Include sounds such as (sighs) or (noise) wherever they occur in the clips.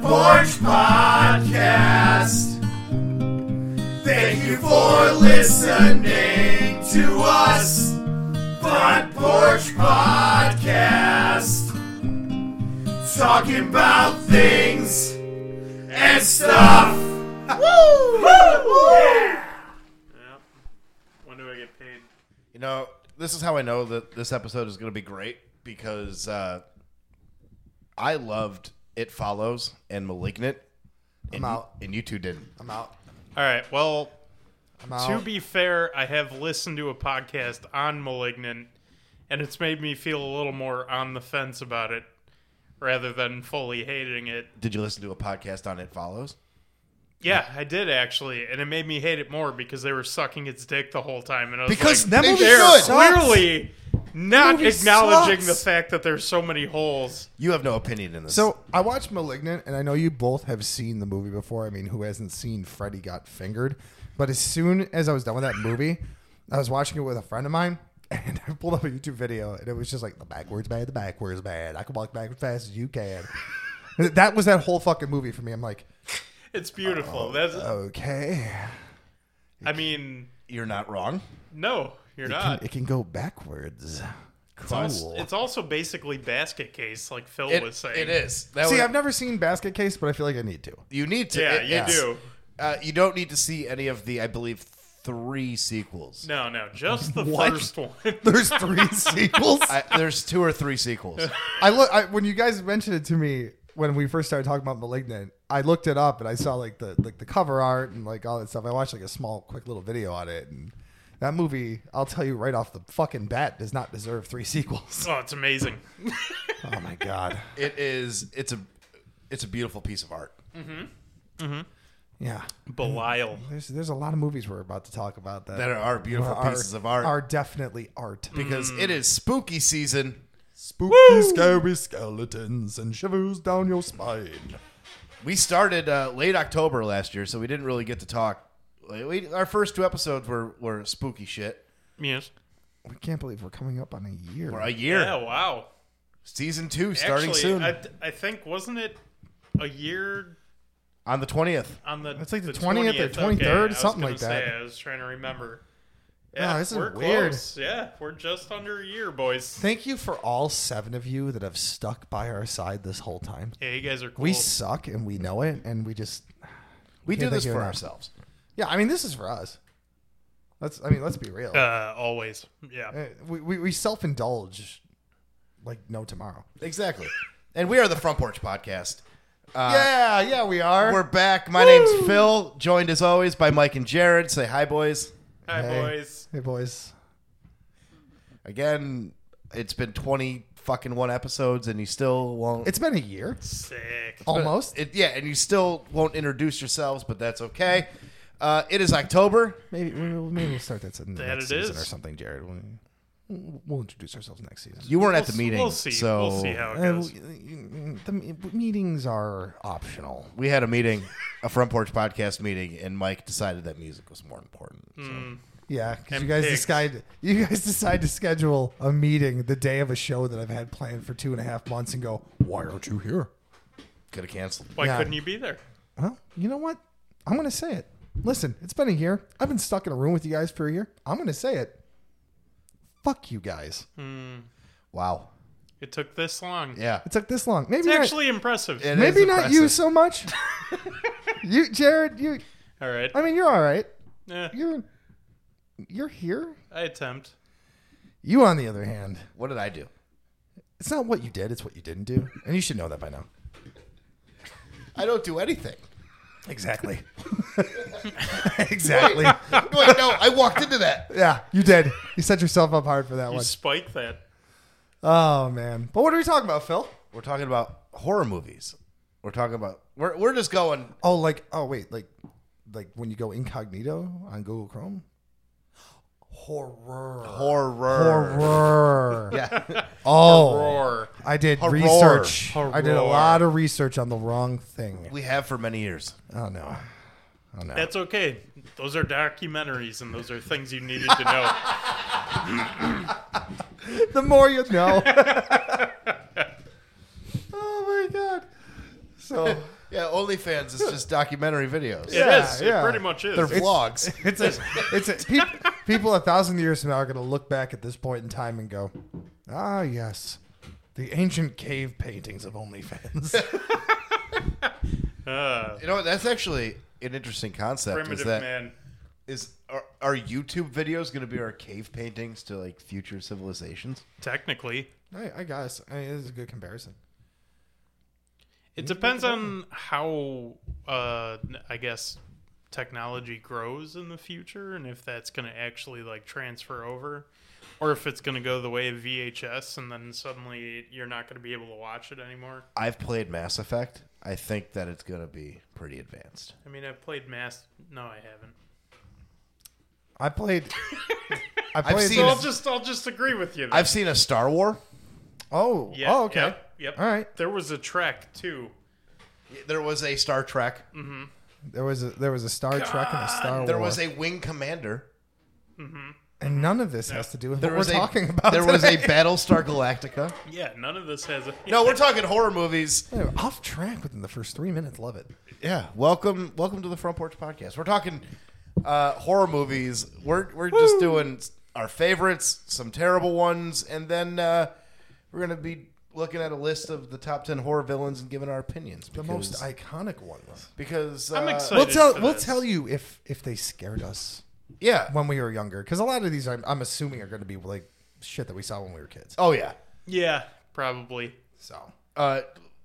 Porch Podcast. Thank you for listening to us, Front Porch Podcast. Talking about things and stuff. Woo! Yeah! When do I get paid? You know, this is how I know that this episode is going to be great because uh, I loved It Follows and Malignant. And I'm out. You, and you two didn't. I'm out. All right. Well, I'm out. to be fair, I have listened to a podcast on Malignant, and it's made me feel a little more on the fence about it rather than fully hating it. Did you listen to a podcast on It Follows? Yeah, I did actually, and it made me hate it more because they were sucking its dick the whole time, and I was Because like, that movie's they're good. clearly not movie acknowledging sucks. the fact that there's so many holes. You have no opinion in this. so I watched *Malignant*, and I know you both have seen the movie before. I mean, who hasn't seen Freddy Got Fingered? But as soon as I was done with that movie, I was watching it with a friend of mine, (laughs) and I pulled up a YouTube video, and it was just like the backwards man, the backwards man. I can walk backwards fast as you can. that was that whole fucking movie for me. I'm like, It's beautiful. Uh, That's. okay, I mean, you're not wrong. no, you're it can, not. it can go backwards. Cool. It's- It's also basically basket case, like Phil was saying. it is. That See, was- I've never seen Basket Case, but I feel like I need to. you need to. Yeah, it- you it's- do. Uh, you don't need to see any of the, I believe, three sequels. No, no, just (laughs) the What? first one. There's three sequels. I, there's two or three sequels. I look I, when you guys mentioned it to me when we first started talking about *Malignant*. I looked it up and I saw like the like the cover art and like all that stuff. I watched like a small, quick little video on it, and that movie, I'll tell you right off the fucking bat, does not deserve three (laughs) sequels. (laughs) oh, it's amazing. oh my god. It is. It's a. It's a beautiful piece of art. Yeah, Belial. there's there's a lot of movies we're about to talk about that, That are beautiful are- pieces of art. Mm-hmm. are definitely art. because Mm. it is spooky season. Spooky, scary skeletons and shivers down your spine. We started uh, late October last year, so we didn't really get to talk. Like, We, our first two episodes were, were spooky shit. Yes. We can't believe we're coming up on a year. For a year, Yeah, wow. season two starting Actually, soon I, I think, wasn't it a year on the twentieth. on the. It's like the 20th or 23rd, I was something gonna like that. Oh, say, I was trying to remember. Yeah, this is we're weird. close. Yeah, we're just under a year, boys. Thank you for all seven of you that have stuck by our side this whole time. Yeah, you guys are cool. We suck and we know it, and we just We do Can't this think of for it. ourselves. yeah. I mean, this is for us. Let's. I mean, let's be real. uh, always. Yeah. Eh, we we, we self indulge like no tomorrow. Exactly. and we are the Front Porch Podcast. Uh, yeah, yeah, we are. We're back. My name's Phil, joined as always by Mike and Jared. Say hi, boys. Hi, Hey. boys. hey, boys. Again, it's been twenty fucking one episodes, and you still won't. It's been a year Sick. almost. It, yeah, and you still won't introduce yourselves, but that's okay. Uh, it is October. Maybe maybe we'll, maybe we'll start that in the That next it season is. or something, Jared. We'll, we'll introduce ourselves next season. You weren't We'll at the s- meeting, We'll see. so we'll see how it Eh, goes. we- the me- meetings are optional. we had a meeting, a front porch podcast meeting, and Mike decided that music was more important. So. Hmm. Yeah, because And you guys pigs. decide you guys (laughs) decide to schedule a meeting the day of a show that I've had planned for two and a half months, and go, why aren't you here? Could have canceled. Why yeah. couldn't you be there? Well, you know what? I'm gonna say it. Listen, it's been a year. I've been stuck in a room with you guys for a year. I'm gonna say it. Fuck you guys. Hmm. Wow. It took this long. Yeah. It took this long. Maybe It's not, actually impressive. It maybe is not you impressive. (laughs) so much. you, Jared. You. All right. I mean, you're all right. Eh, You're. You're here. I attempt. You, on the other hand, What did I do? it's not what you did. It's what you didn't do, and you should know that by now. I don't do anything. (laughs) Exactly. exactly. Wait, no, I walked into that. yeah, you did. You set yourself up hard for that You one. spike that. Oh man. But what are we talking about, Phil? We're talking about horror movies. We're talking about. We're we're just going. Oh, like oh wait, like like when you go incognito on Google Chrome. Horror. Horror. Horror. (laughs) (laughs) Yeah. Oh, Roar. I did Horror. research. I did a Horror. lot of research on the wrong thing. we have for many years. Oh no. Oh no. That's okay. Those are documentaries, and those are things you needed to know. (laughs) the more you know. (laughs) oh my god. So Yeah, OnlyFans is just documentary videos. It Yeah, is. yeah. It pretty much is. They're vlogs. It's a, it's a, peop people a thousand years from now are going to look back at this point in time and go, ah, yes, the ancient cave paintings of OnlyFans. uh, You know, what, that's actually an interesting concept. is primitive that man. is are, are YouTube videos going to be our cave paintings to like future civilizations? Technically, I, I guess I mean, this is a good comparison. Mm-hmm. it depends on how uh, I guess technology grows in the future, and if that's going to actually like transfer over, or if it's going to go the way of VHS, and then suddenly you're not going to be able to watch it anymore. I've played Mass Effect. I think that it's going to be pretty advanced. I mean, I've played Mass. No, I haven't. I played. I I've played. seen So it. I'll just I'll just agree with you. Then. I've seen a Star War. oh, Yeah, oh, okay. Yep, yep. All right. There was a track too. There was a Star Trek. There was a, there was a Star Trek and a Star There War, was a Wing Commander. and none of this has to do with There what was we're a, talking about. There was a today. (laughs) Battlestar Galactica. Yeah, none of this has. A, No, we're talking horror movies. Anyway, off track within the first three minutes. Love it. Yeah, welcome, welcome to the Front Porch Podcast. We're talking uh, horror movies. We're we're just doing our favorites, some terrible ones, and then uh, we're gonna be looking at a list of the top ten horror villains and giving our opinions. The Because, most iconic ones. because I'm uh, excited. We'll tell for we'll this. tell you if if they scared us Yeah. when we were younger, because a lot of these I'm, I'm assuming are going to be like shit that we saw when we were kids. Oh yeah. Yeah, probably. So Uh,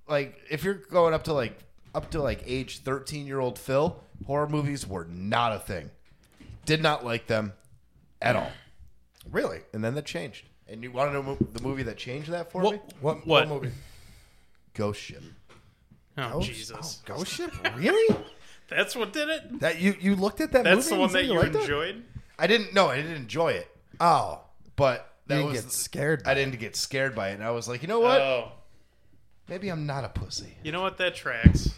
like if you're going up to like up to like age thirteen year old Phil, horror movies were not a thing. Did not like them at all. really, And then that changed. And you want to know mo- the movie that changed that for me? what What? movie? Ghost Ship. Oh, Ghost- Jesus, oh, Ghost Ship, really? that's what did it. that you you looked at that? That's movie the and one said that you liked it? enjoyed. I didn't know. I didn't enjoy it, Oh, but that you was. get scared. I didn't get scared by it, and I was like, you know what? Oh, Maybe I'm not a pussy. (laughs) you know what? That tracks.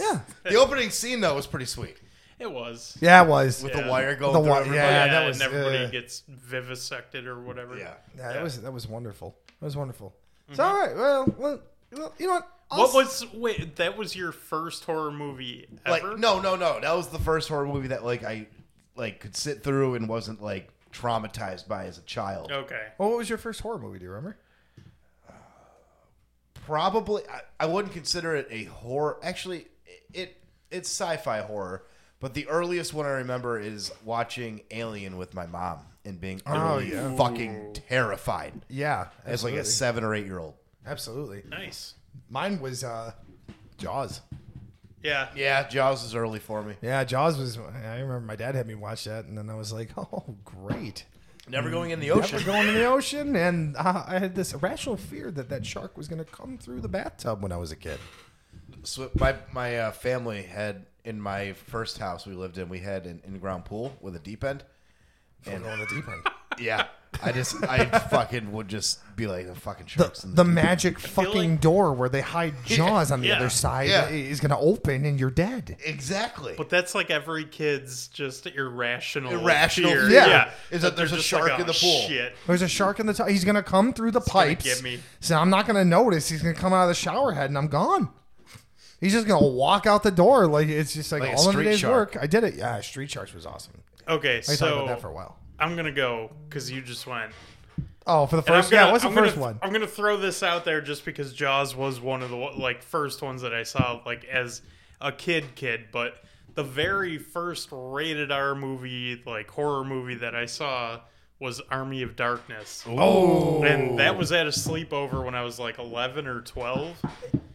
yeah, The opening scene though was pretty sweet It was. yeah, it was. with the Yeah. wire going The through wi- everybody. yeah, Yeah, that was, and everybody uh, gets vivisected or whatever. Yeah. Yeah, that Yeah. Mm-hmm. was that was wonderful. That was wonderful. So all right, well, well, well, you know what? I'll What s- was wait? That was your first horror movie ever? Like no, no, no. That was the first horror movie that like I like could sit through and wasn't like traumatized by as a child. Okay. Well, what was your first horror movie? Do you remember? Probably, I, I wouldn't consider it a horror. Actually, it it's sci-fi horror. But the earliest one I remember is watching Alien with my mom and being utterly yeah. fucking terrified Yeah, as like a seven or eight year old. absolutely. Nice. Mine was uh, Jaws. Yeah. Yeah, Jaws is early for me. Yeah, Jaws was. I remember my dad had me watch that, and then I was like, (laughs) "Oh, great!" Never going in the We're ocean. going to the ocean, and uh, I had this irrational fear that that shark was going to come through the bathtub when I was a kid. So my my uh, family had in my first house we lived in we had an in ground pool with a deep end. We're going to the deep end. Yeah, I just (laughs) I fucking would just be like the fucking sharks. in The magic fucking like- door where they hide Jaws on the Yeah. other side Yeah. is going to open, and you're dead. exactly. But that's like every kid's just irrational, Irrational fear. fear. Yeah. Is that they're there's a just shark like, in the "Oh, pool." Shit. There's a shark in the top. He's gonna come through the gonna pipes. get me. So I'm not gonna notice. He's gonna come out of the shower head, and I'm gone. He's just gonna walk out the door like it's just like, Like a all in a street day's shark. work. I did it. Yeah, Street Sharks was awesome. Okay, I talked about so that for a while. I'm gonna go because you just went. Oh, for the And I'm first yeah, gonna- what's the I'm 1st gonna, one? I'm gonna throw this out there just because Jaws was one of the like first ones that I saw like as a kid, kid. But the very first rated R movie, like horror movie that I saw was Army of Darkness, Oh, and that was at a sleepover when I was like 11 or 12.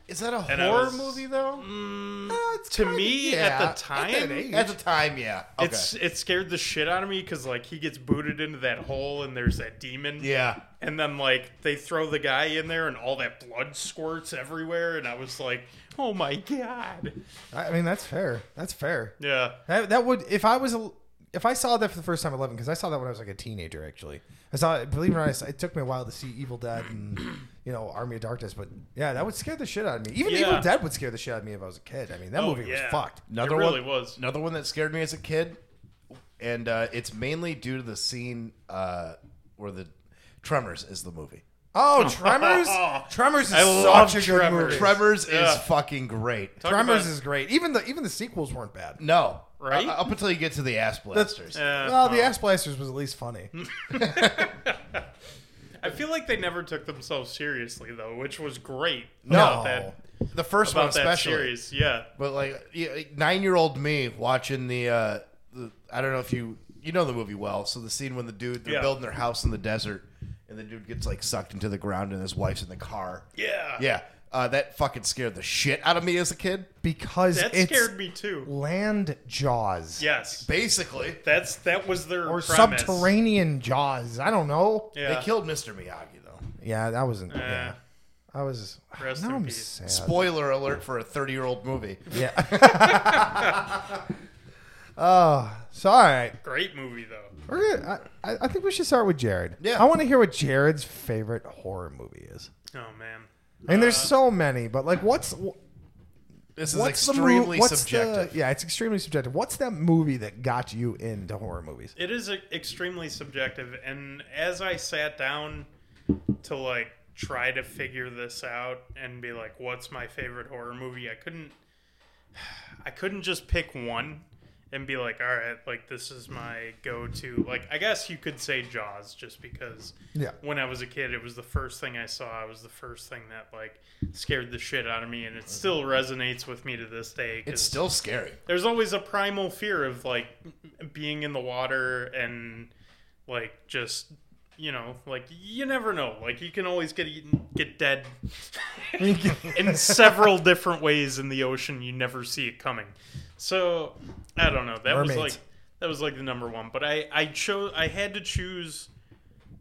Is that a And I horror was- movie though? Mm, it's to kinda- me, yeah, at at the that time, age. At the time, yeah. Okay. it's it scared the shit out of me because like he gets booted into that hole and there's that demon. yeah. And then like they throw the guy in there and all that blood squirts everywhere and I was like, oh my god. I mean that's fair. That's fair. Yeah. That, that would if I was a, if I saw that for the first time at eleven because I saw that when I was like a teenager actually. I saw it- believe it or not, I saw- it took me a while to see Evil Dead and you know Army of Darkness, but yeah, that would scare the shit out of me. Even Yeah. Evil Dead would scare the shit out of me if I was a kid. I mean, that Oh, movie was yeah. fucked. Another it really one. was. Another one that scared me as a kid, and uh, it's mainly due to the scene uh, where the Tremors is the movie. (laughs) Oh, Tremors! Tremors is I love such a good Tremors. movie. Tremors Yeah. is fucking great. Talk Tremors about- is great. Even the even the sequels weren't bad. No, Right? Uh, up until you get to the ass blasters. Yeah, Mm. well, oh. the Ass Blasters was at least funny. I feel like they never took themselves seriously though, which was great. No. about that, the first one about that especially. series. Yeah, But like nine year old me watching the, uh, the I don't know if you you know the movie well. So the scene when the dude they're Yeah. building their house in the desert and the dude gets like sucked into the ground and his wife's in the car. yeah, Yeah, uh, that fucking scared the shit out of me as a kid. Because That it's scared me too. land jaws. Yes, Basically, that's that was their Or premise. subterranean jaws. I don't know. Yeah. they killed Mr. Miyagi though. Yeah, that wasn't. Eh, yeah. I was. Rest now in I'm peace. sad. Spoiler alert for a thirty year old movie. yeah. (laughs) Oh, so all right. Great movie though. We're gonna, I, I- I think we should start with Jared. Yeah. I want to hear what Jared's favorite horror movie is. Oh man, I mean, there's Uh, so many, but like, what's This is what's the extremely movie? What's subjective. The, yeah, it's extremely subjective. What's that movie that got you into horror movies? it is e- extremely subjective. And as I sat down to like try to figure this out and be like, what's my favorite horror movie? I couldn't, I couldn't just pick one and be like, all right, like this is my go-to. Like I guess you could say Jaws, just because Yeah. when I was a kid, it was the first thing I saw. It was the first thing that like scared the shit out of me, and it still resonates with me to this day. 'cause- It's still scary. there's always a primal fear of like being in the water and like just you know like you never know like you can always get eaten get dead in several different ways in the ocean you never see it coming so i don't know that was Mermaids. like that was like the number one but i i chose i had to choose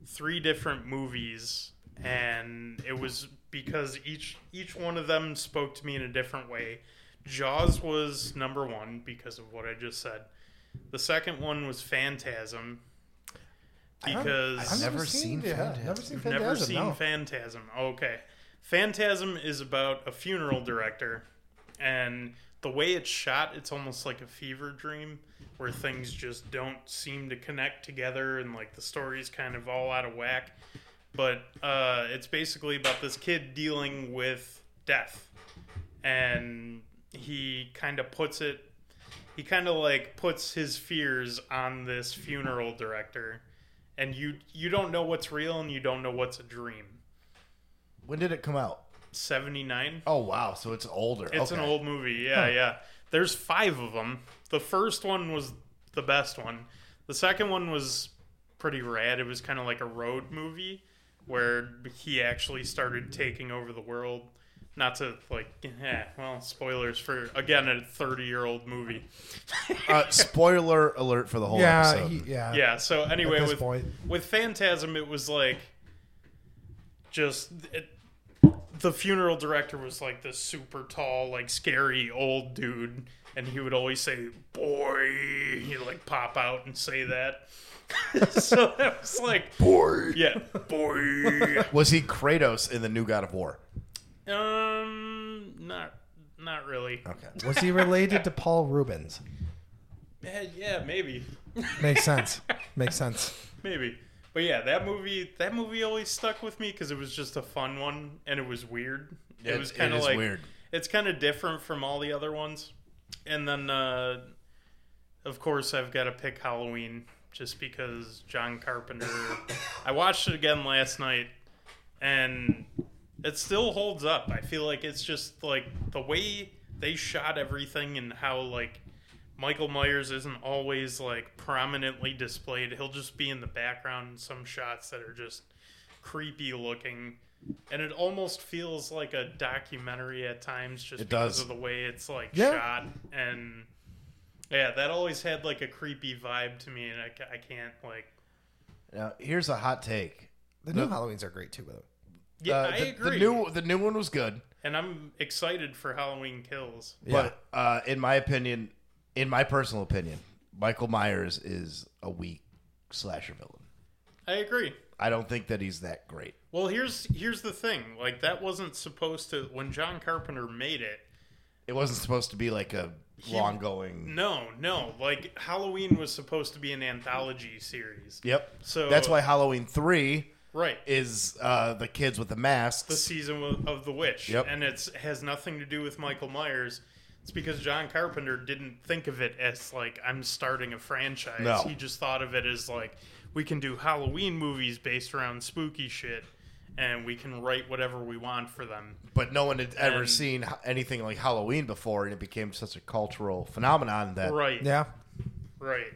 three different movies and it was because each each one of them spoke to me in a different way jaws was number one because of what i just said the second one was phantasm because I've never seen yeah, Phantasm. Never seen You've never Phantasm. seen no. Phantasm. Okay. Phantasm is about a funeral director, and the way it's shot, it's almost like a fever dream where things just don't seem to connect together and like the story's kind of all out of whack. But uh, it's basically about this kid dealing with death, and he kind of puts it he kind of like puts his fears on this funeral director and you you don't know what's real and you don't know what's a dream When did it come out? 79 Oh wow, so it's older. it's an Okay. old movie yeah yeah there's five of them the first one was the best one the second one was pretty rad it was kind of like a road movie where he actually started taking over the world not to like (laughs) eh, well spoilers for again a 30 year old movie uh, spoiler alert for the whole Yeah, episode. he, yeah, yeah so anyway this with point. with phantasm it was like just it, the funeral director was like this super tall like scary old dude and he would always say boy he like pop out and say that (laughs) so that was like Boy. yeah boy Was he Kratos in the new God of War? um not not really Okay. Was he related to Paul Rubens? Eh, yeah maybe Makes sense. Makes sense. Maybe. But yeah, that movie that movie always stuck with me because it was just a fun one and it was weird. It, It- was it kind of is like weird. it's kind of different from all the other ones. And then uh of course I've got to pick Halloween just because John Carpenter. I watched it again last night and it still holds up. I feel like it's just like the way they shot everything and how like Michael Myers isn't always like prominently displayed. He'll just be in the background in some shots that are just creepy looking. And it almost feels like a documentary at times just It because does. of the way it's like Yeah. shot and yeah, that always had like a creepy vibe to me and I, ca- I can't like Now here's a hot take. The new Halloweens are great too, by the way. yeah, Uh, I the, agree. The new the new one was good, and I'm excited for Halloween Kills. but uh, in my opinion, in my personal opinion, Michael Myers is a weak slasher villain. I agree. I don't think that he's that great. Well, here's here's the thing. Like that wasn't supposed to when John Carpenter made it. It wasn't supposed to be like a long going. No, no. Like Halloween was supposed to be an anthology series. Yep. So That's why Halloween three Right. is uh, the kids with the masks. the season of- of the witch Yep. and it's has nothing to do with michael myers it's because john carpenter didn't think of it as like i'm starting a franchise No. he just thought of it as like we can do halloween movies based around spooky shit and we can write whatever we want for them but no one had ever And- seen h- anything like Halloween before, and it became such a cultural phenomenon that right Yeah. right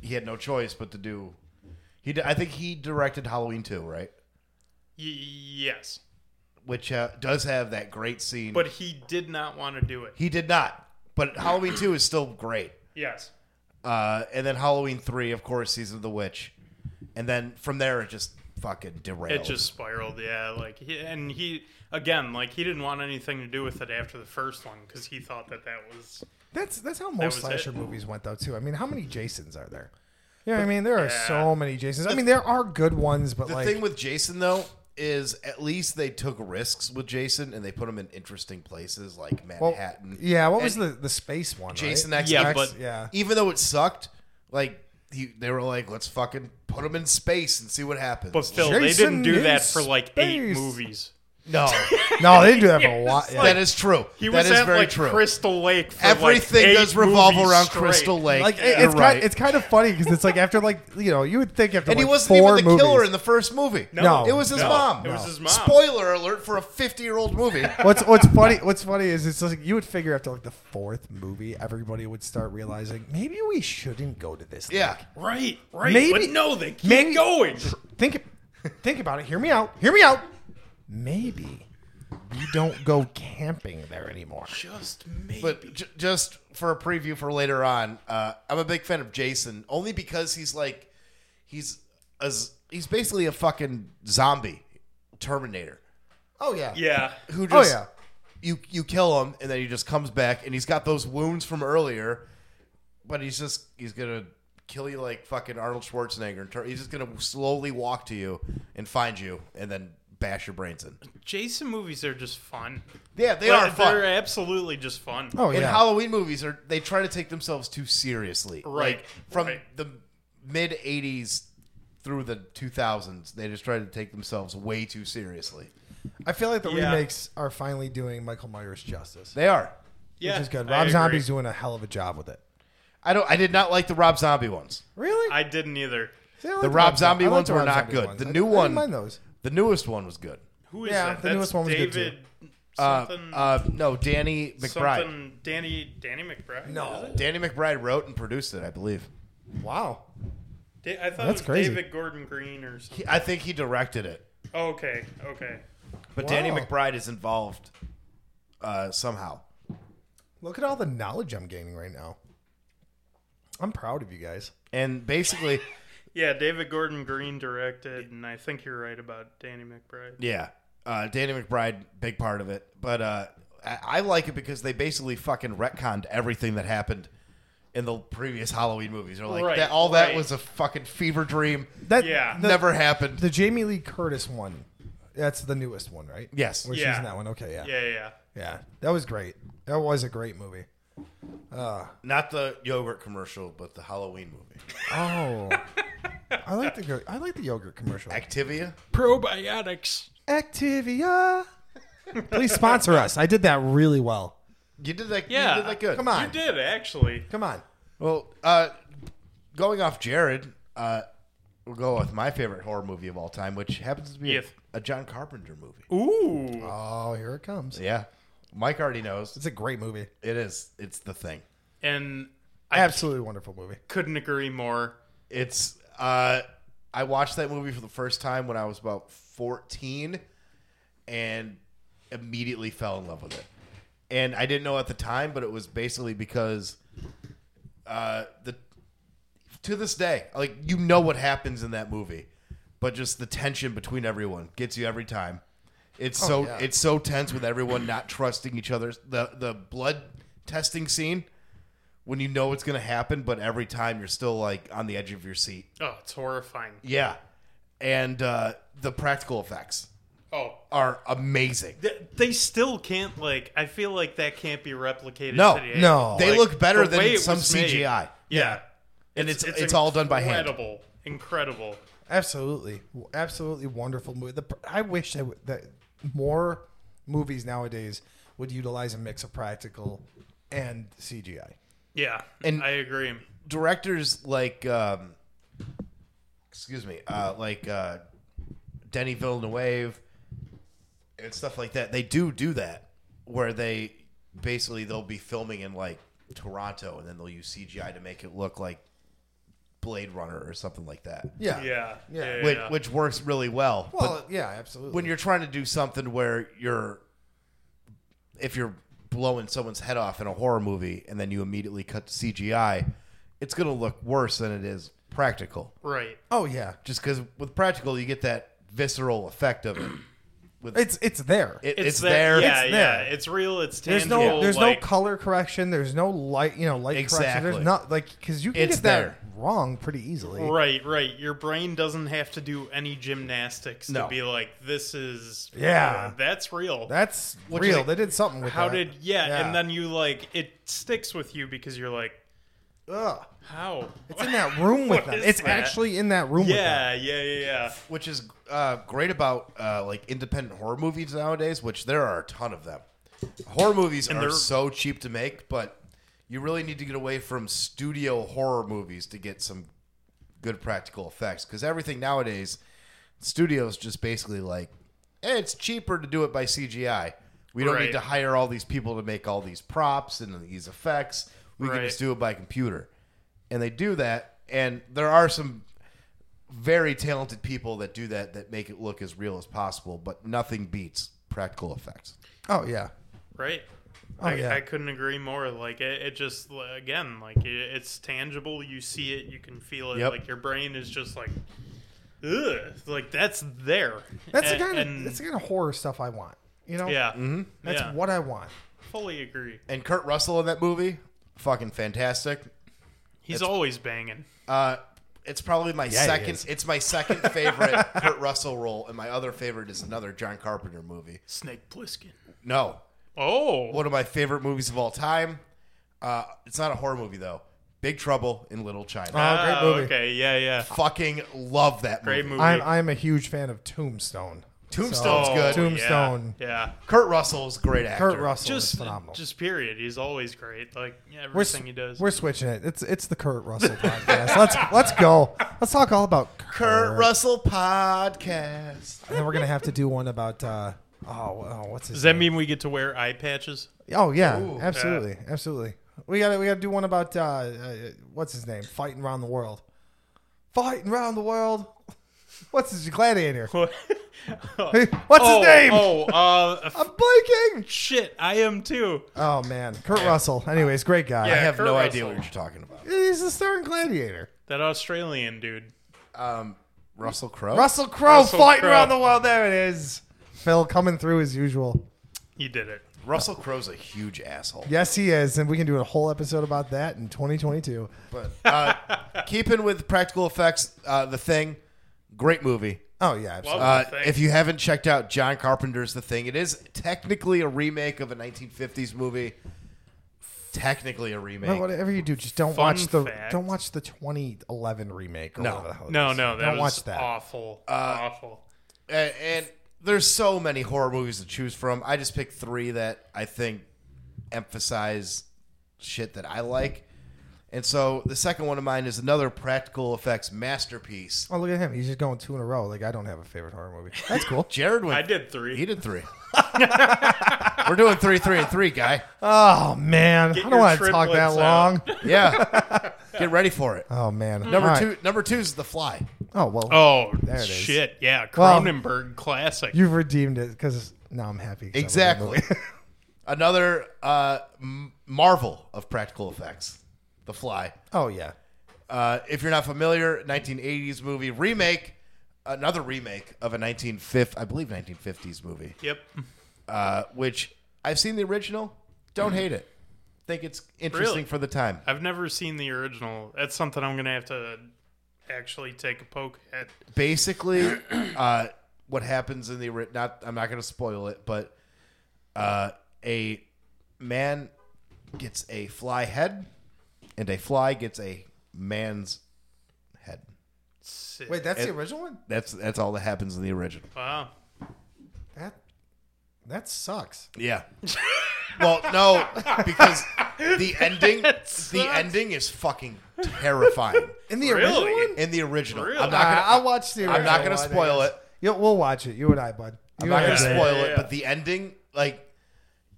he had no choice but to do. He, di- I think he directed Halloween too, right? y- yes Which uh, does have that great scene. but he did not want to do it he did not. But Halloween two is still great. yes Uh, and then Halloween three, of course, season of the witch, and then from there it just fucking derailed. it just spiraled yeah like he, and he again like he didn't want anything to do with it after the first one because he thought that that was That's that's how was most slasher it. movies went though too. I mean, how many Jasons are there? Yeah, I mean, there are Yeah. so many Jasons. I mean, there are good ones, but the like thing with Jason though is at least they took risks with Jason and they put him in interesting places like well, Manhattan. yeah, what was the the space one? Jason right? X? Yeah, X, but- yeah. (laughs) even though it sucked, like he, they were like, let's fucking put him in space and see what happens. But Phil, they didn't Jason do in that for like eight space. movies. (laughs) no, No, they didn't do that for a while. Yeah. that is true. He that was is at very like true. Crystal Lake. For Everything like eight does revolve movies around straight. Crystal Lake. Like it- You're it's right. kind, it's kind of funny because it's like after like you know you would think after and like he wasn't four even the movies, killer in the first movie. No. it was his No, mom. It was his mom. Spoiler alert for a fifty-year-old (laughs) movie. What's what's funny? What's funny is it's like you would figure after like the fourth movie, everybody would start realizing maybe we shouldn't go to this. yeah, Right, right. Maybe- but no, they keep maybe- going. league. Think think about it. Hear me out. Hear me out. Maybe we don't go camping there anymore. Just maybe. but j- just for a preview for later on, uh, I'm a big fan of Jason only because he's like, he's as he's basically a fucking zombie, Terminator. Oh yeah. yeah, who Oh, just yeah. you you kill him and then he just comes back and he's got those wounds from earlier, but he's just he's gonna kill you like fucking Arnold Schwarzenegger. And turn, he's just gonna slowly walk to you and find you and then bash your brains in. Jason movies are just fun. Yeah, they are Like, fun. They're uh, absolutely just fun. Oh And yeah. Halloween movies are they try to take themselves too seriously. Right, Like, from right. the mid '80s through the 2000s, they just try to take themselves way too seriously. I feel like the Yeah. remakes are finally doing Michael Myers justice, They are. yeah, which is good. I Rob agree. Zombie's doing a hell of a job with it. I don't. I did not like the Rob Zombie ones. Really? I didn't either. See, I like the Rob Zombie I like ones the were Rob not Zombie good. ones. The I- new I didn't one- mind those. The newest one was good. Who is Yeah, that? the That's newest one was good, David. too. Uh, Something. uh, no, Danny McBride. something. Danny. Danny McBride. is it? Danny McBride wrote and produced it, I believe. Wow. Da- I thought That's it was crazy. David Gordon Green or something. He, I think he directed it, Okay. Okay. but Danny Wow. McBride is involved uh, somehow. Look at all the knowledge I'm gaining right now. I'm proud of you guys. And (laughs) basically, Yeah, David Gordon Green directed, and I think you're right about Danny McBride. yeah, uh, Danny McBride, big part of it. But uh, I, I like it because they basically fucking retconned everything that happened in the previous Halloween movies. They're like, Right, that, all that right. was a fucking fever dream. That Yeah. the- never happened. The Jamie Lee Curtis one. That's the newest one, right? yes. Where she's Yeah. in that one. Okay, yeah. yeah. Yeah, yeah. That was great. That was a great movie. Not the yogurt commercial, but the Halloween movie. Oh. I like the go- I like the yogurt commercial. Activia? Probiotics. Activia. Please sponsor us. I did that really well. You did that, Yeah. you did that good. Come on. You did actually. Come on. Well, uh, going off Jared, uh, we'll go with my favorite horror movie of all time, which happens to be Yes. a, a John Carpenter movie. Ooh. Oh, here it comes. Yeah, Mike already knows It's a great movie. it is. It's the thing. And I Absolutely wonderful movie. couldn't agree more. It's. Uh, I watched that movie for the first time when I was about fourteen, and immediately fell in love with it. And I didn't know at the time, but it was basically because uh, the to this day, like you know what happens in that movie, but just the tension between everyone gets you every time. It's so yeah. it's so tense with everyone not trusting each other. The the blood testing scene when you know what's going to happen, but every time you're still like on the edge of your seat. Oh, it's horrifying. Yeah, and uh, the practical effects Oh. are amazing. Th- They still can't like. I feel like that can't be replicated. No, today. no. They Oh, Like, look better the way than it some was made. CGI, Yeah, and it's it's, all done by hand. Incredible, incredible. Absolutely, absolutely wonderful movie. The, I wish that, that more movies nowadays would utilize a mix of practical and CGI. Yeah, And- I agree. directors like um excuse me uh like uh denny villeneuve and stuff like that they do do that where they basically they'll be filming in like toronto and then they'll use cgi to make it look like blade runner or something like that Yeah, Yeah, yeah, Yeah. yeah, which, yeah. which works really well But Well, yeah, absolutely. when you're trying to do something where you're if you're blowing someone's head off in a horror movie and then you immediately cut to CGI, it's going to look worse than it is practical. right. oh yeah, Just cuz with practical you get that visceral effect of it. it's it's there. It- It's, it's, that- there. Yeah, It's yeah. there. It's real. It's There's tangible. no there's like, no color correction. There's no light you know light correction. Exactly. There's not like because you can It's get that there. wrong pretty easily. Right, right. Your brain doesn't have to do any gymnastics No. to be like, this is. Yeah. uh, that's real. That's Which real. is- they did something with How that. did. Yeah, Yeah. and then you like. It sticks with you because you're like, (laughs) Ugh. how? It's in (laughs) that room What with them. is It's that? actually in that room with them. Yeah, yeah, yeah, yeah. which is uh, great about uh, like independent horror movies nowadays, which there are a ton of them. Horror movies And are they're- so cheap to make, but you really need to get away from studio horror movies to get some good practical effects because everything nowadays, studios just basically like, "Eh, it's cheaper to do it by CGI. We don't Right. need to hire all these people to make all these props and these effects. We can Right. just do it by computer. And they do that, and there are some very talented people that do that that make it look as real as possible, but nothing beats practical effects. Oh yeah. Right. Oh, I, yeah. I couldn't agree more. Like it, it just l- again, like it, it's tangible. You see it, you can feel it. Yep. Like your brain is just like, ugh, like that's there. That's the And- kind of and- that's the kind of horror stuff I want. You know. yeah. That's yeah. what I want. Fully agree. And Kurt Russell in that movie, fucking fantastic. He's always banging. Uh, it's probably my he second. is. It's my second (laughs) favorite Kurt Russell role, and my other favorite is another John Carpenter movie. Snake Plissken. No, Oh, one of my favorite movies of all time. Uh, it's not a horror movie though. Big Trouble in Little China. Oh, great Ah, movie. okay, yeah, yeah. fucking love that movie. Great movie. I'm I'm a huge fan of Tombstone. Tombstone's Oh, good. yeah, Tombstone. Yeah. Kurt Russell's a great actor. Kurt Russell Just is phenomenal. just period. He's always great. Like yeah, we're, s- everything he does. we're switching it. It's it's the Kurt Russell podcast. let's let's go. Let's talk all about Kurt, Kurt Russell podcast. And then we're gonna have to do one about uh oh, oh what's his Does that name? mean we get to wear eye patches? (laughs) Oh yeah, Ooh. absolutely, absolutely. We gotta we gotta do one about uh, uh what's his name? Fighting around the world. Fighting around the world. (laughs) What's his gladiator? (laughs) What? Hey, what's oh, his name? Oh, uh, I'm blanking. shit, I am too. Oh man, Kurt Russell. Anyways, great guy. I Yeah, have Kurt no idea what Russell. you're talking about. He's the starring gladiator. That Australian dude. Um, Russell Crowe. Russell Crowe Russell fighting Crowe. around the world. There it is. Phil coming through as usual. He did it. Russell Crowe's a huge asshole. Yes, he is, and we can do a whole episode about that in 2022. But uh, keeping with practical effects, uh, The Thing, great movie. Oh yeah, absolutely. Uh, The Thing. if you haven't checked out John Carpenter's The Thing, it is technically a remake of a 1950s movie. Technically a remake. But whatever you do, just don't Fun watch the fact. don't watch the 2011 remake. Or No. whatever the hell it No, is. no, that don't was watch that. Uh, awful. awful. and, and there's so many horror movies to choose from. I just picked three that I think emphasize shit that I like. And so the second one of mine is another practical effects masterpiece. Oh look at him, he's just going two in a row. Like I don't have a favorite horror (laughs) movie. That's cool. Jared went. I did three. He did three. (laughs) We're doing three, three, and three, guy. oh man, I your don't want to talk that triplets long. out. Yeah. Get ready for it. Oh man, Number All right. two. Number two is The Fly. Oh well, Oh it is. shit! Yeah, Well, Cronenberg classic. you've redeemed it because now I'm happy. 'cause I love that movie. Exactly. Another uh, m- marvel of practical effects. The Fly. oh yeah. Uh, if you're not familiar, 1980s movie remake, another remake of a 1950, I believe 1950s movie, yep. uh, which I've seen the original. Don't hate it. Think it's interesting Really? for the time. I've never seen the original. That's something I'm gonna have to actually take a poke at. Basically, uh, what happens in the ori- not I'm not going to spoil it, but uh, a man gets a fly head, and a fly gets a man's head. Sick. Wait, that's the It- original one. That's that's all that happens in the original. wow. That that sucks. Yeah. well, no, because (laughs) the ending sucks. the ending is fucking terrifying. In the Really? original one. In the original, Really? I'm Uh, not gonna. I'll watch the. I'm not original gonna one, I spoil guess. it. Yo, we'll watch it. You and I, bud. I'm You not and gonna I, bud. spoil yeah, it, yeah. but the ending, like,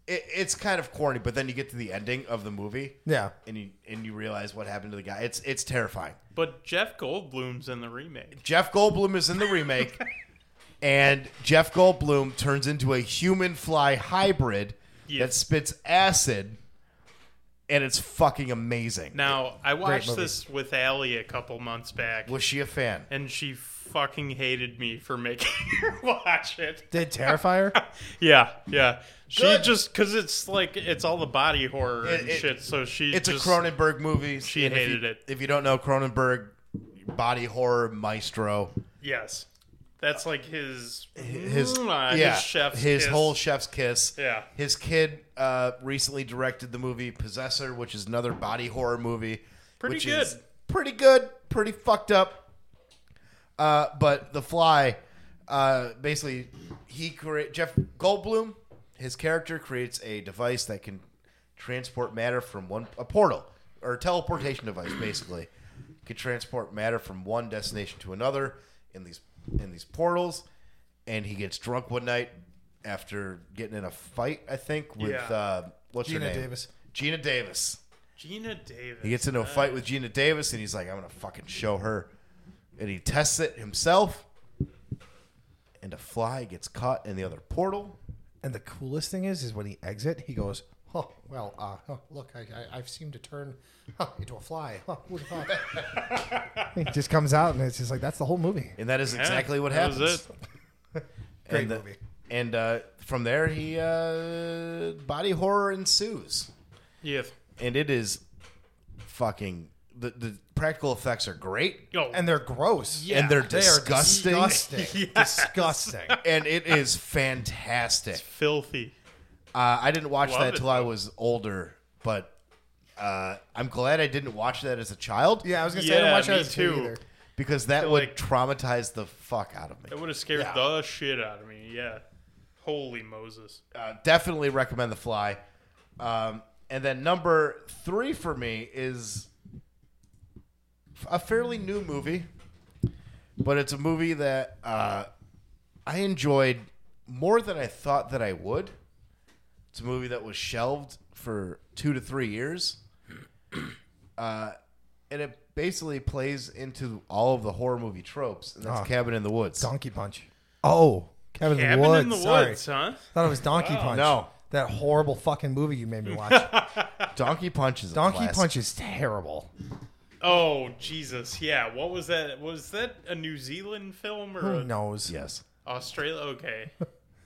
it, it's kind of corny. But then you get to the ending of the movie, Yeah. and you and you realize what happened to the guy. It's it's terrifying. But Jeff Goldblum's in the remake. Jeff Goldblum is in the (laughs) remake, and Jeff Goldblum turns into a human fly hybrid Yeah. that spits acid, and it's fucking amazing. Now, I watched movie. this with Allie a couple months back, Was she a fan? and she fucking hated me for (laughs) making (laughs) her watch it. Did Terrifier? Yeah, yeah. She Good. just because it's like it's all the body horror It- and it- shit. So she It's just- a Cronenberg movie. She and if hated you- it. If you don't know Cronenberg, body horror maestro, Yes, that's like his his Mm, uh, yeah, his chef's his kiss. whole chef's kiss. Yeah. his kid uh, recently directed the movie Possessor, which is another body horror movie. Pretty which good. is pretty good. Pretty fucked up. Uh, but The Fly, uh, basically, he create Jeff Goldblum. His character creates a device that can transport matter from one a portal or teleportation device, basically, can transport matter from one destination to another in these in these portals. And he gets drunk one night after getting in a fight, I think, with Yeah. uh, what's her Gina name? Davis. Gina Davis. Gina Davis. He gets into a fight with Gina Davis, and he's like, "I'm gonna fucking show her," and he tests it himself. And a fly gets caught in the other portal. And the coolest thing is, is when he exit, he goes, "Oh well, uh, oh, look, I, I, I've seemed to turn huh, into a fly." Huh, who'd have thought? (laughs) he just comes out, and it's just like that's the whole movie. And that is Yeah, exactly what that was happens. it. Great and the- movie. And uh, from there, he uh, body horror ensues, Yeah. and it is fucking the the practical effects are great, Yo, And they're gross. Yeah. and they're They are disgusting, Disgusting. (laughs) Yes. disgusting. and it is fantastic. filthy. Uh, I didn't watch Love that it, till I was older, but uh, I'm glad I didn't watch that as a child. Yeah, I was gonna say I didn't Yeah, watch me that as a kid too. either. because that feel would like- traumatize the fuck out of me. That would have scared Yeah. the shit out of me. Yeah. Holy Moses. Uh, definitely recommend The Fly. Um, and then number three for me is a fairly new movie, but it's a movie that uh, I enjoyed more than I thought that I would. It's a movie that was shelved for two to three years. (clears throat) Uh, and it basically plays into all of the horror movie tropes, and that's Ah. Cabin in the Woods. Donkey Punch. Oh, Kevin in Cabin the Woods. in the sorry, woods, huh? thought it was Donkey Punch. Oh, No. that horrible fucking movie you made (laughs) me watch. Donkey Punch is a Donkey classic. Punch is terrible. Oh Jesus, yeah. What was that? Was that a New Zealand film or Who a- knows? Yes. Australia? (laughs) Okay.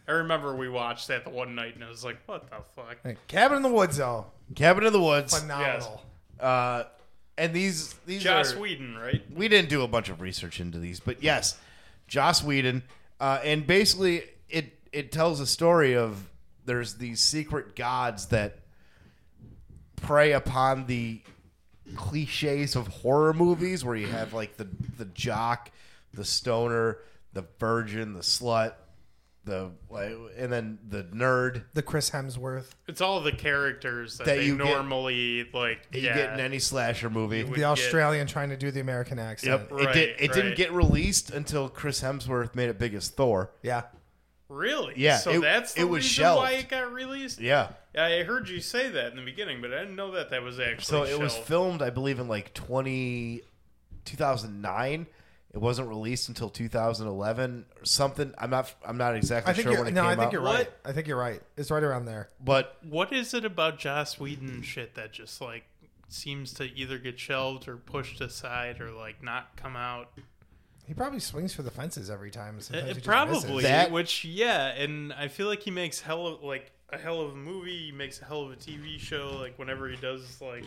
I remember we watched that the one night, and I was like, "What the fuck?" Like, Cabin in the Woods, though, Cabin in the Woods. phenomenal. Uh, and these these Joss are Whedon, right? we didn't do a bunch of research into these, but yes, Joss Whedon. Uh, and basically, it it tells a story of there's these secret gods that prey upon the cliches of horror movies, where you have like the the jock, the stoner, the virgin, the slut, the and then the nerd. The Chris Hemsworth, It's all the characters that, That they you get- normally like. You yeah, get in any slasher movie. would the get- Australian trying to do the American accent. Yep. Right, it did, it didn't right. get released until Chris Hemsworth made it big as Thor. Yeah. really? Yeah, So it- that's the it was reason shelved. why it got released. Yeah. I heard you say that in the beginning, but I didn't know that that was actually. So it was shelved. filmed, I believe, in like 20, 2009. It wasn't released until 2011 or something. I'm not I'm not exactly I think sure you're, when it no, came I think out. you're right. I think you're right. It's right around there. But What is it about Joss Whedon shit that just like seems to either get shelved or pushed aside or like not come out? He probably swings for the fences every time. Uh, Sometimes he just probably, misses. That- which yeah, and I feel like he makes hell of like a hell of a movie. He makes a hell of a TV show. Like whenever he does, like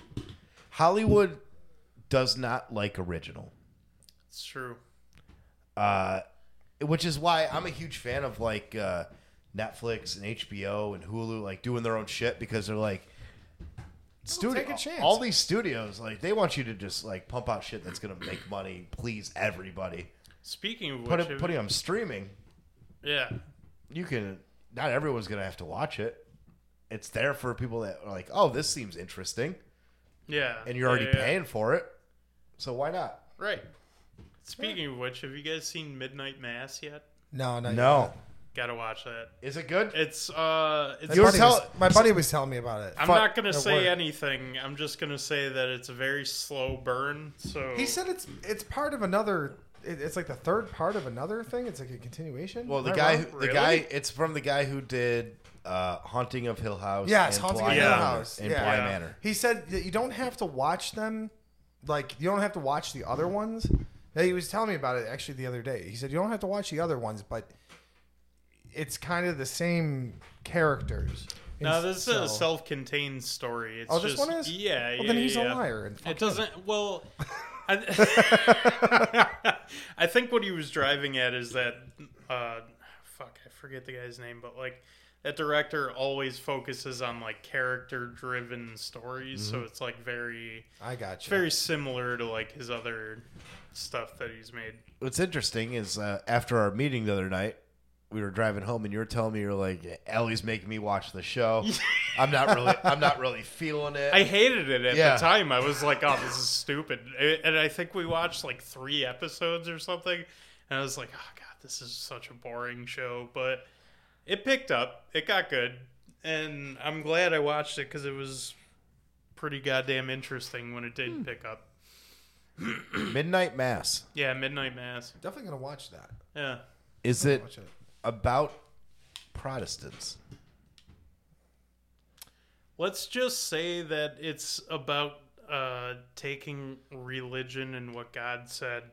Hollywood does not like original. it's true. Uh, which is why I'm a huge fan of like uh, Netflix and HBO and Hulu like doing their own shit because they're like studio, take a chance. all these studios, like they want you to just like pump out shit that's gonna make money, please everybody. Speaking of which, Put have it, you- putting on streaming, yeah, you can. Not everyone's gonna have to watch it. It's there for people that are like, oh, this seems interesting, yeah, and you're already yeah, yeah. paying for it, so why not? Right. Speaking of which, have you guys seen Midnight Mass yet? No, not No, Gotta watch that. is it good? It's uh, it's. You were Yet. tell- Tell, my buddy was telling me about it. I'm fu- not gonna at say work. anything. I'm just gonna say that it's a very slow burn. So He said it's it's part of another. It, it's like the third part of another thing. It's like a continuation. Well, the Am I guy, wrong? who, the Really? guy, it's from the guy who did uh, Haunting of Hill House. Yeah, it's and Haunting Bly of Hill Yeah. Manor- House. And Yeah. Bly Yeah. Manor. He said that you don't have to watch them. Like you don't have to watch the other ones. Yeah, He was telling me about it actually the other day. He said you don't have to watch the other ones, but it's kind of the same characters. no, this is So- a self-contained story. It's Oh, this just one is. yeah. Well, yeah, then he's yeah. a liar. And fuck It doesn't. (laughs) Well, I, (laughs) I think what he was driving at is that, uh, fuck, I forget the guy's name, but like that director always focuses on like character-driven stories, Mm-hmm. so it's like very, I got it's you. very similar to like his other stuff that he's made. What's interesting is uh, after our meeting the other night, we were driving home, and you were telling me you were like, "Ellie's making me watch the show. I'm not really, I'm not really feeling it." I hated it at Yeah. the time. I was like, "Oh, this is stupid," and I think we watched like three episodes or something, and I was like, "Oh God, this is such a boring show." But it picked up. It got good, and I'm glad I watched it because it was pretty goddamn interesting when it did pick up. Midnight Mass Yeah, Midnight Mass. Definitely gonna watch that. Yeah, is it Watch it. about Protestants? let's just say that it's about uh, taking religion and what God said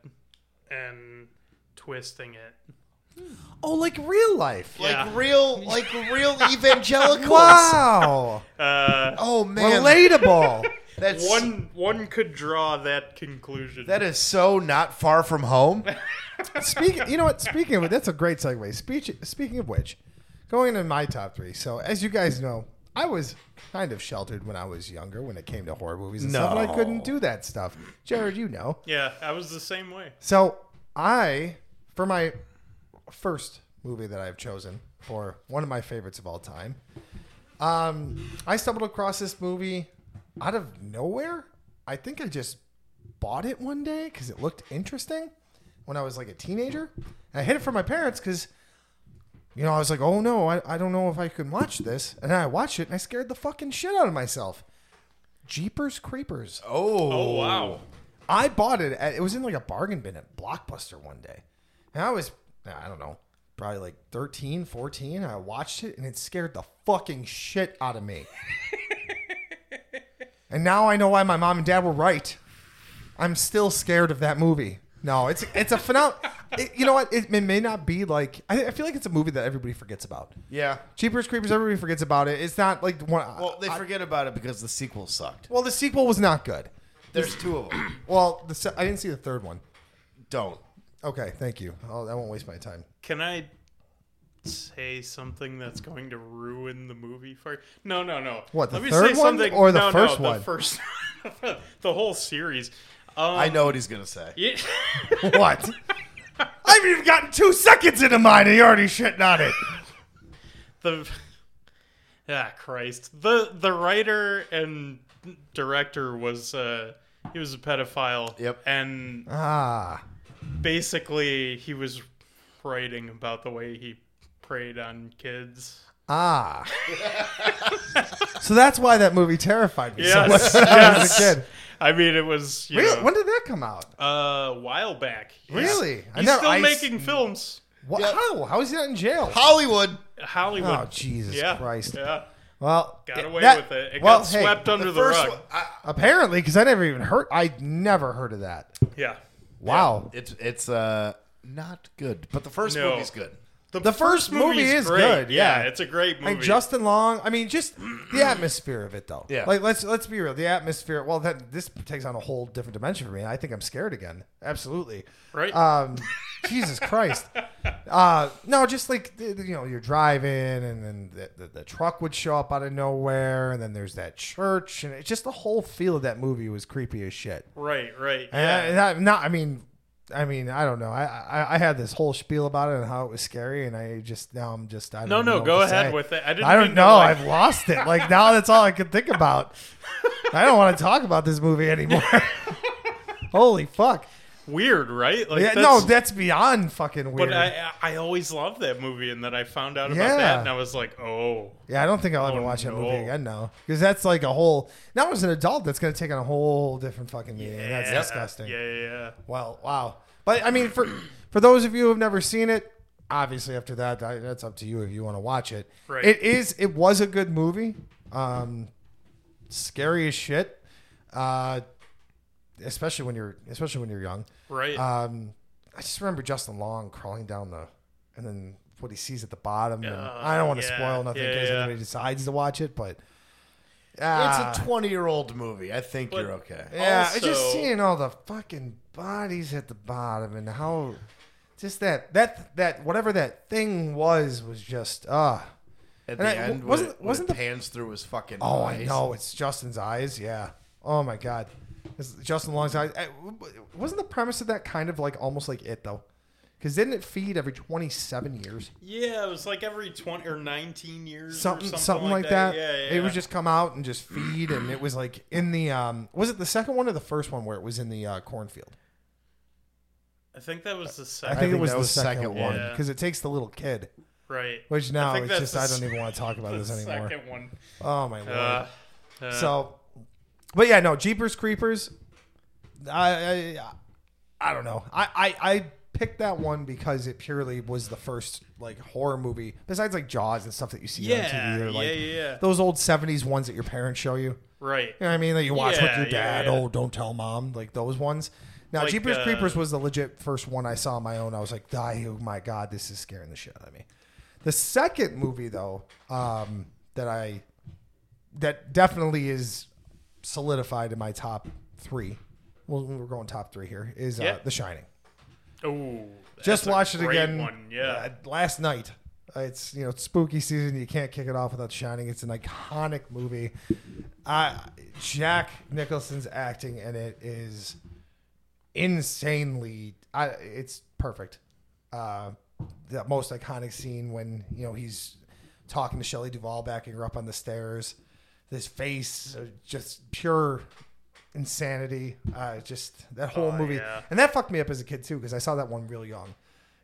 and twisting it. Oh, like real life. Yeah. Like real, like (laughs) real evangelicals. Wow. Uh, Oh man, (laughs) Relatable. that's one one could draw that conclusion. that is so not far from (laughs) home. Speaking, you know what? Speaking of it, that's a great segue. Speech, speaking of which, going into my top three. So, as you guys know, I was kind of sheltered when I was younger when it came to horror movies and stuff, and I couldn't No. do that stuff. Jared, you know. yeah, I was the same way. So, I, for my first movie that I've chosen for one of my favorites of all time, um, I stumbled across this movie out of nowhere. I think I just bought it one day because it looked interesting when I was like a teenager. And I hid it from my parents because, you know, I was like, oh no, I, I don't know if I can watch this. And I watched it and I scared the fucking shit out of myself. Jeepers Creepers. Oh, Oh wow, I bought it. At, it was in like a bargain bin at Blockbuster one day. And I was, I don't know, probably like 13, 14. I watched it and it scared the fucking shit out of me. and now I know why my mom and dad were right. I'm still scared of that movie. No, it's it's a phenomenon. you know what? (laughs) It, it may not be like I, I feel like it's a movie that everybody forgets about. Yeah. Cheapers Creepers, everybody forgets about it. It's not like one. Well, they forget about it because the sequel sucked. well, the sequel was not good. There's two of them. (clears throat) Well, the se- I didn't see the third one. Don't. Okay, thank you. I'll, I won't waste my time. (laughs) can I say something that's going to ruin the movie for? you? No, no, no. What, the Let me third say one something. or the no, first no, one? The first, (laughs) the whole series. Um, I know what he's gonna say. yeah, What? I haven't even gotten two seconds into mine, and you're already shitting on it. (laughs) the (laughs) ah Christ the the writer and director was uh he was a pedophile. Yep. and Ah, basically he was writing about the way he preyed on kids. ah. (laughs) so that's why that movie terrified me so much Yes, when I was a yes. kid. I mean, it was you Really? know, When did that come out? uh, a while back. He's- Really? I He's never- still I s- making films. What, Yeah. How? How is he not in jail? Hollywood. Hollywood. Oh, Jesus yeah, Christ. Yeah, Well, got it- away that- with it. It well, got hey, swept under the, rug. I, apparently, because I never even heard. I never heard of that. Yeah. Wow. it's it's uh not good, but the first No. movie's good. The first movie movie's is great. good, Yeah, yeah. it's a great movie. And Justin Long, I mean, just the atmosphere of it, though. Yeah. Like let's let's be real. The atmosphere. Well, that this takes on a whole different dimension for me. I think I'm scared again. Absolutely. right? Um, Jesus Christ. Uh, no, just like th- th- you know, you're driving, and then the, the, the truck would show up out of nowhere, and then there's that church, and it's just the whole feel of that movie was creepy as shit. Right, right. And I- and I, not, I mean, I mean, I don't know. I, I I had this whole spiel about it and how it was scary, and I just now I'm just I don't No, even know no, what go to ahead say. with it. I didn't. I mean don't to, know. like- I've lost it. Like now, that's all I can (laughs) think about. I don't want to talk about this movie anymore. (laughs) Holy fuck! weird, right? Like yeah, that's- no, that's beyond fucking weird. But I, I I always loved that movie, and then I found out about Yeah. that, and I was like, oh, yeah, I don't think I'll ever Oh, watch that movie no. again now because that's like a whole. Now as an adult, that's going to take on a whole different fucking meaning. and that's yeah, disgusting. Yeah, yeah, yeah. Well, wow. But I mean, for (clears throat) for those of you who have never seen it, obviously after that, I, that's up to you if you want to watch it. Right. It is. It was a good movie. Um, scary as shit. Uh, especially when you're especially when you're young. right. Um, I just remember Justin Long crawling down the, and then what he sees at the bottom. and Oh, I don't want to yeah, spoil nothing in yeah, case yeah. anybody decides to watch it, but. It's ah. Eh, a 20 year old movie. I think But- you're okay. Yeah, I just Also- seeing all the fucking bodies at the bottom and how just that that that whatever that thing was was just ah. At And the I- end, wasn't, wasn't- when it, wasn't when the- it pans through his fucking oh, I eyes. know it's Justin's eyes. Yeah. Oh my god, it's Justin Long's eyes. I, wasn't the premise of that kind of like almost like it though? Because didn't it feed every twenty seven years? yeah, it was like every twenty or nineteen years, something or something, Mm-hmm. something, like, that. Yeah, yeah. It would just come out and just feed, and it was like in the um was it the second one or the first one where it was in the uh, cornfield? I think that was the I second. think, it was that the was second, second one one. because it takes the little kid. right. Which now think that's it's just the I don't even want to talk (laughs) about the this anymore. second one. Oh my lord. Uh, uh, so, but yeah, no Jeepers Creepers. I I, I don't know. I, I I picked that one because it purely was the first like horror movie besides like Jaws and stuff that you see yeah, on TV or like yeah, yeah, yeah. those old '70s ones that your parents show you. Right. You know what I mean? That you watch with Yeah, your yeah, dad. yeah. Oh, don't tell mom. Like those ones. Now, Like, Jeepers uh, Creepers was the legit first one I saw on my own. I was like, die, oh my God, this is scaring the shit out of me. The second movie, though, um, that I, that definitely is solidified in my top three. Well, we're going top three here, is uh, Yeah. The Shining. Oh, Just that's a watched it great again One. Yeah. uh, last night. Uh, It's you know it's spooky season. You can't kick it off without Shining. It's an iconic movie. Uh, Jack Nicholson's acting in it is insanely. I, it's perfect. Uh, the most iconic scene when you know he's talking to Shelley Duvall, backing her up on the stairs. This face, uh, just pure insanity. Uh, just that whole Oh, movie, yeah. and that fucked me up as a kid too because I saw that one real young.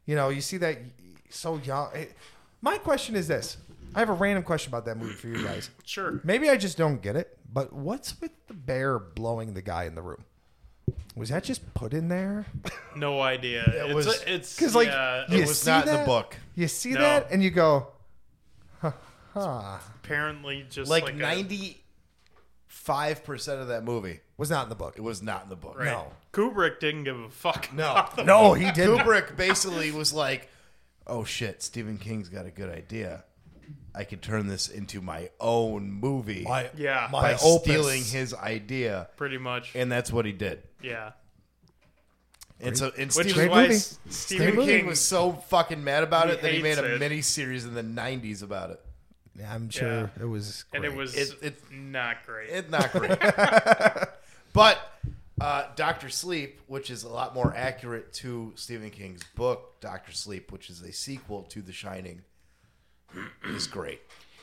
You know, you see that so young. It- my question is this: I have a random question about that movie for you guys. Sure. Maybe I just don't get it, but what's with the bear blowing the guy in the room? Was that just put in there? No idea. it's was- a- it's 'cause, like, yeah, you It was see not in that? the book. You see No. that and you go, huh, apparently just Like, like a- 95% of that movie was not in the book. it was not in the book. Right. Kubrick didn't give a fuck. (laughs) No. No. No, he didn't. Kubrick basically was like, "Oh shit, Stephen King's got a good idea. I could turn this into my own movie Yeah. by my opus. stealing his idea." Pretty much. And that's what he did. yeah. And so, and Which Stephen, Great is why movie. S- Stephen Stephen King, King was so fucking mad about He it that he made hates a it. mini series in the '90s about it. I'm sure it was. and it great. was It- it's- not great. It's not great. (laughs) but uh, Doctor Sleep, which is a lot more accurate to Stephen King's book, Doctor Sleep, which is a sequel to The Shining, (clears throat) is great.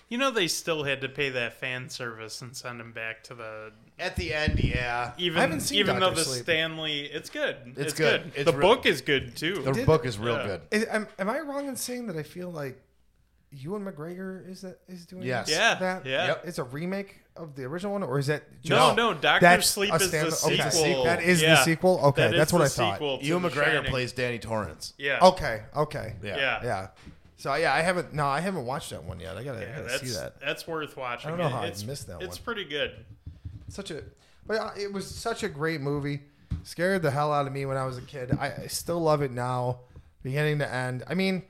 you know they still had to pay that fan service and send him back to the At the end, yeah. even haven't seen even though Dr. the Sleep. Stanley it's good. It's, good. good. It's the real- book is good too. The Did- book is real yeah. good. Is- am, am I wrong in saying that I feel like Ewan McGregor is that is doing Yes. Yeah, that? yeah. Yep. It's a remake of the original one, or is that no, just no, Doctor That's Sleep a is the stand- okay. sequel. That is the Yeah. sequel? Okay, That is that's what the I thought. sequel to Ewan The McGregor Shining. plays Danny Torrance. Yeah. Okay, okay, Yeah. Yeah. yeah. So yeah, I haven't. No, I haven't watched that one yet. I gotta, I Yeah, gotta that's see that. that's worth watching. I don't know It- how I it's, missed that It's one. pretty good. such a but uh, it was such a great movie scared the hell out of me when i was a kid i, I still love it now beginning to end i mean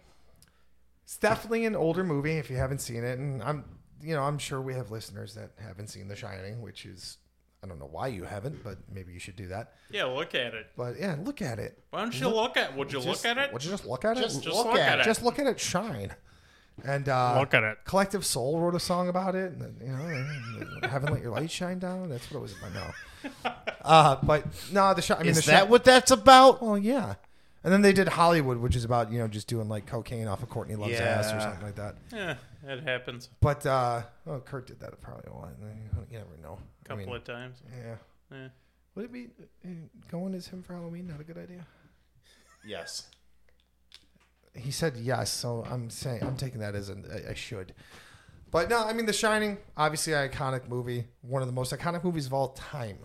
it's definitely an older movie if you haven't seen it and i'm you know i'm sure we have listeners that haven't seen the shining which is I don't know why you haven't, but maybe you should do that. Yeah, look at it. But yeah, look at it. Why don't you look at? Would you Just- look at it? Would you just look at it? Just- just look at it. Just look at it shine. And uh, Look at it. Collective Soul wrote a song about it. And, you know, haven't let your light shine down. That's what it was about. No, (laughs) uh, but no, the shot. I mean, Is the that shot- what that's about? Well, yeah. And then they did Hollywood, which is about you know just doing like cocaine off of Courtney Love's ass or Yeah. something like that. Yeah, it happens But uh, oh, Kurt did that probably a lot. You never know. a couple I mean, of times. yeah. Yeah. Would it be uh, going as him for Halloween? Not a good idea. Yes. He said yes, so I'm saying I'm taking that as an I, I should. But no, I mean The Shining, obviously an iconic movie, one of the most iconic movies of all time.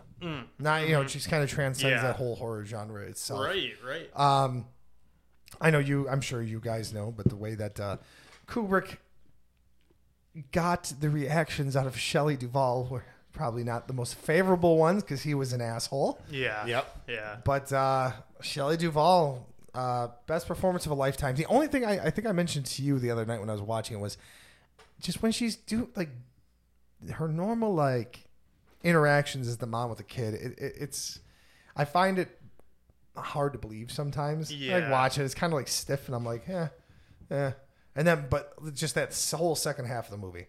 Not you know, it just kind of transcends Mm. Mm-hmm. Yeah. that whole horror genre itself. Right, right. Um, I know you. I'm sure you guys know, but the way that uh, Kubrick got the reactions out of Shelley Duvall were probably not the most favorable ones because he was an asshole. yeah. Yep. Yeah. But uh, Shelley Duvall, uh, best performance of a lifetime. The only thing I, I think I mentioned to you the other night when I was watching it was just when she's do like her normal like interactions as the mom with the kid. It, it, it's I find it hard to believe sometimes. I Yeah. watch it; it's kind of like stiff, and I'm like, yeah, yeah. And then, but just that whole second half of the movie.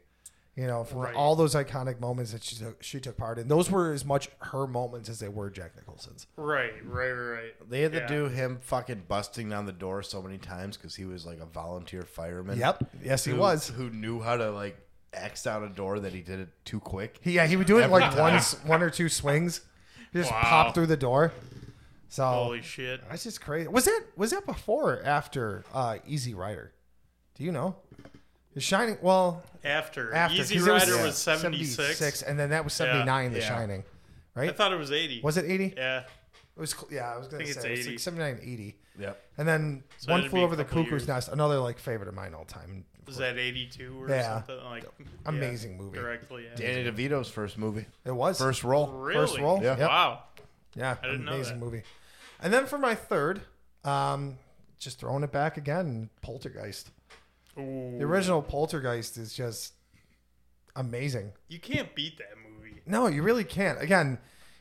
You know, from Right. all those iconic moments that she took, she took part in, those were as much her moments as they were Jack Nicholson's. Right, right, right. They had to Yeah. do him fucking busting down the door so many times because he was like a volunteer fireman. Yep. Yes, he who- was. Who knew how to like X down a door that he did it too quick. He, yeah, he would do it in like Every one, s- one or two swings. He just Wow. popped through the door. So Holy shit. that's just crazy. Was that was that before or after uh, Easy Rider? Do you know? The Shining. Well, After, after Easy 'cause it Rider was, yeah, 76. and then that was seventy nine. The Yeah. Shining. I thought it was 80. Was it eighty? Yeah. It was. cl- Yeah, I was gonna think it's say it's 80. like 79, 80. Yep. and then So One it'd Flew be a Over the couple Cuckoo's years. Nest, another like favorite of mine all time. Was that 82 or Yeah. something? Like yeah, Amazing movie. Directly. after. Danny DeVito's first movie, It was first role. Really? first role. Yeah. Yep. Wow. Yeah, I didn't know amazing that. movie. And then for my third, um, just throwing it back again, Poltergeist. Ooh. The original Poltergeist is just amazing. You can't beat that movie. No, you really can't. Again,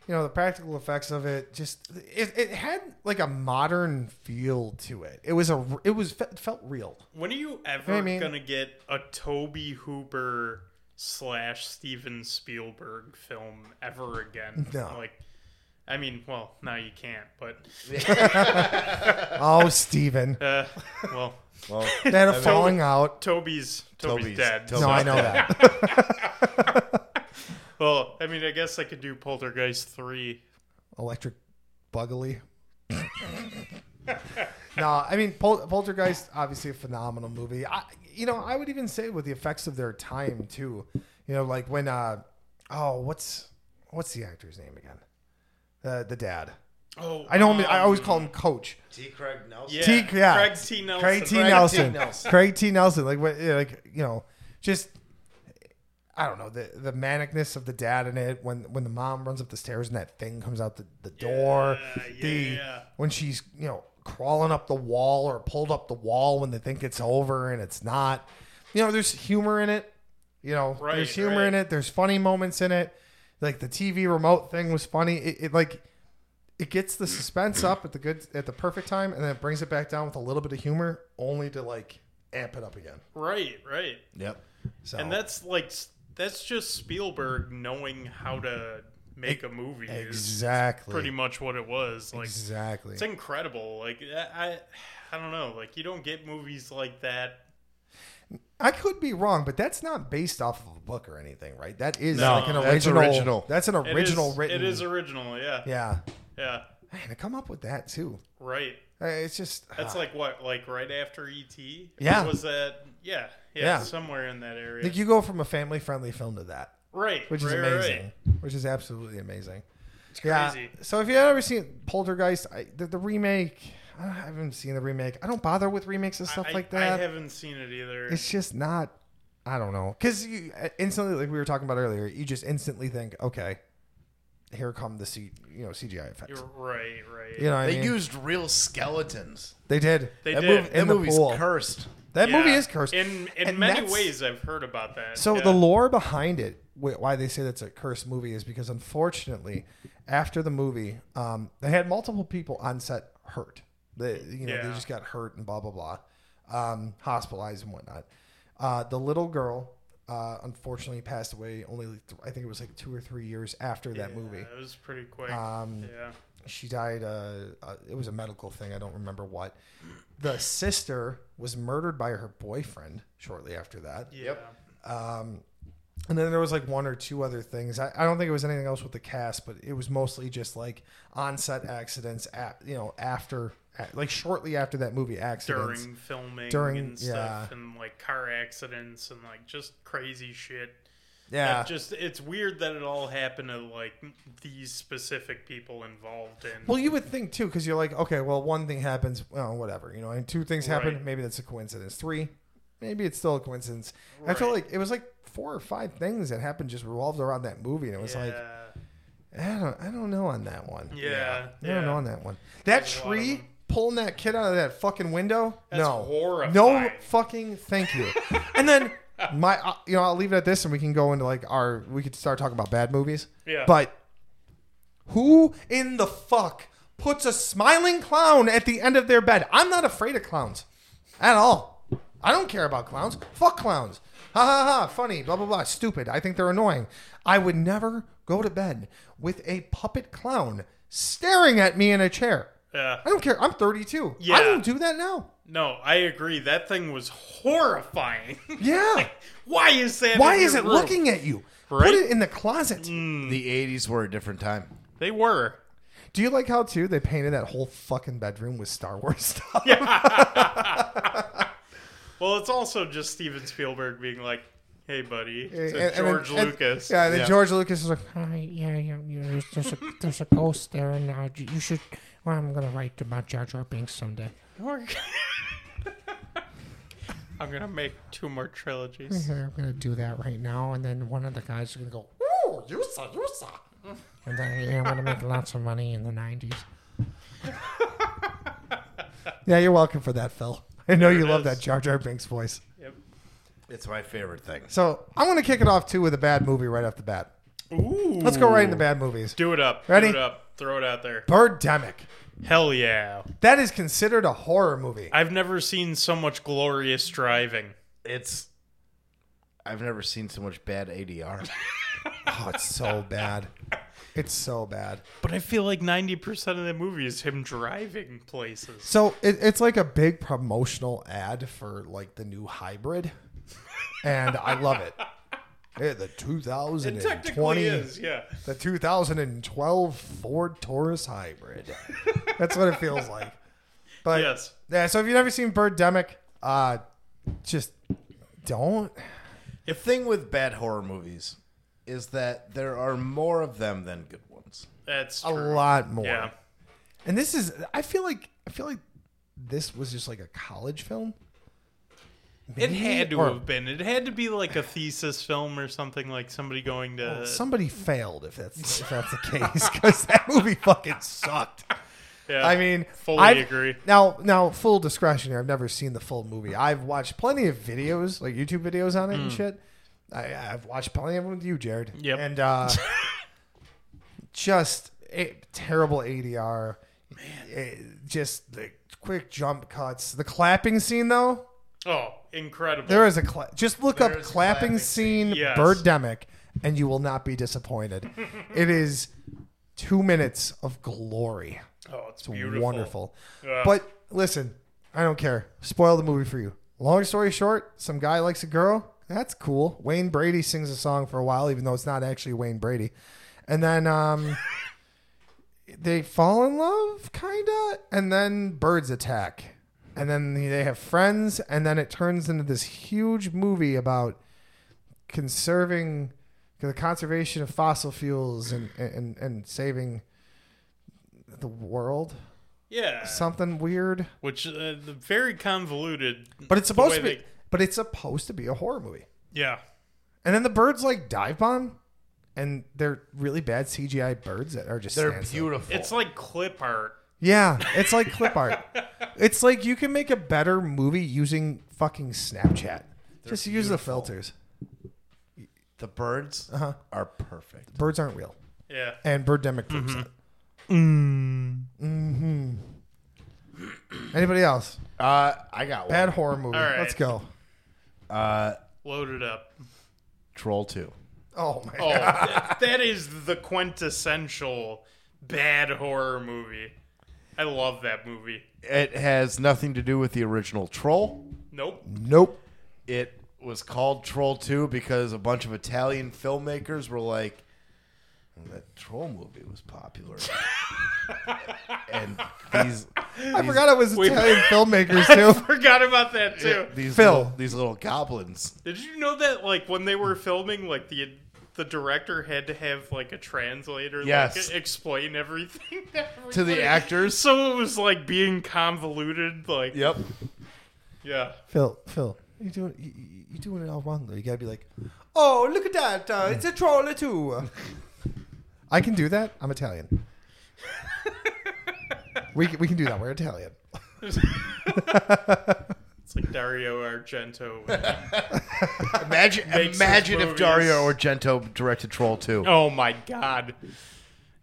you know the practical effects of it. Just it, it had like a modern feel to it. It was a it was it felt (laughs) real. When are you ever know what I mean? gonna get a Toby Hooper slash Steven Spielberg film ever again? (laughs) No. Like, I mean, well, now you can't, but Oh, Steven, uh, well, (laughs) Well, they had a falling out. Toby's Toby's- Toby's, dead. Toby's- No, I know that. Well, I mean, I guess I could do Poltergeist three. electric buggly. (laughs) no, I mean Pol- Poltergeist, obviously a phenomenal movie. I, you know, I would even say with the effects of their time too. You know, like when uh, oh, what's what's the actor's name again? The the dad. Oh, I know him. I um, always call him Coach. (laughs) T. Craig Nelson. yeah, T- yeah. Craig T. Nelson. Craig T. Craig T. Nelson. Nelson. Craig T. Nelson. Like what? yeah, Like you know, just I don't know the the manicness of the dad in it. When when the mom runs up the stairs and that thing comes out the, the door. the yeah. when she's you know crawling up the wall or pulled up the wall when they think it's over and it's not. You know, there's humor in it. You know, Right, there's humor right. in it. There's funny moments in it. Like the TV remote thing was funny. It, it like it gets the suspense up at the good at the perfect time and then it brings it back down with a little bit of humor only to like amp it up again Right, right. Yep. so And that's like s- that's just Spielberg knowing how to make a movie. Is E, exactly pretty much what it was. Like exactly it's incredible. Like I, I, I don't know. Like you don't get movies like that. i could be wrong but that's not based off of a book or anything right that is No, like an that's original, original. that's an It is- original written It is original. Yeah, yeah. yeah man to come up with that too Right. Uh, it's just That's ah. like what? Like right after ET. Or Yeah. Was that? Yeah. Yeah. Yeah. Somewhere in that area. like you go from a family friendly film to that right. which is right, right, amazing, right. which is absolutely amazing. It's crazy. So if you've ever seen Poltergeist, I, the, the remake, I haven't seen the remake. I don't bother with remakes of stuff I, like I that. haven't seen it either. It's just not. I don't know because you uh, instantly, like we were talking about earlier, you just instantly think, okay, here come the C, you know CGI effects. You're right. Right. You know, what I They mean? used real skeletons. they did. They that did. movie, In that the movie's pool. cursed. that movie Yeah. is cursed in in And many that's- ways. I've heard about that. So yeah. the lore behind it wh- why they say that's a cursed movie is because unfortunately, after the movie, um, they had multiple people on set hurt. They you know they Yeah. just got hurt and blah blah blah, um, hospitalized and whatnot. Uh, the little girl. Uh, unfortunately, passed away only like, th- I think it was like two or three years after that movie It was pretty quick. Um, yeah. she died. Uh, uh, it was a medical thing. I don't remember what. The sister was murdered by her boyfriend shortly after that. Yeah. Yep. Um, and then there was like one or two other things. I, I don't think it was anything else with the cast, but it was mostly just like onset accidents. At, you know, after at, like shortly after that movie accidents. During filming During- and stuff yeah. and like car accidents and like just crazy shit. yeah, It just it's weird that it all happened to like these specific people involved in Well, you would think too, because you're like, okay, well, one thing happens, well, whatever, you know, and two things happen, Right. maybe that's a coincidence. Three, maybe it's still a coincidence. I felt Right. like it was like four or five things that happened just revolved around that movie, and it was yeah. like, I don't, I don't know on that one. Yeah, I don't yeah. know on that one. That There's a lot of tree them. pulling that kid out of that fucking window. That's no, horrifying. no fucking thank you. (laughs) and then my, uh, you know, I'll leave it at this, and we can go into like our, we could start talking about bad movies. Yeah. But who in the fuck puts a smiling clown at the end of their bed? I'm not afraid of clowns at all. I don't care about clowns. Fuck clowns. Ha ha ha. Funny. Blah blah blah. Stupid. I think they're annoying. I would never go to bed with a puppet clown staring at me in a chair. Yeah. I don't care. I'm 32. Yeah. I don't do that now. No, I agree. That thing was horrifying. (laughs) Yeah. Why is that? Why in your is it room? looking at you? Right? Mm. Put it in the closet. Hmm. The 80s were a different time. They were. Do you like how too they painted that whole fucking bedroom with Star Wars (laughs) stuff? Well, it's also just Steven Spielberg being like, "Hey, buddy," to Eh, And- and- George and- Lucas. Yeah, then Yeah. George Lucas is like, Uh, yeah, yeah, yeah, there's, there's, a, there's a post there, and uh, you you should. Well, I'm gonna write about Jar Jar Binks someday. I'm gonna make two more trilogies. Here, I'm gonna do that right now, and then one of the guys is gonna go, "Ooh, you saw, you saw." and then yeah, I'm gonna make lots of money in the '90s. Yeah, you're welcome for that, Phil. (laughs) I know you it love is. that Jar Jar Binks voice. Yep. It's my favorite thing. So I want to kick it off too with a bad movie right off the bat. Ooh. Let's go right into bad movies. Do it up. Ready? Do it up. Throw it out there. Birdemic. Hell yeah! That is considered a horror movie. I've never seen so much glorious driving. It's. I've never seen so much bad (laughs) ADR. Oh, it's so bad. It's so bad. But I feel like 90% of the movie is him driving places. So it, it's like a big promotional ad for like the new hybrid, and I (laughs) love it. Yeah, the 2020 It technically is, yeah. the 2012 Ford Taurus (laughs) Hybrid. That's what it feels like. But Yes. yeah, so if you've never seen Birdemic, uh, just don't. the thing with bad horror movies is that there are more of them than good ones. That's A true. lot more. Yeah. And this is, I feel like, I feel like this was just like a college film. It had to Or- have been. It had to be like a thesis film or something, like somebody going to. Somebody failed if that's if that's the case because that movie fucking sucked. yeah. I mean, fully I've- agree. Now, now, full discretion here. I've never seen the full movie. I've watched plenty of videos, like YouTube videos on it and shit. I, I've watched plenty of them with you, Jared. Hmm. Yep. (laughs) And uh, just a terrible ADR. Man, just the quick jump cuts. The clapping scene, though, Oh, incredible. there is a cla- just look up There's a clapping, clapping scene Yes. Birdemic, and you will not be disappointed. it is two minutes of glory. oh, it's It's beautiful. wonderful. Yeah. But listen, I don't care. Spoil the movie for you. Long story short, some guy likes a girl. That's cool. Wayne Brady sings a song for a while, even though it's not actually Wayne Brady. And then um, they fall in love, kinda. And then birds attack. And then they have friends. And then it turns into this huge movie about conserving the conservation of fossil fuels and, and, and saving the world Yeah. something weird. Which uh, the very convoluted. But it's the supposed way to be. they- But it's supposed to be a horror movie. yeah. And then the birds like dive bomb, and they're really bad CGI birds that are just They're stands there. beautiful. It's like clip art. Yeah, it's like clip art. (laughs) It's like you can make a better movie using fucking Snapchat. just use the filters. The birds Uh-huh. are perfect. Birds aren't real, Yeah. and birdemic proves it. Mm-hmm. Anybody else? Uh, I got one. Bad horror movie. All right. Let's go. Load it up. Troll two. Oh my Oh, (laughs) god. that- that is the quintessential bad horror movie. I love that movie. It has nothing to do with the original Troll. Nope. (laughs) Nope. It was called Troll two because a bunch of Italian filmmakers were like, "Oh, "That Troll movie was (laughs) popular," and these I forgot it (laughs) was Italian filmmakers too. Forgot about that too. these Phil. little, these little goblins. Did you know that like when they were filming, like the the director had to have like a translator Yes. like, explain everything (laughs) to, To the everybody? actors? So it was like being convoluted, like (laughs) Yep. yeah. Phil, Phil, you doing you, you- you doing it all wrong though. You gotta be like, oh look at that, uh, it's a troller too. (laughs) I can do that. I'm Italian. (laughs) we can- we can do that. We're Italian. It's like Dario (laughs) Argento. Imagine, Makes imagine those if Dario movies. Argento directed Troll two. oh my god.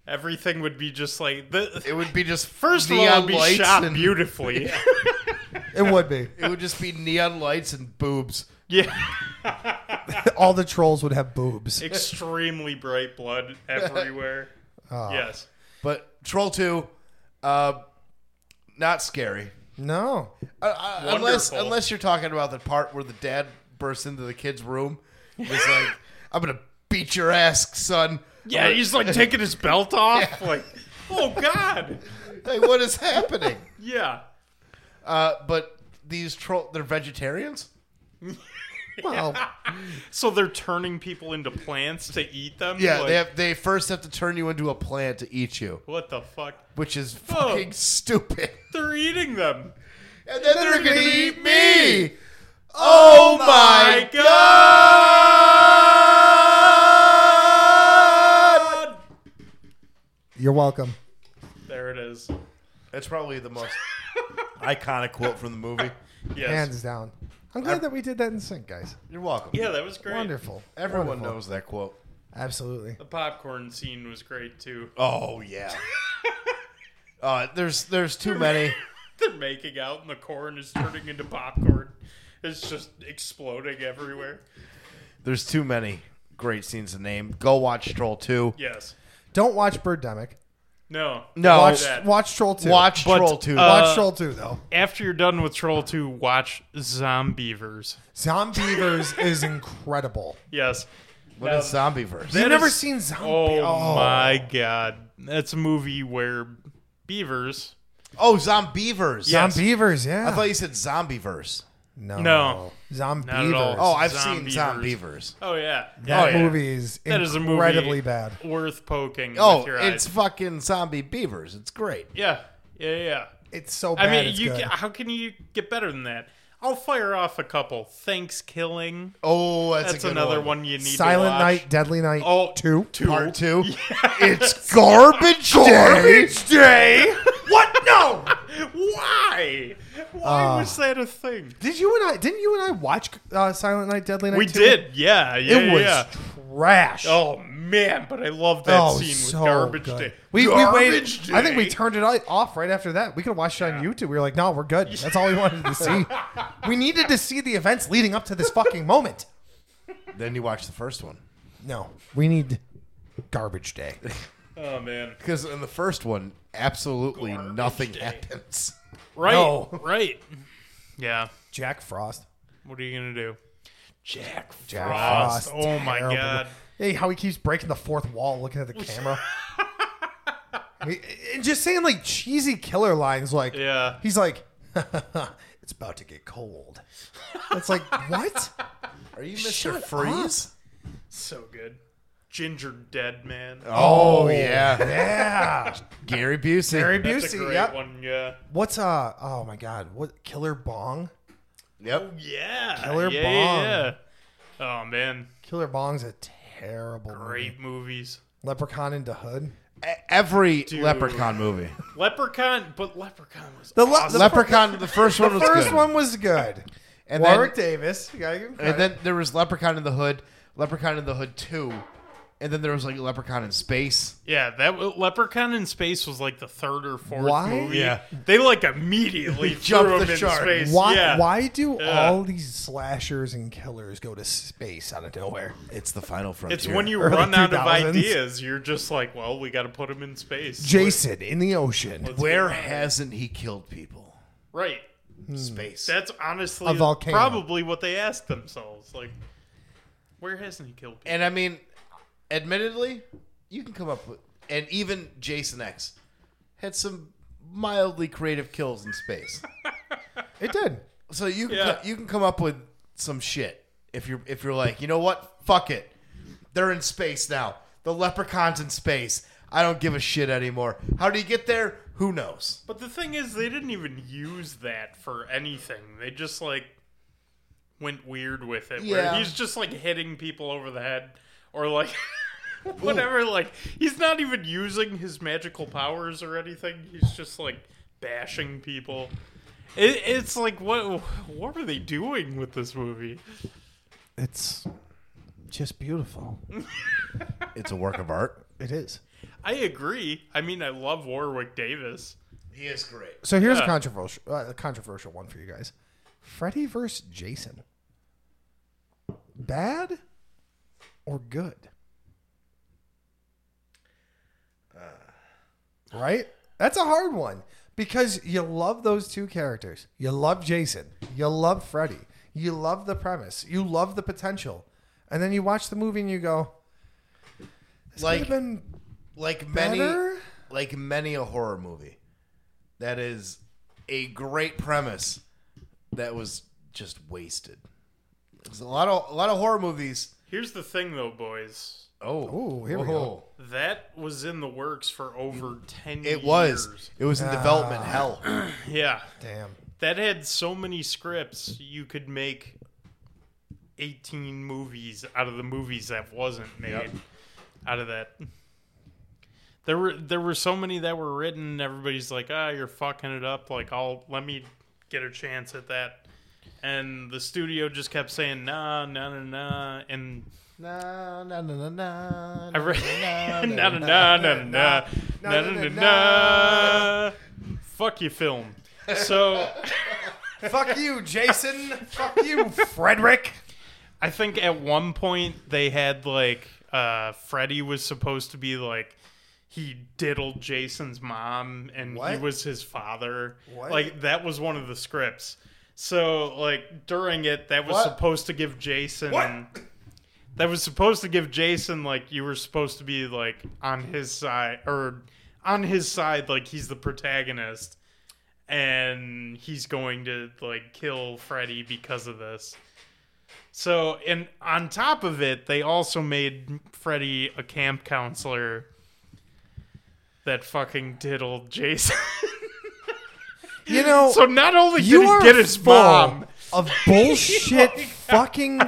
Everything would be just like the It would be just First of all, neon it'd be lights shot and- (laughs) beautifully. It would be. It would just be neon lights and boobs. yeah. All the trolls would have (laughs) boobs. Extremely bright blood everywhere. Ah. Yes. But Troll Two, uh, not scary. No. Uh, uh, unless Wonderful. unless you're talking about the part where the dad bursts into the kid's room. He's like, (laughs) "I'm gonna beat your ass, son." Yeah, he's like taking (laughs) his belt off. Like, oh god. Like, what is happening? (laughs) Yeah. Uh, but these troll—they're vegetarians. Well, So they're turning people into plants to eat them. Yeah, Like, they have, they first have to turn you into a plant to eat you, What the fuck? which is fucking stupid. (laughs) They're eating them. And then they're gonna eat me. Oh my god! you're welcome. There it is. That's probably the most (laughs) iconic quote from the movie. Yes. Hands down. I'm glad that we did that in sync, guys. You're welcome. yeah, that was great. Wonderful. Everyone Wonderful. knows that quote. Absolutely. The popcorn scene was great too. Oh yeah. (laughs) uh, there's there's too many. They're making out and the corn is turning into popcorn. It's just exploding everywhere. There's too many great scenes to name. Go watch Troll Two. Yes. Don't watch Birdemic. No. No. Watch Watch, that. watch Troll 2. Watch But, Troll Two. uh, Watch Troll 2, though. After you're done with Troll 2, watch Zombievers. Zombievers is incredible. Yes. what now- is zombie verse? That You've never is- seen zombie. Oh, my god. That's a movie where beavers. Oh, zombievers. Yeah. yes. Zombievers, yeah. I thought you said zombie verse. no. No. Not at Zombievers. all. Oh, I've Zombievers. seen zombievers. Oh yeah. that yeah. movie is That is a movie incredibly bad. Worth poking Oh, with your it's eyes. fucking zombie beavers. It's great. Yeah. Yeah, yeah. It's so I bad. mean, it's you good. ca- how can you get better than that? I'll fire off a couple. Thanks killing. Oh, that's, a That's good another one. one. you need to Silent watch. Night, Deadly Night Oh, 2. two. Part (laughs) two. It's garbage day. (laughs) Garbage day. what? No. Why? Why Ah. was that a thing? Did you and I, didn't you and I watch uh, Silent Night, Deadly Night We 2? did. Yeah, yeah, It was yeah. trash. Oh man, but I love that Oh, scene with so garbage good. day. We, we waited. Garbage I think we Day. turned it all- off right after that. We could have watched it on YouTube. We were like, no, we're good. That's all we wanted (laughs) to see. we needed to see the events leading up to this fucking moment. Then you watch the first one. No, we need garbage (laughs) day. Oh man. Because in the first one, absolutely nothing happens. Right. No. Right. Yeah. Jack Frost. What are you gonna do? Jack Jack Frost. Frost, Oh my terrible. god. Hey, how he keeps breaking the fourth wall looking at the camera. I mean, and just saying like cheesy killer lines like Yeah. he's like (laughs) it's about to get cold. It's like what? Are you Shut Mr. up. Freeze? So good. Ginger Dead Man. Oh, yeah. Yeah. (laughs) Gary Busey. Gary That's a Busey. great Yep. one. Yeah. What's uh oh my god, what Killer Bong? Yep. Yeah. Killer yeah, Bong. Yeah. yeah. Oh man, Killer Bong's a terrible movie. great movies. Leprechaun in the Hood. E- Every Leprechaun movie. Leprechaun, but Leprechaun was The, le- the Leprechaun, the first one was first good. one was good. And then, Warwick Davis. You gotta give him credit. and then there was Leprechaun in the Hood, Leprechaun in the Hood Two, and then there was like Leprechaun in Space. Yeah, that w- Leprechaun in Space was like the third or fourth Why? movie. Yeah. They like (laughs) immediately Jumped threw him the in shark. space. Why? Yeah. Why do Yeah. all these slashers and killers go to space out of nowhere? It's the final frontier. It's when you Early run out of 2000s. ideas, you're just like, well, we got to put him in space. Jason in the ocean, Where hasn't he killed people? Right. Space. That's honestly A volcano. probably what they asked themselves. Like, where hasn't he killed people? And I mean, admittedly, you can come up with, and even Jason X had some mildly creative kills in space. it did. so you can Yeah. co- you can come up with some shit if you're if you're like, you know what? Fuck it. They're in space now. The leprechaun's in space. I don't give a shit anymore. How do you get there? Who knows? But the thing is, they didn't even use that for anything. They just like went weird with it. Yeah. Where he's just like hitting people over the head (laughs) or like (laughs) whatever. Like he's not even using his magical powers or anything. He's just like bashing people. It, it's like what what were they doing with this movie? It's just beautiful. It's a work of art. It is. I agree. I mean, I love Warwick Davis. He is great. So here's Yeah. a controversial, uh, a controversial one for you guys: Freddy versus Jason. Bad or good? Right? That's a hard one because you love those two characters. You love Jason. You love Freddy. You love the premise. You love the potential. And then you watch the movie and you go, this Like- like, been Like many better? like many a horror movie that is a great premise that was just wasted. There's a lot of a lot of horror movies. Here's the thing, though, boys. Oh, Ooh, here we go. That was in the works for over ten. It was. years. It was in development hell. Yeah. Damn. that had so many scripts you could make 18 movies out of the movies that wasn't made out of that there were there were so many that were written and everybody's like ah you're fucking it up like i'll let me get a chance at that and the studio just kept saying nah nah nah nah and Na, na, na, na, na, i read na, na, na, nah nah nah nah nah nah nah, nah nah, nah fuck you film so Fuck you, Jason. Fuck you, Frederick. I think at one point they had like uh Freddy was supposed to be like he diddled Jason's mom and he What? was his father. What? Like that was one of the scripts. So like during it that was What? supposed to give Jason that was supposed to give Jason like you were supposed to be like on his side or on his side like he's the protagonist and he's going to like kill Freddy because of this. So, and on top of it, they also made Freddy a camp counselor that fucking diddled Jason. (laughs) You know, so not only you did are he get his full mom, of bullshit fucking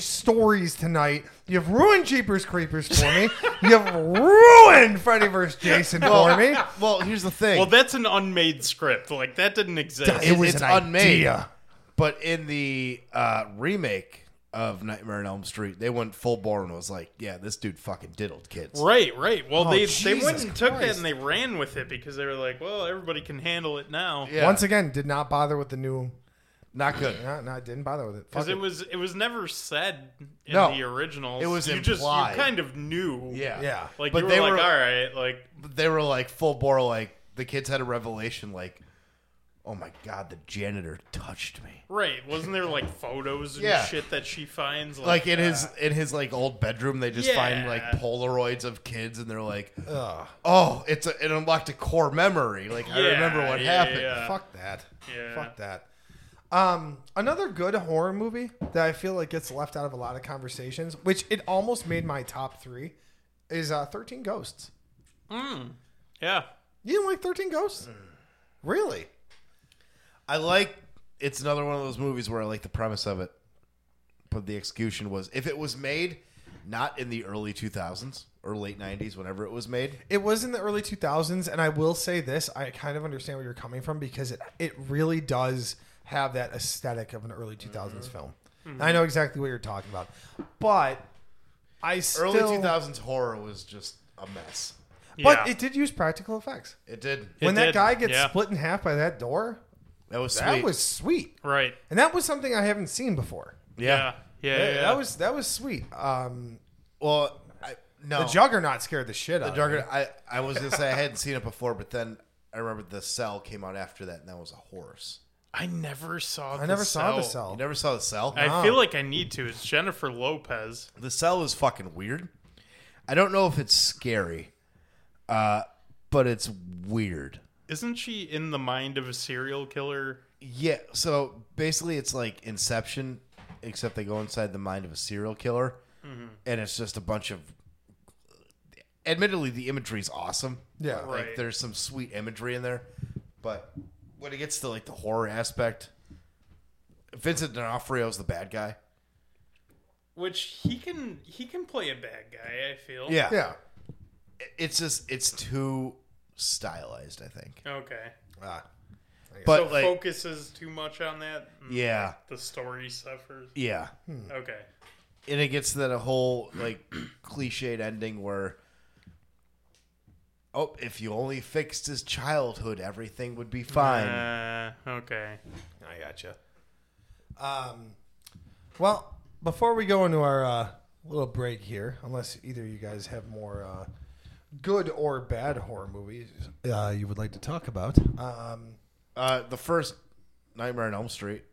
stories tonight. You've ruined Jeepers Creepers for me. You've ruined Freddy vs. Jason for me. Well, here's the thing. well, that's an unmade script. Like that didn't exist. it It was it's an unmade. idea. But in the uh, remake of Nightmare on Elm Street, they went full bore and was like, "Yeah, this dude fucking diddled kids." Right, right. Well, they they went Jesus and took that Christ. and they ran with it because they were like, well, everybody can handle it now. Yeah. Once again, did not bother with the new. Not good. No, no, I didn't bother with it. Fuck Because it it. was it was never said in No. the original. It was you implied. just you kind of knew. Yeah. Yeah. Like But you were they like, were- all right, like they were like full bore like the kids had a revelation like oh my god the janitor touched me right. Wasn't there like photos and Yeah. shit that she finds? like in his in his like old bedroom they just find Yeah. like polaroids of kids and they're like oh it's a, it unlocked a core memory like i Yeah, remember what yeah, happened yeah. Fuck that. Yeah. Fuck that. Um, another good horror movie that I feel like gets left out of a lot of conversations, which it almost made my top three, is uh, 13 Ghosts. yeah. You didn't like 13 Ghosts? Hmm. Really? i like it's another one of those movies where i like the premise of it but the execution was if it was made not in the early 2000s or late 90s whenever it was made It was in the early 2000s, and I will say this I kind of understand where you're coming from because it, it really does have that aesthetic of an early 2000s Mm-hmm. film. And I know exactly what you're talking about, but I still. Early 2000s horror was just a mess. But Yeah. it did use practical effects. It did. It when that did, guy gets yeah. split in half by that door, That was sweet. that was sweet, right. and that was something I haven't seen before. Yeah. Yeah. yeah, That- That was that was sweet. Um, well, I, no. The Juggernaut scared the shit out. The Juggernaut. I, I was gonna say I hadn't seen it before, but then I remembered the Cell came out after that, and that was a horse. I never saw. Of me. I never saw the cell. You never saw the Cell? I feel like I need to. It's Jennifer Lopez. the Cell is fucking weird. I don't know if it's scary, uh, but it's weird. Isn't she in the mind of a serial killer? Yeah. So basically, it's like Inception, except they go inside the mind of a serial killer, and it's just a bunch of. Admittedly, the imagery is awesome. Yeah. like Right. there's some sweet imagery in there, but when it gets to like the horror aspect, Vincent D'Onofrio's the bad guy. Which he can he can play a bad guy. I feel. yeah, it's just it's too stylized. I think, Okay. Ah, but so like, focuses too much on that. and yeah, The story suffers. yeah. Okay. and it gets to that whole (clears throat) like cliched ending where oh if you only fixed his childhood everything would be fine Uh, okay. I gotcha. Um, well, before we go into our uh, little break here, unless either of you guys have more uh, good or bad horror movies uh, you would like to talk about, um, uh, the first nightmare on elm street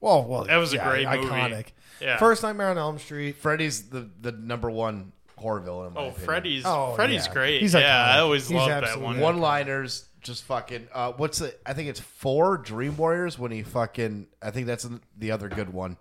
well, well, That was a yeah, great movie. iconic. Yeah. First Nightmare on Elm Street. freddy's the, the number one horror villain in my Oh, opinion. Freddy's. Oh, Freddy's yeah. great. He's yeah, I iconic. always He's loved that absolutely one. one liners just fucking uh, what's the i think it's four dream warriors when he fucking i think that's the other good one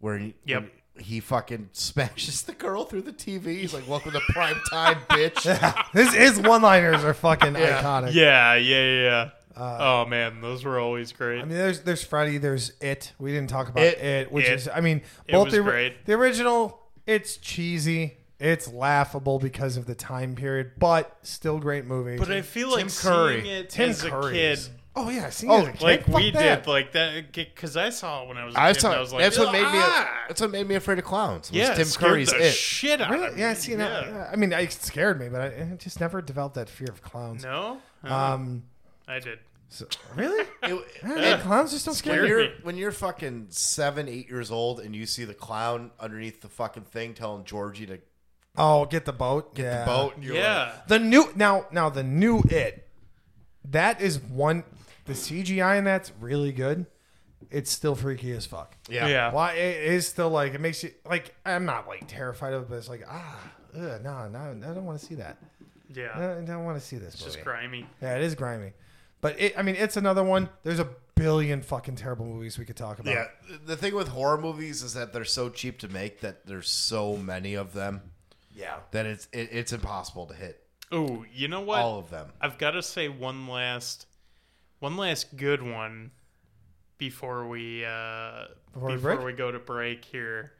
where he, Yep. when he fucking (laughs) smashes the girl through the tv he's like welcome to prime time (laughs) bitch His, his one-liners are fucking iconic. Yeah, yeah, yeah. oh man, those were always great. I mean, there's there's Freddy, there's It. We didn't talk about It, It- which It. is, I mean, both was the great. the original. It's cheesy, it's laughable because of the time period, but still great movie. but I feel like Curry. seeing it Tim as a kid, Curry's. oh yeah, seen it Oh, as a kid. like Fuck we that. did, like that, because I saw it when I was. A I kid, saw. And I was like, that's what made me. "Ah!" That's what made me afraid of clowns. Was yeah, it Tim scared Curry's the it. shit out of Really? me. Yeah, I seen that. Yeah. yeah. I mean, I- it scared me, but I, I just never developed that fear of clowns. No, Uh, Um, I did. so- (laughs) really? It- I it- mean, clowns just don't when scare you. you're me. when you're fucking seven, eight years old, and you see the clown underneath the fucking thing telling Georgie to Oh, get the boat. get yeah. the boat. And you're Yeah, The new now now the new it. That is one the CGI in that's really good. It's still freaky as fuck. Like, yeah. Yeah. Why it is still like it makes you like I'm not like terrified of it, but it's like ah ugh, no no I don't want to see that. yeah. I don't, I don't want to see this just movie. grimy. yeah, it is grimy. But it, I mean, it's another one. There's a billion fucking terrible movies we could talk about. Yeah. The thing with horror movies is that they're so cheap to make that there's so many of them yeah. that it's it, it's impossible to hit Oh, you know what? all of them. I've got to say one last, one last good one before we uh, before, Before we we, break? go to break here,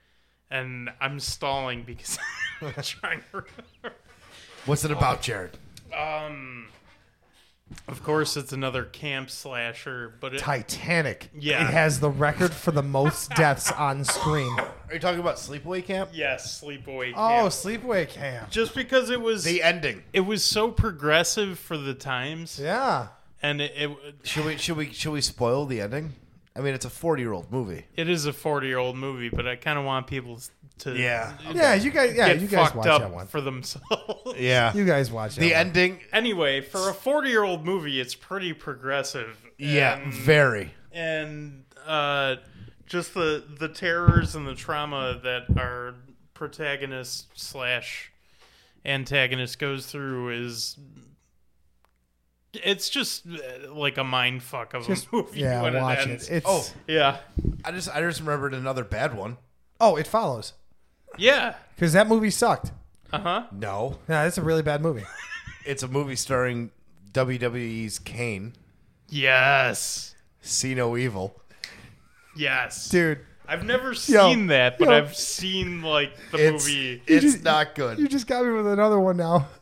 and I'm stalling because (laughs) (laughs) I'm trying to. remember. What's it about, Jared? Um, of course, it's another camp slasher, but it, Titanic. Yeah. It has the record for the most deaths on screen. Are you talking about Sleepaway Camp? yes, Sleepaway Camp. Oh, Sleepaway Camp. just because it was The ending. it was so progressive for the times, Yeah. and it, it Should we should we should we spoil the ending? I mean, it's a forty year old movie. it is a 40 year old movie, but I kind of want people to Yeah. Yeah, you guys. Yeah, get you guys fucked watch up that one. for themselves. (laughs) Yeah. You guys watch that the one. ending Anyway, for a 40 year old movie, it's pretty progressive. yeah And, very and uh, just the, the terrors and the trauma that our protagonist slash antagonist goes through is. It's just uh, like a mind fuck of Just a movie. yeah, when watch ends. it. It's oh, Oh. Yeah. i just i just remembered another bad one Oh, it follows Yeah. because that movie sucked. Uh huh. no Yeah, that's a really (laughs) bad movie. it's a movie starring wwe's kane Yes. see no evil Yes. Dude, I've never Yo, seen that, but yo. I've seen like the it's movie. it's just- not you good just got me with another one now. (laughs)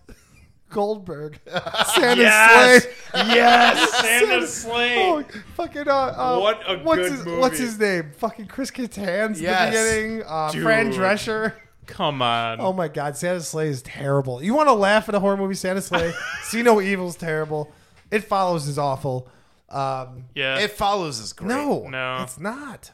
(laughs) Goldberg, Santa's Yes, Slave. (laughs) yes, Santa Oh, Slade. fucking uh, uh, What a what's good his, What's movie. his name? Fucking Chris Kattan's Yes. the beginning. Uh, Fran Dude. Drescher. Come on. Oh my God, Santa Slay is terrible. You want to laugh at a horror movie? Santa (laughs) Slay. See no evil's terrible. It follows is awful. Um, yeah. It follows is great. no, No. it's not.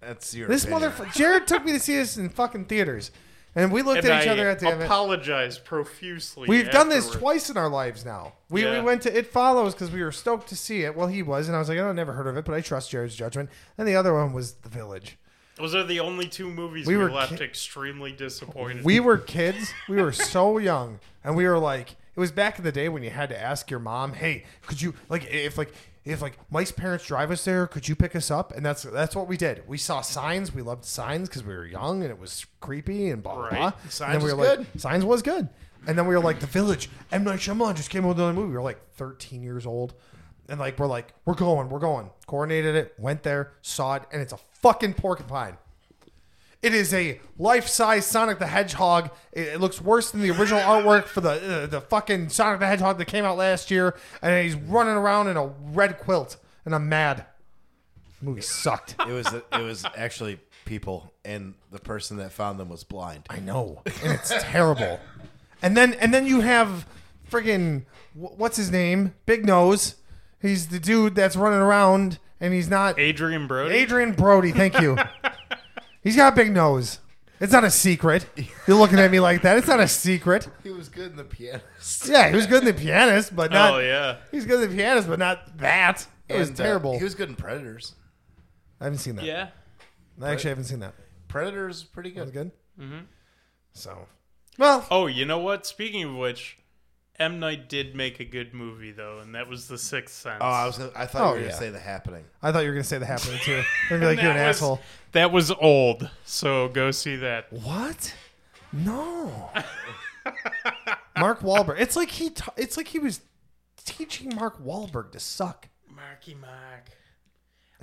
that's your This opinion. motherfucker. Jared took me to see this in fucking theaters, and we looked and at each I other at the event. apologize profusely. We've done this afterward. twice in our lives now. We, Yeah. we went to It Follows because we were stoked to see it. Well, he was, and I was like, "Oh, I never heard of it, but I trust Jared's judgment. And the other one was The Village. Those are the only two movies We we, were left ki- extremely disappointed. We were kids. We were so (laughs) young, and we were like, it was back in the day when you had to ask your mom, "Hey, could you like if like if like Mike's parents drive us there, could you pick us up?" And that's that's what we did. We saw signs. We loved signs because we were young and it was creepy and blah blah. Right. blah. Signs and then we was were like, signs was good. And then we were like, The Village. M Night Shyamalan just came out with another movie. We were like 13 years old. And like we're like, we're going, we're going. Coordinated it, went there, saw it, and it's a fucking porcupine. It is a life-size Sonic the Hedgehog. It, it looks worse than the original artwork for the uh, the fucking Sonic the Hedgehog that came out last year, and he's running around in a red quilt, and I'm mad. The movie sucked. It was it was actually people, and the person that found them was blind. I know, and it's terrible. And then and then you have friggin' wh- what's his name? Big Nose. He's the dude that's running around, and he's not Adrian Brody. Adrian Brody. (laughs) Thank you. he's got a big nose. It's not a secret. You're looking at me like that. It's not a secret. He was good in the pianist. Yeah, he was good in the pianist, but not. oh yeah. uh, He's good in the pianist, but not that. (laughs) It was terrible. uh, he was good in Predators. I haven't seen that. Yeah. I actually haven't seen that. Predators pretty That was good. good. Mm-hmm. So, well, Oh, you know what? Speaking of which, M Night did make a good movie though, and that was The Sixth Sense. Oh, I was. Gonna, I thought Oh, you were gonna yeah. say The Happening. I thought you were gonna say the happening too. I'd be like, That you're an was- asshole. That was old, so go see that. What? No. Mark Wahlberg. It's like he. ta- it's like he was teaching Mark Wahlberg to suck. Marky Mark.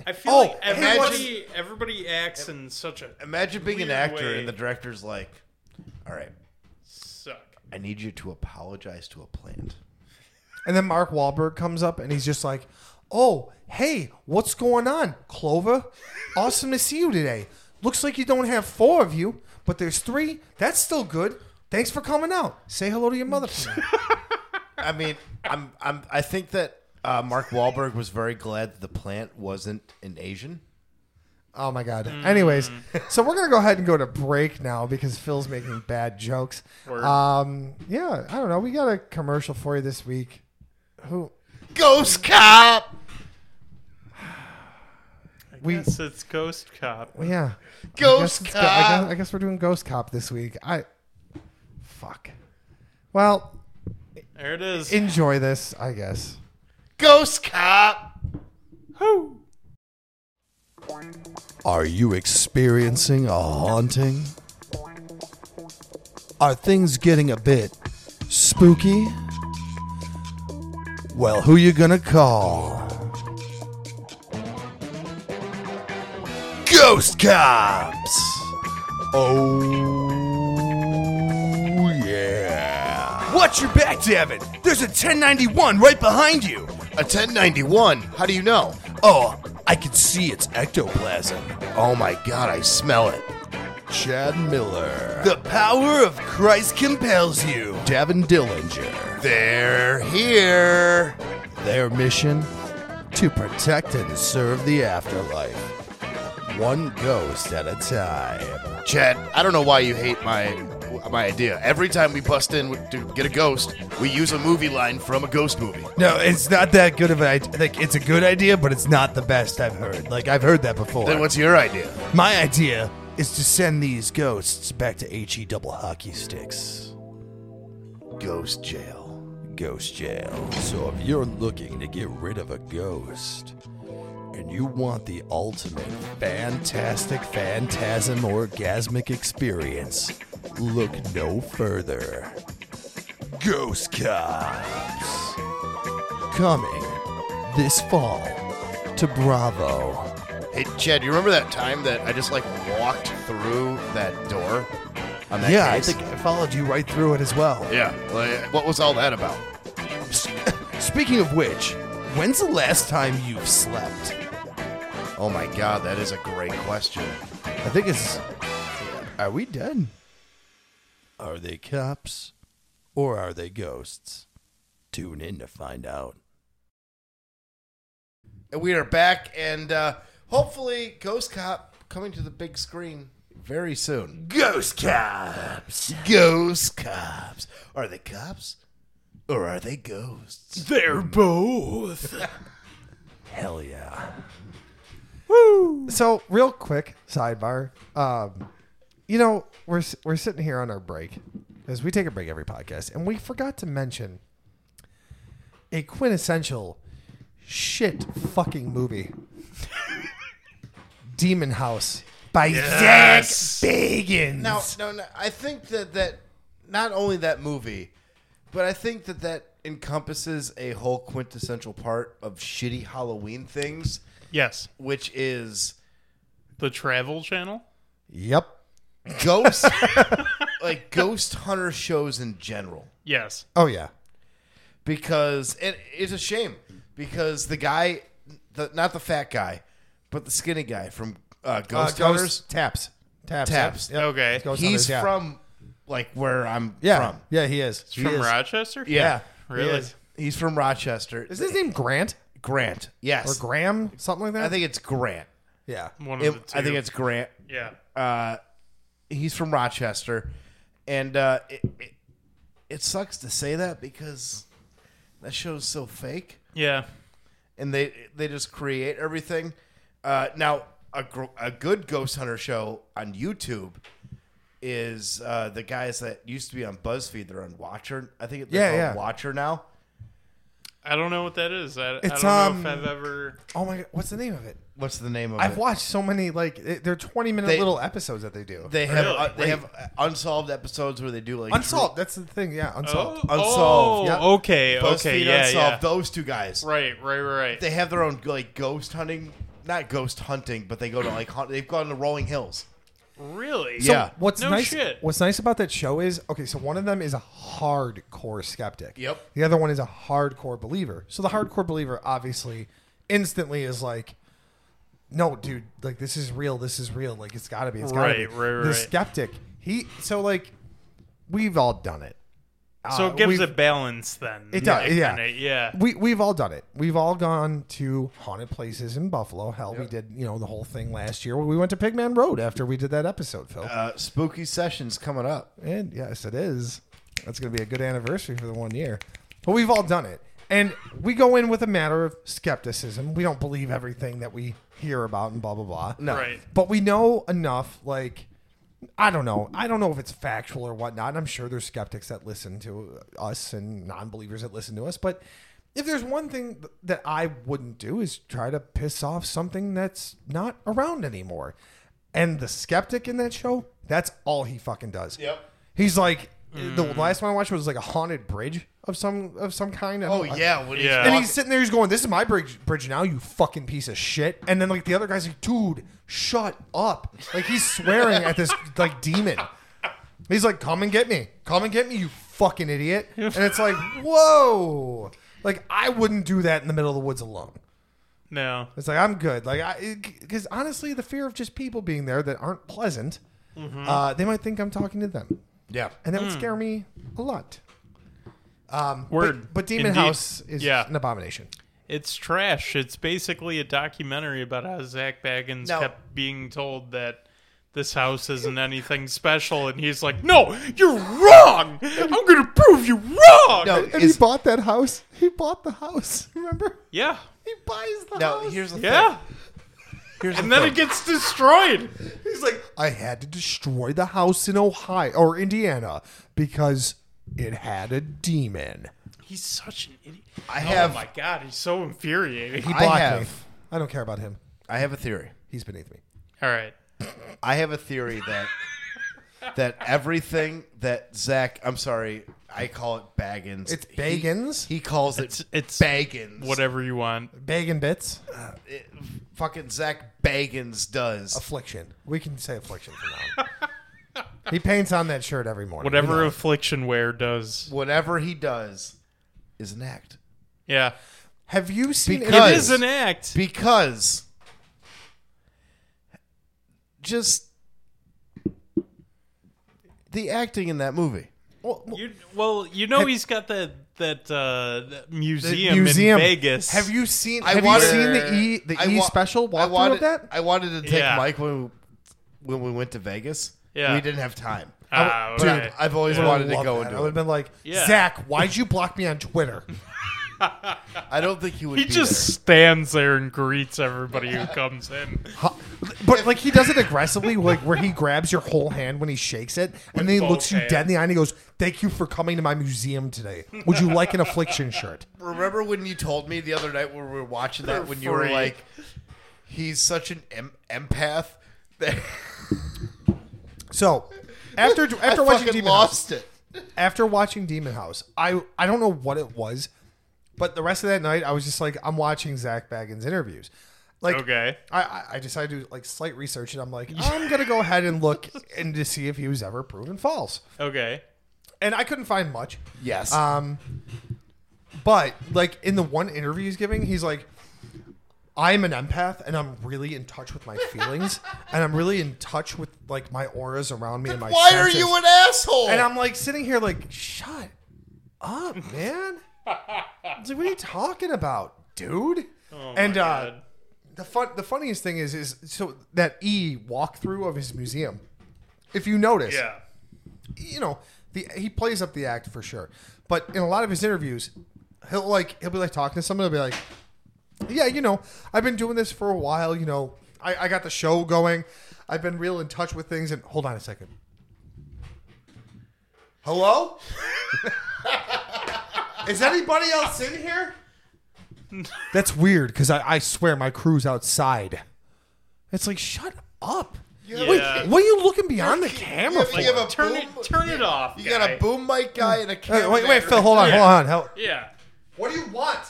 I feel Oh, like hey, everybody everybody acts in such a Imagine being an Weird actor way. and the director's like, "All right, suck. I need you to apologize to a plant." And then Mark Wahlberg comes up and he's just like, "Oh, hey, what's going on, Clover? Awesome to see you today. Looks like you don't have four of you, but there's three. That's still good. Thanks for coming out. Say hello to your mother." for me." I mean, I'm. I'm. I think that uh, Mark Wahlberg was very glad that the plant wasn't an Asian. oh my god. Mm. Anyways, so we're gonna go ahead and go to break now because Phil's making bad jokes. Word. Um, yeah, I don't know. We got a commercial for you this week. Who? Ghost cop. I we- guess it's Ghost Cop. Yeah, I guess, Ghost it's cop. go- I, guess, I guess we're doing Ghost Cop this week. I. Fuck. Well, There it is. enjoy this, I guess. Ghost cop. Are you experiencing a haunting? Are things getting a bit spooky? Well, who you gonna call? Ghost cops. Oh yeah. Watch your back, Davin. There's a 1091 right behind you. A 1091. How do you know? Oh, I can see its ectoplasm. Oh my god, I smell it. Chad Miller. The power of Christ compels you. Davin Dillinger. They're here. Their mission? To protect and serve the afterlife. One ghost at a time. Chad, I don't know why you hate my my idea. Every time we bust in to get a ghost, we use a movie line from a ghost movie. No, it's not that good of an idea. Like, it's a good idea, but it's not the best I've heard. Like, I've heard that before. Then what's your idea? My idea is to send these ghosts back to HE double hockey sticks. Ghost jail. Ghost Jail. So if you're looking to get rid of a ghost and you want the ultimate fantastic phantasm orgasmic experience, look no further. Ghost Cops. Coming this fall to Bravo. Hey, Chad, you remember that time that I just like walked through that door? on that yeah, I case. think I followed you right through it as well. yeah. Like, what was all that about? S- (laughs) Speaking of which, when's the last time you've slept? Oh my god, that is a great question. I think it's. Are we dead? Are they cops? Or are they ghosts? Tune in to find out. And we are back, and uh, hopefully, Ghost Cop coming to the big screen very soon. Ghost cops. Ghost cops are they cops or are they ghosts? They're both. Hell yeah. So, real quick sidebar. Um, you know, we're s- we're sitting here on our break because we take a break every podcast, and we forgot to mention a quintessential shit fucking movie, (laughs) Demon House by Zach Bagans. Now, no, no, I think that that not only that movie, but I think that that encompasses a whole quintessential part of shitty Halloween things, yes, which is the Travel Channel. yep. (laughs) ghost, like ghost hunter shows in general. Yes, Oh yeah. because and it's a shame because the guy, the, not the fat guy, but the skinny guy from uh, Uh, Ghost Ghost- Hunters, taps taps Taps. Yep. Okay. Ghost he's Hunters, yeah. from like where I'm yeah from. yeah he is from Rochester. Yeah, Really? He is. He's from Rochester. Is his name Grant Grant? or Yes, Graham? Something like that. I think it's Grant. Yeah. one It- of the two. I think it's Grant. yeah. He's from Rochester, and uh, it, it it sucks to say that because that show's so fake. yeah. and they they just create everything. Uh, now a gr- a good ghost hunter show on YouTube is uh, the guys that used to be on BuzzFeed. They're on Watcher. I think they're Yeah, called yeah. Watcher now. I don't know what that is. I, I don't It's, know um, if I've ever. Oh my god, what's the name of it? What's the name of I've it? watched so many like it- they're twenty minute They- little episodes that they do. they have Really? uh, they have uh, unsolved episodes where they do like unsolved. That's the thing. Yeah, unsolved. Unsolved, Oh, yeah. okay. true- Okay. BuzzFeed Yeah. unsolved. Yeah. Those two guys. Right. Right. Right. They have their own like ghost hunting, not ghost hunting, but they go to like hunt. They've gone to Rolling Hills. really? So- Yeah. What's No nice? shit. What's nice about that show is okay. So one of them is a hardcore skeptic. Yep. The other one is a hardcore believer. So the hardcore believer obviously instantly is like, "No, dude, like this is real. This is real. Like it's got to be. It's got to Right, be." right, The right. skeptic. He so like, we've all done it. So Uh, it gives we've- a balance then. It does, Like, yeah. kinda, yeah. we we've all done it. We've all gone to haunted places in Buffalo. Hell, we did you know the whole thing last year. We went to Pigman Road after we did that episode, Phil. Uh, spooky sessions coming up. and yes, it is. That's going to be a good anniversary for the one year. But we've all done it, and we go in with a matter of skepticism. We don't believe everything that we hear about and blah blah blah. No, Right. but we know enough. Like I don't know. I don't know if it's factual or whatnot. And I'm sure there's skeptics that listen to us and non-believers that listen to us. But if there's one thing th- that I wouldn't do is try to piss off something that's not around anymore. And the skeptic in that show, that's all he fucking does. Yep. He's like the last one I watched was like a haunted bridge of some of some kind. I Oh don't- I- yeah, when he's Yeah. and walking- he's sitting there, he's going, "This is my bridge, bridge now, you fucking piece of shit." And then like the other guy's like, "Dude, shut up!" Like he's swearing at this (laughs) like demon. He's like, "Come and get me, come and get me, you fucking idiot!" And it's like, "Whoa!" Like I wouldn't do that in the middle of the woods alone. No. It's like I'm good. Like I, because honestly, the fear of just people being there that aren't pleasant, uh, they might think I'm talking to them, yeah. and that would scare me a lot. Word. But, but Demon Indeed. House is Yeah. an abomination. It's trash. It's basically a documentary about how Zach Baggins No. kept being told that this house isn't anything special, and he's like, "No, you're wrong. I'm gonna prove you wrong." No, And it's- he bought that house. He bought the house. (laughs) Remember? Yeah, He buys the now house. here's the thing. yeah. Here's And the then thing. it gets destroyed. He's like, I had to destroy the house in Ohio or Indiana because it had a demon. He's such an idiot. I oh have- my god, he's so infuriating. He I blocked me. have- I don't care about him. I have a theory. He's beneath me. All right. I have a theory (laughs) that that everything that Zach, I'm sorry, I call it Baggins. It's He- Baggins? He, calls it it's Baggins. Whatever you want. Bagging bits. It- fucking Zach Baggins does. Affliction. We can say affliction from now. on. He paints on that shirt every morning. Whatever affliction wear does. Whatever he does is an act. Yeah. Have you seen? Because- It is an act. Because just the acting in that movie. You, well, you know he's got that that, uh, that the museum, in Vegas. Have you seen? I Have wanted- you seen the e the I e wa- special I walkthrough wanted, of that? I wanted to take Yeah. Mike when we, when we went to Vegas. Yeah. We didn't have time. Ah, But okay. I've always Oh, I wanted to love go that. and I would do it. have been like, Yeah. Zach, why'd you block me on Twitter? I don't think he would. He be just stands there and greets everybody who comes in. But like he does it aggressively, like where he grabs your whole hand when he shakes it, and then he both looks you dead in hands. the eye and he goes, "Thank you for coming to my museum today. Would you like an affliction shirt?" there. Remember when you told me the other night when we were watching that when you were free. like, he's such an em- empath that So after after I watching fucking Demon lost House, it. after watching Demon House, I I don't know what it was, but the rest of that night I was just like, I'm watching Zach Baggins interviews. Like Okay. I- I, I decided to do like slight research and (laughs) I'm like, I'm gonna go ahead and look and to see if he was ever proven false. Okay. And I couldn't find much. Yes. Um, but like in the one interview he's giving, he's like, "I'm an empath, and I'm really in touch with my (laughs) feelings, and I'm really in touch with like my auras around me and my." Why are you senses." an asshole? And I'm like sitting here, like, shut up, man. It's like, what are you talking about, dude? and uh, Oh God. the fun, the funniest thing is, is so that E walkthrough of his museum. If you notice, Yeah. you know, the he plays up the act for sure. But in a lot of his interviews, he'll like he'll be like talking to someone, he'll be like, "Yeah, you know, I've been doing this for a while. You know, I, I got the show going. I've been real in touch with things." And hold on a second. Hello? (laughs) Is anybody else in here? That's weird because I, I swear my crew's outside. It's like shut up. Yeah. Wait, what are you looking beyond the camera you for? have- you have a Turn boom- it turn it off. You got guy. a boom mic guy and a Hey, camera. wait, wait, Phil, hold on, hold on. Help. Yeah. What do you want?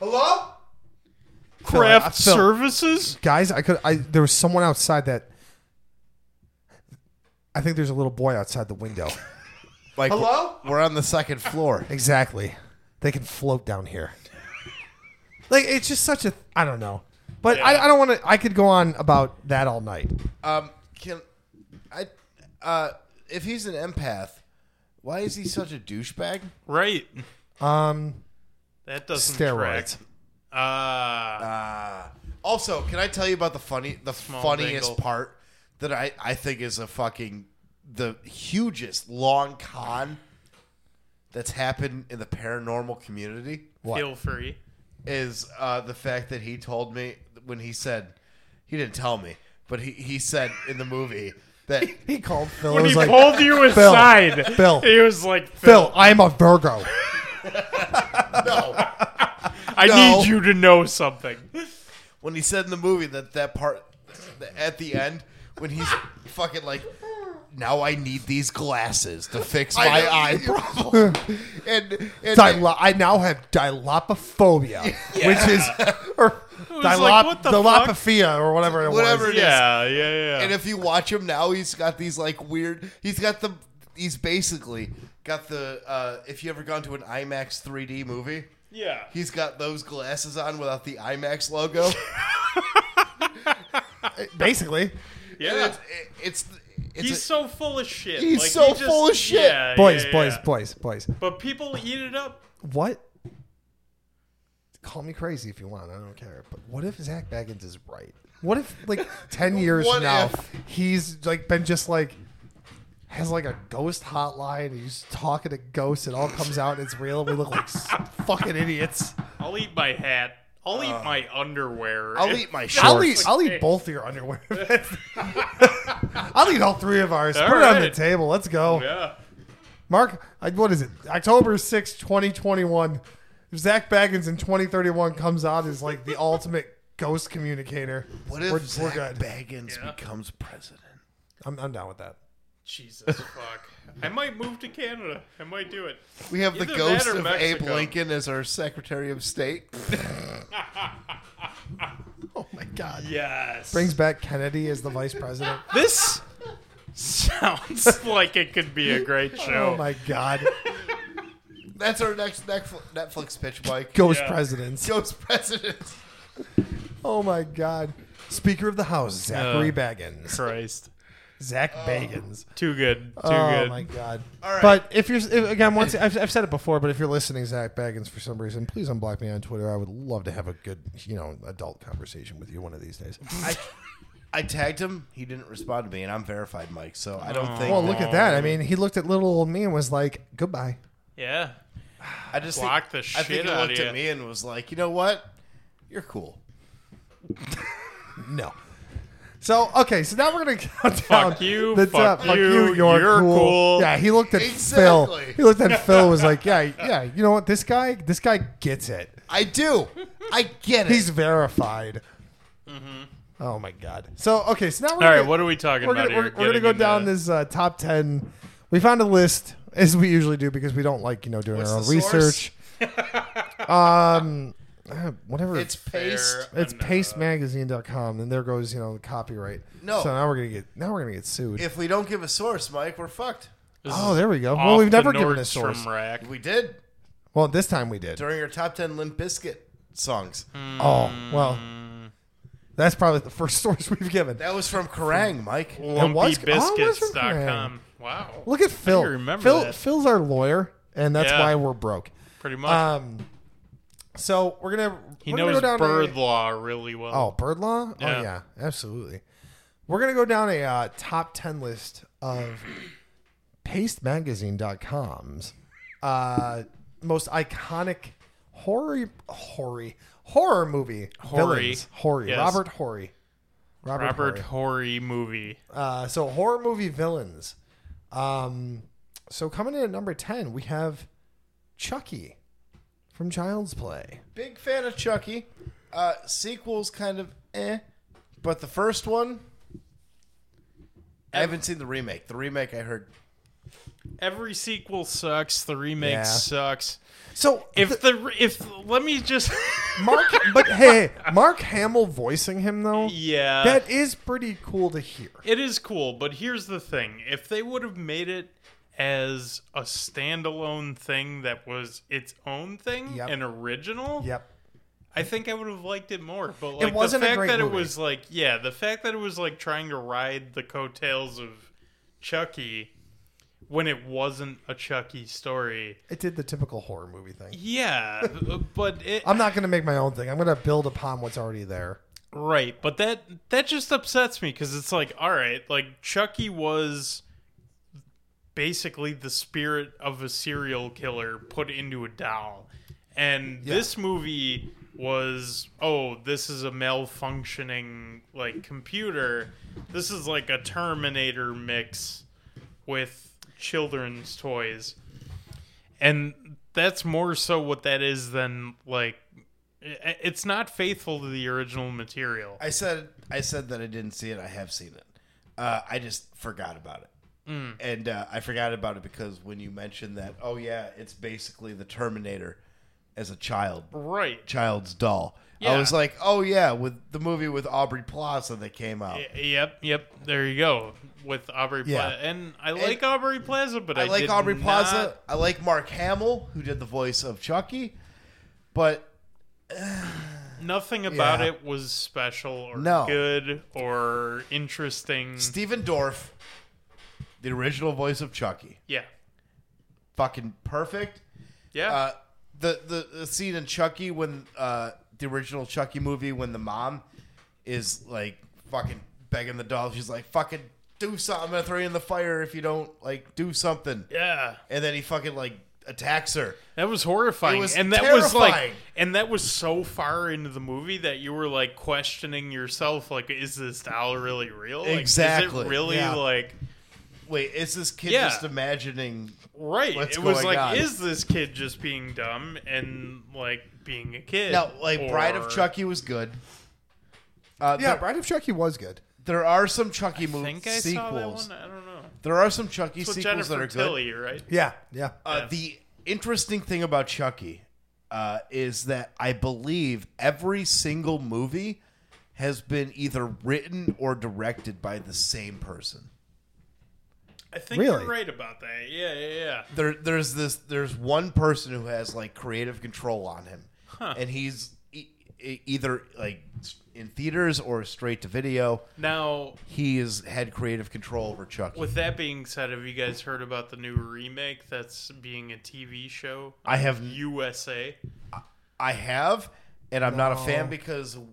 Hello? Craft Phil. services? Guys, I could I there was someone outside that I think there's a little boy outside (laughs) the window. Hello? We're on the second floor. (laughs) exactly. They can float down here. Like it's just such a I don't know. But I, I don't want to I could go on about that all night. Um, can I? Uh, if he's an empath, why is he such a douchebag? Right. Um That doesn't Steroids. track. Uh, Also, can I tell you about the funny, the funniest dingle. part that I I think is a fucking the hugest long con that's happened in the paranormal community what? feel free. is uh, the fact that he told me when he said he didn't tell me, but he he said in the movie that He called Phil. When He he was like, pulled you aside, Phil. he was like, "Phil, Phil, I'm a Virgo. no. I need you to know something." when he said in the movie that that part at the end when (laughs) he's fucking like now I need these glasses to fix my eye (laughs) problem. and and Dilo- I now have (laughs) dilopophobia, which is or was dilop- like, what the dilopophia or whatever it Whatever was. it is. Yeah, yeah, yeah. and if you watch him now he's got these like weird he's got the he's basically got the uh if you ever gone to an IMAX 3D movie yeah. he's got those glasses on without the IMAX logo. Basically, And (laughs) yeah. it's, it's it's he's a- so full of shit. He's like, so he just- full of shit. Yeah, boys, yeah, boys, yeah. boys, boys. But people eat it up. What? Call me crazy if you want. I don't care. But what if Zach Baggins is right? What if (laughs) like ten years What from now if? he's like been just like has like a ghost hotline and he's talking to ghosts. It all comes out and it's real. And we look like s- (laughs) fucking idiots. I'll eat my hat. I'll eat my underwear. I'll eat (laughs) my shorts. I'll eat, I'll eat both of your underwear. (laughs) I'll eat all three of ours. All Put it on the right. table. Let's go. Yeah. Mark, I, what is it? October sixth, 2021. Zach Baggins in 2031 comes out as like the ultimate ghost communicator. What if we're, Zach we're good. Baggins Yeah. becomes president? I'm, I'm down with that. Jesus fuck. I might move to Canada. I might do it. We have the Either ghost that or of Abe Mexico. Lincoln as our Secretary of State. Yes. Oh Brings back Kennedy as the vice president. this (laughs) Sounds like it could be a great show. Oh my God. That's our next Netflix Netflix pitch, Mike. Ghost Yeah. presidents. Ghost president. Oh my God. Speaker of the House, Zachary Baggins. Christ. Zach Bagans. Too good. Too oh good. my God. All right. But if you're, if, again, once I've, I've said it before, but if you're listening, Zach Baggins, for some reason, please unblock me on Twitter. I would love to have a good, you know, adult conversation with you one of these days. I, I tagged him. He didn't respond to me, and I'm verified, Mike. So I Oh, don't think. Well, look at that. I mean, he looked at little old me and was like, goodbye. Yeah. I just Block the think, I shit think he outta looked you. at me and was like, "You know what? You're cool." No. So, okay, so now we're going to count down. Fuck you, The fuck top. Fuck you, you. You're, you're cool. cool. Yeah, he looked at Phil. Exactly. (laughs) He looked at Phil was like, yeah, yeah, you know what? This guy, this guy gets it. I do. I get it. Mm-hmm. He's verified. Oh, my God. So, okay, so now we're All gonna- right. What are we talking we're about gonna, here? we're, we're gonna Getting go down into- this uh, top ten. We found a list as we usually do because we don't like you know doing What's our own the source? (laughs) research. um, uh, whatever. it's paste. Fair it's enough. pastemagazine.com, and there goes you know the copyright. No. so now we're gonna get now we're gonna get sued. If we don't give a source, Mike, we're fucked. This oh, is there we go. off Well, we've the never given a Nordstrom source. Rack. We did Well, this time we did. during our top ten Limp Biscuit songs. Oh, well, that's probably the first (laughs) source we've given. That was from Kerrang, Mike. was- oh, it was from Lumpybiscuits.com. Kerrang. Wow. Look at Phil. remember Phil that. Phil's our lawyer, and that's Yeah. why we're broke. Pretty much. Um, so we're gonna he we're gonna go knows down a- bird law really well. Oh, bird law? Yeah. Oh, yeah, absolutely. We're going to go down a uh, top 10 list of pastemagazine.com's uh, most iconic horror, horror, horror movie. Horry. villains. Horry. Yes. (laughs) Robert Horry. Robert, Robert Horry. Horry movie. Uh, so, horror movie villains. Um, so, coming in at number 10, we have Chucky from Child's Play. Big fan of Chucky. Uh, sequels kind of eh, but the first one. I haven't seen the remake. The remake I heard Every sequel sucks. The remake Yeah. sucks. So, If the if let me just (laughs) Mark, but hey, Mark Hamill voicing him though, yeah that is pretty cool to hear. It is cool, but here's the thing. If they would have made it as a standalone thing that was its own thing, Yep. an original, Yep. I think I would have liked it more. But like wasn't the a fact great that it movie. was like yeah, the fact that it was like trying to ride the coattails of Chucky when it wasn't a Chucky story. It did the typical horror movie thing. Yeah, uh, but it I'm not going to make my own thing. I'm going to build upon what's already there. Right, but that that just upsets me because it's like, all right, like Chucky was basically the spirit of a serial killer put into a doll, and this movie was, oh, this is a malfunctioning like computer. This is like a Terminator mix with children's toys, and that's more so what that is than like I- it's not faithful to the original material. I said I said that I didn't see it. I have seen it. Uh, I just forgot about it, and uh, I forgot about it because when you mentioned that, oh yeah, it's basically the Terminator as a child, right. child's doll. I Yeah. was like, oh yeah, with the movie with Aubrey Plaza that came out. Y- Yep, yep. There you go with Aubrey Yeah. Plaza, and I like Aubrey Plaza, but I, I like did Aubrey not- Plaza. I like Mark Hamill, who did the voice of Chucky, but Nothing about Yeah. it was special or No. good or interesting. Stephen Dorff, the original voice of Chucky, yeah, fucking perfect. yeah. Uh, the, the the scene in Chucky when uh, the original Chucky movie when the mom is like fucking begging the doll, she's like fucking do something. I'm gonna throw you in the fire if you don't like do something. yeah, And then he fucking like attacks her. that was horrifying, It was and that was like, terrifying. and that was so far into the movie that you were like questioning yourself, like, is this doll really real? Like, Exactly, Is it really yeah. like Wait, is this kid Yeah. just imagining? right? What's it was going like, on? is this kid just being dumb and like being a kid? No, like Bride Or- of Chucky was good. Uh, Yeah, there, Bride of Chucky was good. there are some Chucky I movies think I saw that sequels. one. I don't know. There are some Chucky It's with sequels that Jennifer are good. Tilly, right? Yeah, yeah. Uh, the interesting thing about Chucky uh, is that I believe every single movie has been either written or directed by the same person. I think Really? you're right about that. Yeah, yeah, yeah. there there's this there's one person who has like creative control on him and he's e- e- either like s- in theaters or straight to video Now, he has had creative control over chucky with that being said, have you guys heard about the new remake that's being a TV show? i have USA. i have and i'm not a fan because y-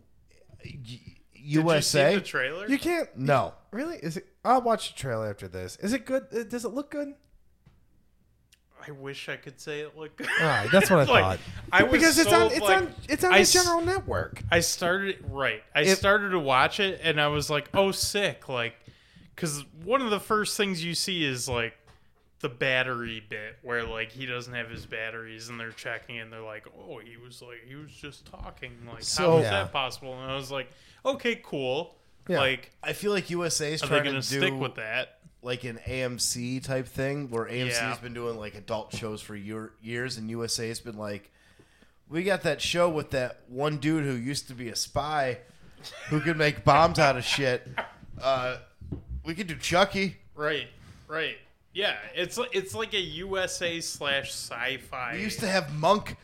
Did you see usa the trailer? You can't. no Really? Is it? I'll watch the trailer after this. Is it good? Uh, Does it look good? I wish I could say it looked good. Alright, that's what I (laughs) Like, thought. I was because it's so, on. It's like- on. It's on I the s- general network. I started right. I If- started to watch it and I was like, "Oh, sick!" Like, because one of the first things you see is like the battery bit where like he doesn't have his batteries and they're checking and they're like, "Oh, he was like he was just talking. Like, So- how is Yeah. that possible?" And I was like, "Okay, cool. Yeah. Like, (laughs) i feel like usa is are they trying gonna to stick do with that?" like an amc type thing where amc has Yeah. been doing like adult shows for year, years and usa has been like we got that show with that one dude who used to be a spy who could make bombs out of shit. Uh, we could do Chucky. Right. Right. Yeah. It's li- it's like a USA slash sci-fi. We used to have Monk.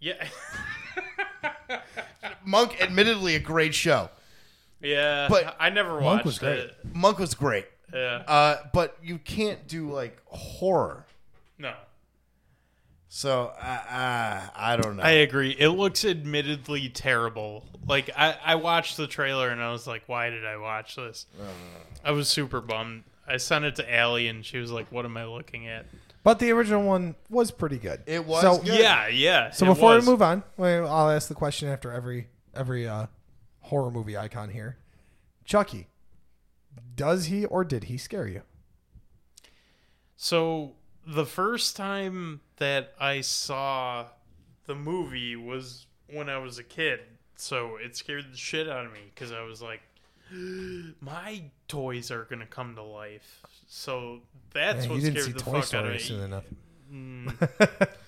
yeah. (laughs) Monk, admittedly, a great show. yeah. But I never watched Monk was great. it. Monk was great. Yeah. Uh, but you can't do like horror. no. So uh, uh, I don't know. I agree. It looks admittedly terrible. Like I, I watched the trailer and I was like, why did I watch this? I was super bummed. I sent it to Allie and she was like, what am I looking at? But the original one was pretty good. It was So, good. Yeah, yeah. so before we move on, wait, I'll ask the question after every every uh, horror movie icon here. Chucky, does he or did he scare you? So the first time that I saw the movie was when I was a kid. So it scared the shit out of me because I was like, (gasps) my toys are gonna come to life. So that's Man, what you didn't scared see the Toy fuck out of me. Story soon enough. Mm. (laughs)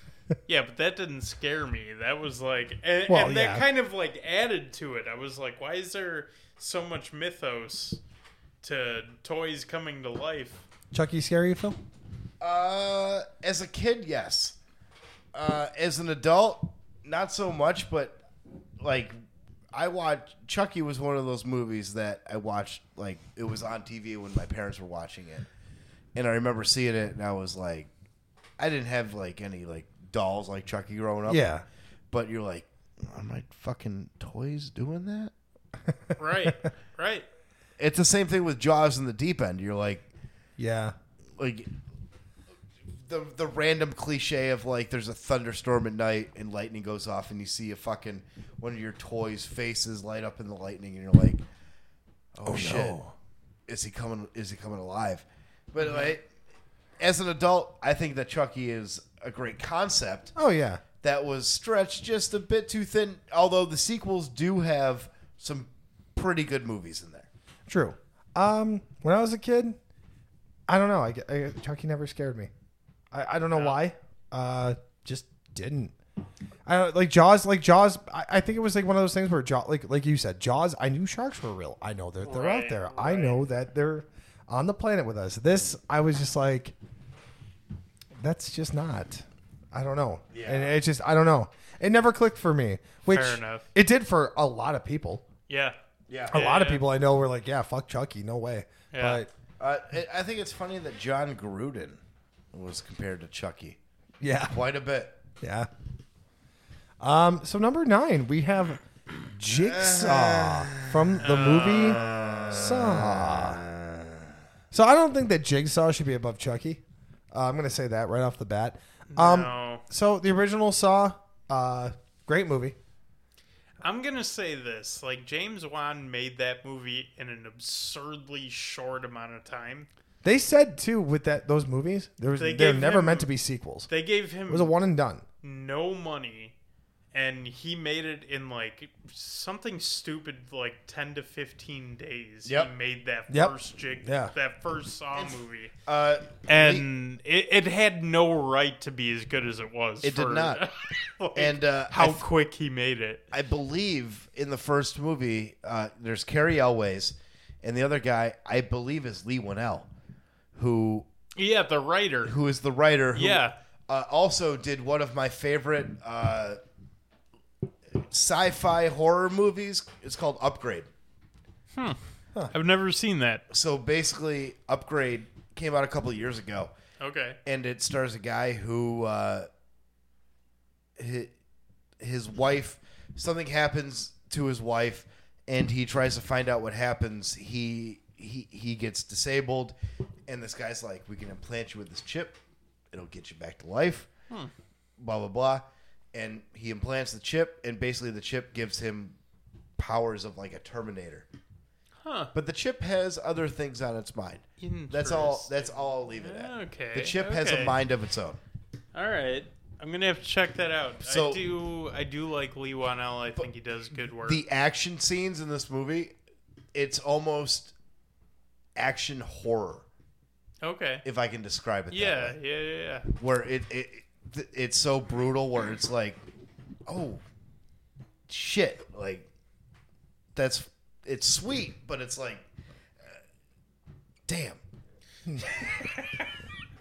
Yeah, but that didn't scare me. That was like, and, Well, and yeah. that kind of like added to it. I was like, why is there so much mythos to toys coming to life? Chucky scare you, Phil? Uh, as a kid, yes. Uh, as an adult, not so much. But like, I watched Chucky was one of those movies that I watched. Like, it was on TV when my parents were watching it, and I remember seeing it, and I was like, I didn't have like any like dolls like Chucky growing up. Yeah. But you're like, are my fucking toys doing that? (laughs) Right, right. It's the same thing with Jaws in the Deep End. You're like, Yeah. like the the random cliche of like there's a thunderstorm at night and lightning goes off and you see a fucking one of your toys faces light up in the lightning and you're like oh, shit is he coming is he coming alive but like as an adult I think that Chucky is a great concept Oh yeah. that was stretched just a bit too thin although the sequels do have some pretty good movies in there True. Um, when I was a kid, I don't know. I, get- I Chucky never scared me. I, I don't know why. Uh, just didn't. I don't like Jaws. Like Jaws, I, I think it was like one of those things where Jaws, like like you said, Jaws. I knew sharks were real. I know that they're out Right, there. I know that they're on the planet with us. This, I was just like, that's just not. I don't know. Yeah. And it just, I don't know. It never clicked for me. Which Fair enough. it did for a lot of people Yeah, yeah a lot of Yeah. people I know were like, "Yeah, fuck Chucky, no way." Yeah. But uh, I- I think it's funny that John Gruden was compared to Chucky yeah, quite a bit. yeah. Um, so number nine, we have Jigsaw from the movie Saw. So I don't think that Jigsaw should be above Chucky. Uh, I'm gonna say that right off the bat. Um, no. so the original Saw, uh, great movie. I'm gonna say this: like James Wan made that movie in an absurdly short amount of time. They said too with that those movies, there was They they're gave never him- meant to be sequels. They gave It him was a one and done. no money and he made it in like something stupid like 10 to 15 days Yep. he made that Yep. first jig Yeah. that first saw movie Uh, and it, it had no right to be as good as it was It did for- not. (laughs) like, and uh, how I, quick he made it I believe in the first movie, uh, there's Carrie Elways, and the other guy I believe is Lee Winnell, who Yeah, the (laughs) writer. who is the writer who Yeah. uh, also did one of my favorite uh, sci-fi horror movies. It's called Upgrade. I've never seen that. So basically, Upgrade came out a couple years ago, Okay. and it stars a guy who uh, his, his wife something happens to his wife, and he tries to find out what happens. He he he gets disabled, and this guy's like, "We can implant you with this chip. It'll get you back to life." Blah blah blah, and he implants the chip, and basically the chip gives him powers of like a Terminator. Huh. But the chip has other things on its mind. That's all. Interesting. That's all. I'll leave it at. Okay, The chip has a okay. mind of its own. All right. I'm gonna have to check that out. So- I do. I do like Lee Wanell. I think he does good work. The action scenes in this movie, it's almost action horror, okay. if I can describe it. Yeah, That way. yeah, yeah, Where it, it it it's so brutal, where it's like, oh, shit, like that's it's sweet, but it's like, uh, damn. (laughs)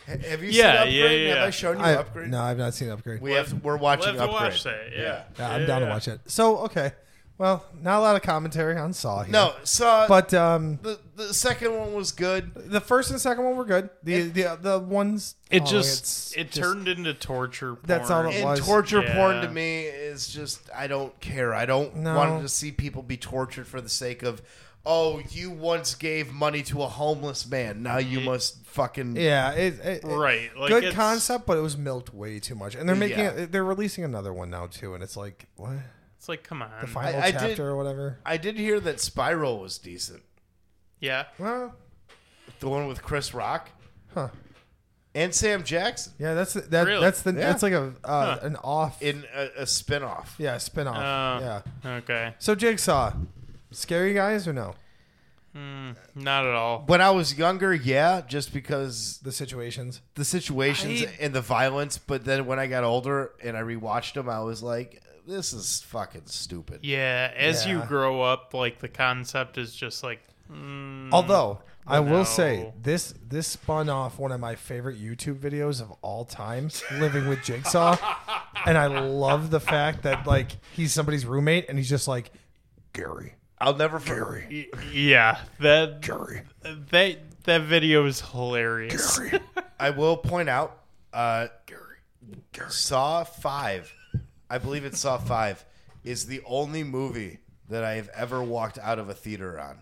Ha- Have you Yeah, seen Upgrade? yeah, yeah, Have yeah. I shown you I, Upgrade? No, I've not seen Upgrade. We have we're watching We'll have to Upgrade. watch that. Yeah, Yeah, I'm down to watch it. So okay, well, not a lot of commentary on Saw here. No, so but um, the the second one was good. the first and second one were good. The the the ones It oh, it's just it turned into torture. Porn. That's all it And was. torture Yeah. porn to me is just I don't care. I don't No. want to see people be tortured for the sake of oh, you once gave money to a homeless man, now you must fucking Yeah, it, it, it- Right, like, good it's- concept, but it was milked way too much. And they're making Yeah. it, they're releasing another one now too, and it's like what It's like, come on. the final I did- chapter or whatever. I did hear that Spiral was decent. yeah. Well, The one with Chris Rock. And Sam Jackson yeah, that's the- that Really? that's the Yeah. that's like a uh, an off in a, a spin-off. yeah spinoff Uh, yeah. Okay. So Jigsaw, scary guys or no? Not at all. When I was younger, yeah, just because The situations. the situations I- and the violence, but then when I got older and I rewatched them, I was like, this is fucking stupid. Yeah. As you Yeah. grow up, like the concept is just like. Mm, Although I will No. say this this spun off one of my favorite YouTube videos of all time, living with Jigsaw, and I love the fact that like he's somebody's roommate and he's just like Gary, I'll never forget. y- yeah. That Gary, that that video is hilarious. Gary, I will point out uh, Saw 5, I believe it's Saw 5, is the only movie that I have ever walked out of a theater on.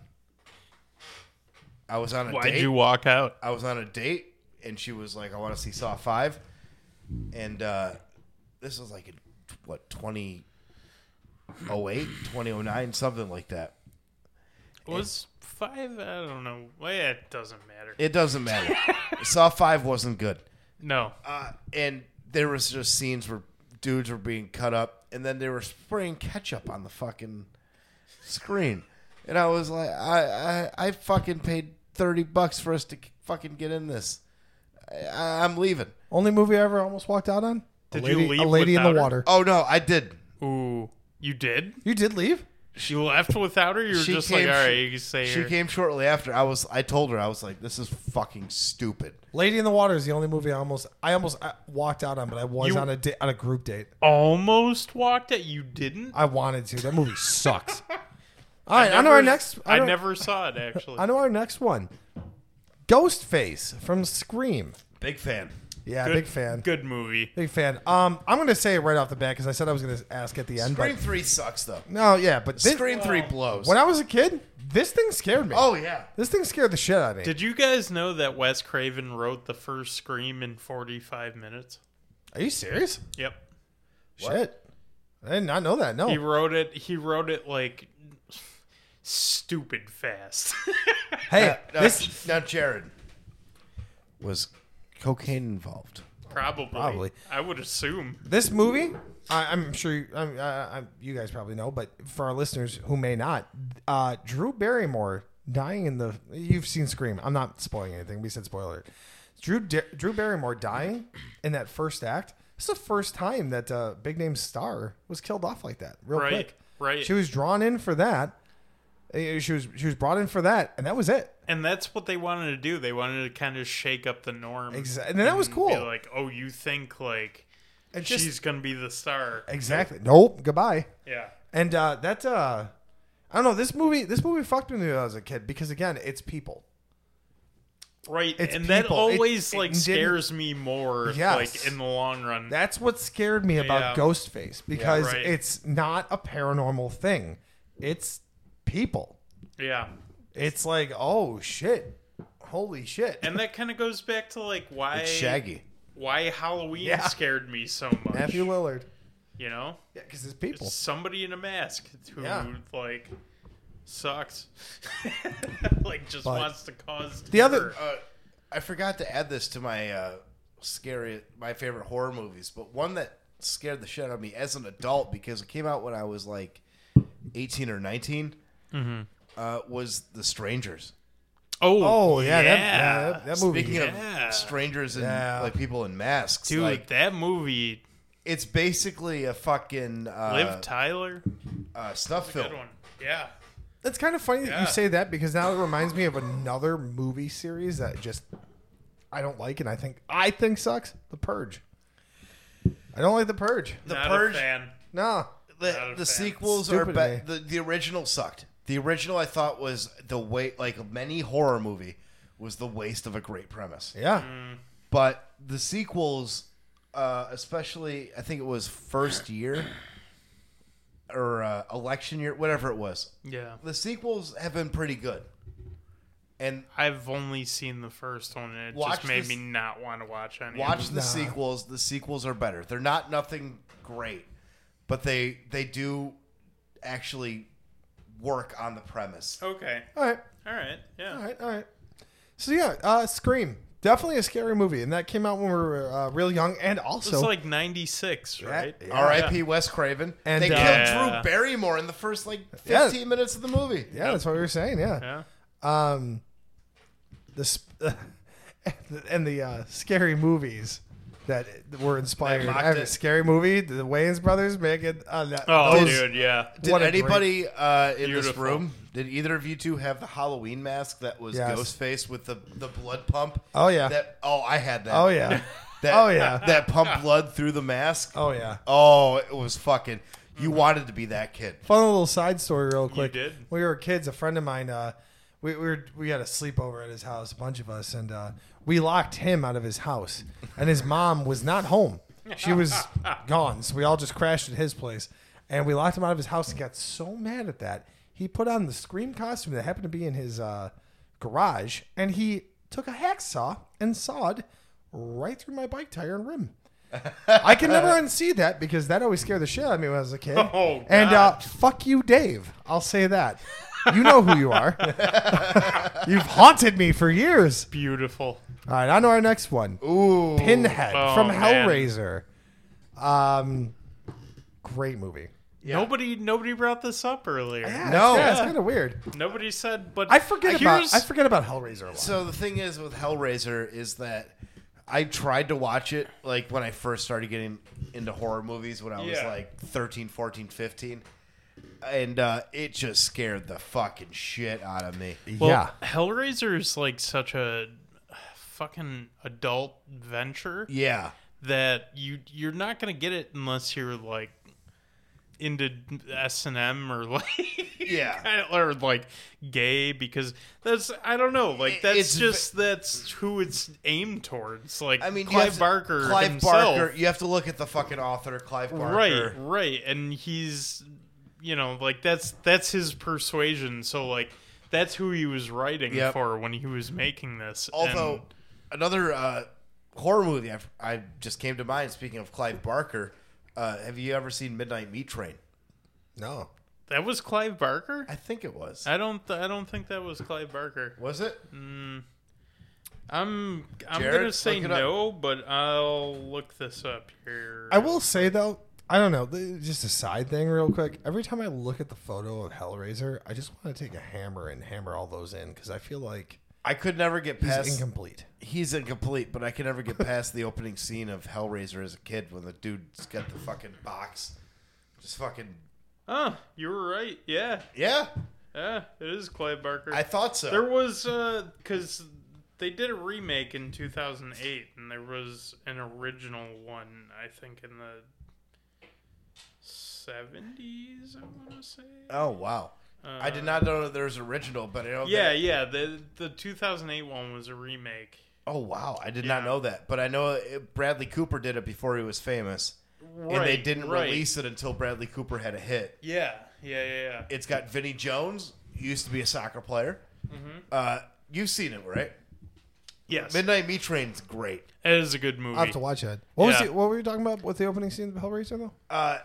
I was on a Why'd date. you walk out? I was on a date, and she was like, "I want to see Saw 5. and uh, this was like in what 2008, 2009, something like that. Was five? I don't know. Well, yeah, it doesn't matter. It doesn't (laughs) matter. Saw Five wasn't good. No. uh, and there was just scenes where dudes were being cut up, and then they were spraying ketchup on the fucking screen, and I was like, I I, I fucking paid thirty bucks for us to fucking get in this. I, I'm leaving. only movie I ever almost walked out on. Did a you lady, a leave lady in the without her? water? Oh no, I did. Ooh, you did. You did leave. She left without her. You were She just came- like, all right, she- you can say She her. came shortly after. I was. I told her I was like, this is fucking stupid. Lady in the Water is the only movie I almost I almost uh, walked out on, but I was You- on a da- on a group date. almost walked it. You didn't. I wanted to. That (laughs) movie sucks. All right, I, know our next. I, know- never saw it actually. (laughs) I know our next one. Ghostface from Scream. Big fan. Yeah, Good- big fan. Good movie. Big fan. Um, I'm gonna say it right off the bat because I said I was gonna ask at the end. Scream But, three sucks though. no, yeah, but this, Scream three blows. when I was a kid, this thing scared me. oh yeah. this thing scared the shit out of me. Did you guys know that Wes Craven wrote the first Scream in 45 minutes? Are you serious? Yep. Shit, I did not know that. No, He wrote it he wrote it like stupid fast. (laughs) uh, hey, Now, this now Jared was cocaine involved. probably. Probably. I would assume. this movie I, i'm sure you, I'm, I, I, you guys probably know but for our listeners who may not uh, drew barrymore dying in the you've seen scream i'm not spoiling anything we said spoiler alert. drew Da- drew barrymore dying in that first act it's the first time that uh, big name star was killed off like that real Right. quick Right. she was drawn in for that Uh, she was she was brought in for that and that was it And that's what they wanted to do. They wanted to kind of shake up the norm. Exactly. And that was be cool. like, oh, you think like It's she's just- gonna be the star? Exactly. Nope. Goodbye. Yeah. And uh, that uh, I don't know. This movie, this movie fucked me when I was a kid because again, it's people. Right. It's and that people. It- always it like didn't- scares me more Yes. like in the long run. That's what scared me about Yeah. Ghostface because right. it's not a paranormal thing. It's people. yeah. It's like, oh shit, holy shit. And that kind of goes back to like why It's Shaggy. why Halloween Yeah. scared me so much. Matthew Lillard. you know? Yeah, because it's people. Somebody in a mask who Yeah. like sucks. (laughs) like just But- wants to cause The other- terror. Uh, I forgot to add this to my uh, scary, my favorite horror movies, but one that scared the shit out of me as an adult because it came out when I was like eighteen or 19 Mm-hmm. Uh, was The Strangers. Oh yeah, that- yeah, That, that movie. Speaking Oh, Yeah. of strangers and Yeah. like people in masks, Dude, like that movie, it's basically a fucking Liv uh, Tyler, uh, stuff film. good one. Yeah, It's kind of funny that Yeah. you say that because now it reminds me of another movie series that just I don't like and I think I think sucks. The Purge. I don't like The Purge. The not Purge. a fan. Nah. Not The, a the fan. sequels Stupid are of better. me. The, the original sucked. The original I thought was the way, like many horror movie, was the waste of a great premise. Yeah. Mm. But the sequels, uh, especially I think it was first year or uh, election year, whatever it was, Yeah, the sequels have been pretty good. And I've only seen the first one, and it Watch just made this- me not want to watch any. of watch the Nah. sequels. The sequels are better. They're not nothing great, but they they do actually work on the premise. them. Okay, All right. all right, yeah. All right. All right. So yeah, uh, Scream. Definitely a scary movie, and that came out when we were uh, real young, and It's also like '96, right? yeah. R.I.P. Wes Craven. And, they uh, killed Yeah. Drew Barrymore in the first like Yeah. 15 minutes of the movie. yeah, that's what we were saying. Yeah, Yeah. um, the sp- (laughs) and the uh, scary movies that were inspired. mocked I have a it. scary movie. The Wayans brothers make it. Uh, that, Oh, those- dude, yeah. Did What a great- anybody uh, in this Beautiful. room? Did either of you two have the Halloween mask that was Yes. Ghostface with the, the blood pump? Oh, yeah. That oh I had that. (laughs) Oh yeah. That, oh, yeah. That pumped blood through the mask. Oh Mm-hmm. yeah. Oh, it was fucking. You wanted to be that kid. Fun little side story, real quick. did? When we were kids, a friend of mine, uh, we we, were, we had a sleepover at his house, a bunch of us, and uh, we locked him out of his house, and his mom was not home. (laughs) She was gone, so we all just crashed at his place, and we locked him out of his house and got so mad at that. He put on the scream costume that happened to be in his uh, garage, and he took a hacksaw and sawed right through my bike tire and rim. I (laughs) can never unsee that because that always scared the shit out of me when I was a kid. Oh, God. And uh, fuck you, Dave. I'll say that. You know who you are. You've haunted me for years. Beautiful. All right, on to our next one. Ooh. Pinhead Oh, from man. Hellraiser. Um, great movie. Nobody, nobody brought this up earlier. no, it's kind of weird. Nobody said, but I forget here's, about I forget about Hellraiser a lot. So the thing is with Hellraiser is that I tried to watch it like when I first started getting into horror movies when I was Yeah. like 13, 14, 15. And uh, it just scared the fucking shit out of me. Well, yeah, Hellraiser is like such a fucking adult venture Yeah. that you you're not gonna get it unless you're like into S and M or like Yeah. or like gay because that's I don't know like It- that's it's ve- just that's who it's aimed towards like I mean, you have Clive to- Barker Clive himself Barker. You have to look at the fucking author, Clive Barker. right right and he's you know like that's that's his persuasion so like that's who he was writing Yep. for when he was making this and- Although another uh, horror movie I've, I just came to mind. Speaking of Clive Barker, uh, have you ever seen Midnight Meat Train? no, That was Clive Barker. I think it was. I don't. Th- I don't think that was Clive Barker. Was it? I'm. I'm Jared, gonna say look it up. no, but I'll look this up here. I will say though, I don't know. th- Just a side thing, real quick. Every time I look at the photo of Hellraiser, I just want to take a hammer and hammer all those in because I feel like I could never get he's past. incomplete. he's incomplete, but I could never get past the opening scene of Hellraiser as a kid when the dude's got the fucking box, just fucking Oh, you were right. Yeah. yeah. Yeah, it is Clive Barker. I thought so. There was because they did a remake in 2008, and there was an original one. I think in the 70s. I want to say. oh wow. I did not know that there's original, but I know. Yeah, That, yeah. The the 2008 one was a remake. oh wow, I did not know that, but I know it, Bradley Cooper did it before he was famous, and they Right, didn't right. release it until Bradley Cooper had a hit. Yeah, yeah, yeah. yeah. It's got Vinnie Jones, who used to be a soccer player. Mm-hmm. Uh, you've seen it, right? yes, Midnight Meat Train's great. it is a good movie. I have to watch that. What was Yeah. the, what were you talking about with the opening scene of Hellraiser though? Uh,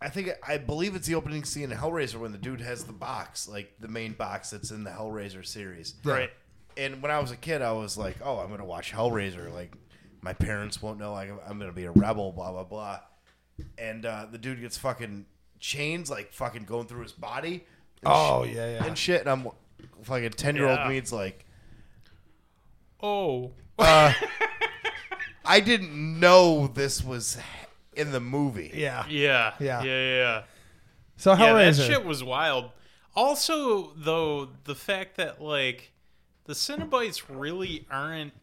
I think I believe it's the opening scene in Hellraiser when the dude has the box, like the main box that's in the Hellraiser series. Right. And when I was a kid, I was like, "Oh, I'm gonna watch Hellraiser." Like, my parents won't know. Like, I'm gonna be a rebel. Blah blah blah. And uh, the dude gets fucking chains, like fucking going through his body. and Oh, shit- yeah, yeah. And shit. And I'm fucking ten year old Yeah. me's like, Oh, I didn't know this was in the movie. Yeah. yeah, Yeah. yeah, yeah, yeah. So Yeah, that Hellraiser. shit was wild. Also, though, the fact that like the Cenobites really aren't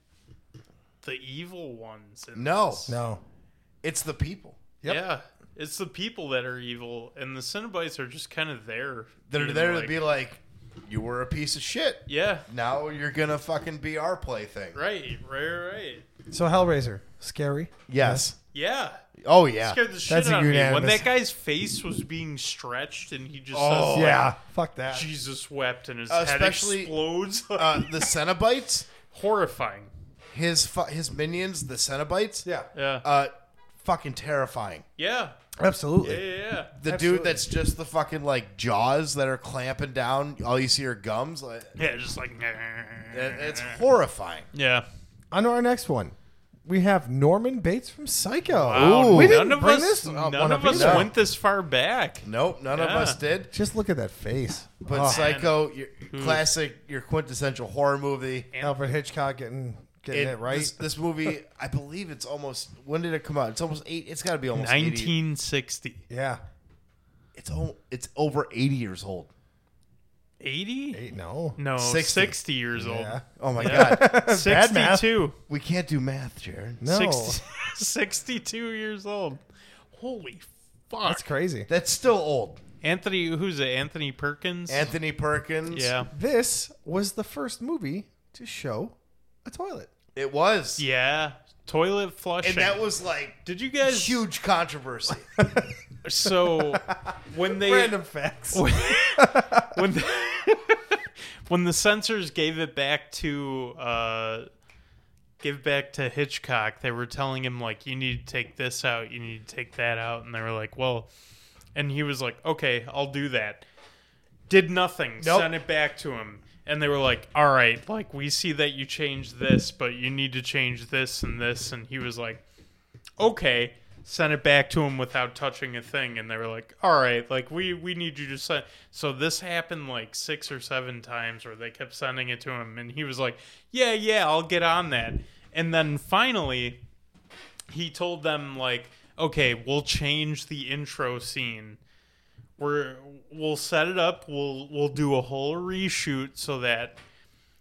the evil ones. In No, this. no. it's the people. Yep. yeah, it's the people that are evil, and the Cenobites are just kind of there. They're being there like- to be like, you were a piece of shit. yeah, Now you're gonna fucking be our plaything. right, right, right. So Hellraiser, scary. Yes. Yeah, Oh yeah. scared the shit That's a out of me when unanimous- that guy's face was being stretched, and he just Oh, Uh, says, like, Yeah. Fuck that. Jesus wept, and his Especially- head explodes. (laughs) Uh, (laughs) the Cenobites, Horrifying. his fu- his minions, the Cenobites. Yeah. Yeah, Uh, fucking terrifying. yeah, yeah, Absolutely. yeah. yeah. The Absolutely. dude that's just the fucking like jaws that are clamping down. All you see are gums. Like, (laughs) Yeah, just like it- (laughs) it's horrifying. yeah. On to our next one. We have Norman Bates from Psycho. Wow, we Oh, none didn't of bring us, this up none one of these. us either. went this far back. Nope, none of Yeah. us did. Just look at that face. But Oh, Hmm. Psycho, your classic, your quintessential horror movie. Alfred Hitchcock getting getting it, It- right. This, this movie, I believe it's almost. When did it come out? It's almost eight. It's got to be almost 80 1960. yeah. It's o- it's over eighty years old. 80? Eight, no. No, 60, 60. years old. (laughs) Yeah. Oh my god, 62. we can't do math, Jared. No. 60 (laughs) 62 years old. Holy fuck. That's crazy. That's still old. Anthony, who's it? Anthony Perkins? Anthony Perkins. Yeah. This was the first movie to show a toilet. it was. Yeah. Toilet flushing. and that was like Did you guys. huge (laughs) controversy. (laughs) So, when they. Random (laughs) facts. when the, (laughs) when the censors gave it back to uh give back to Hitchcock, they were telling him like you need to take this out, you need to take that out, and they were like, "Well," and he was like, "Okay, I'll do that." Did nothing. Nope. Sent it back to him. And they were like, "All right, like we see that you changed this, but you need to change this and this." And he was like, okay sent it back to him without touching a thing and they were like all right like we we need you to send so this happened like six or seven times where they kept sending it to him and he was like yeah yeah i'll get on that and then finally he told them like okay we'll change the intro scene we're we'll set it up we'll we'll do a whole reshoot so that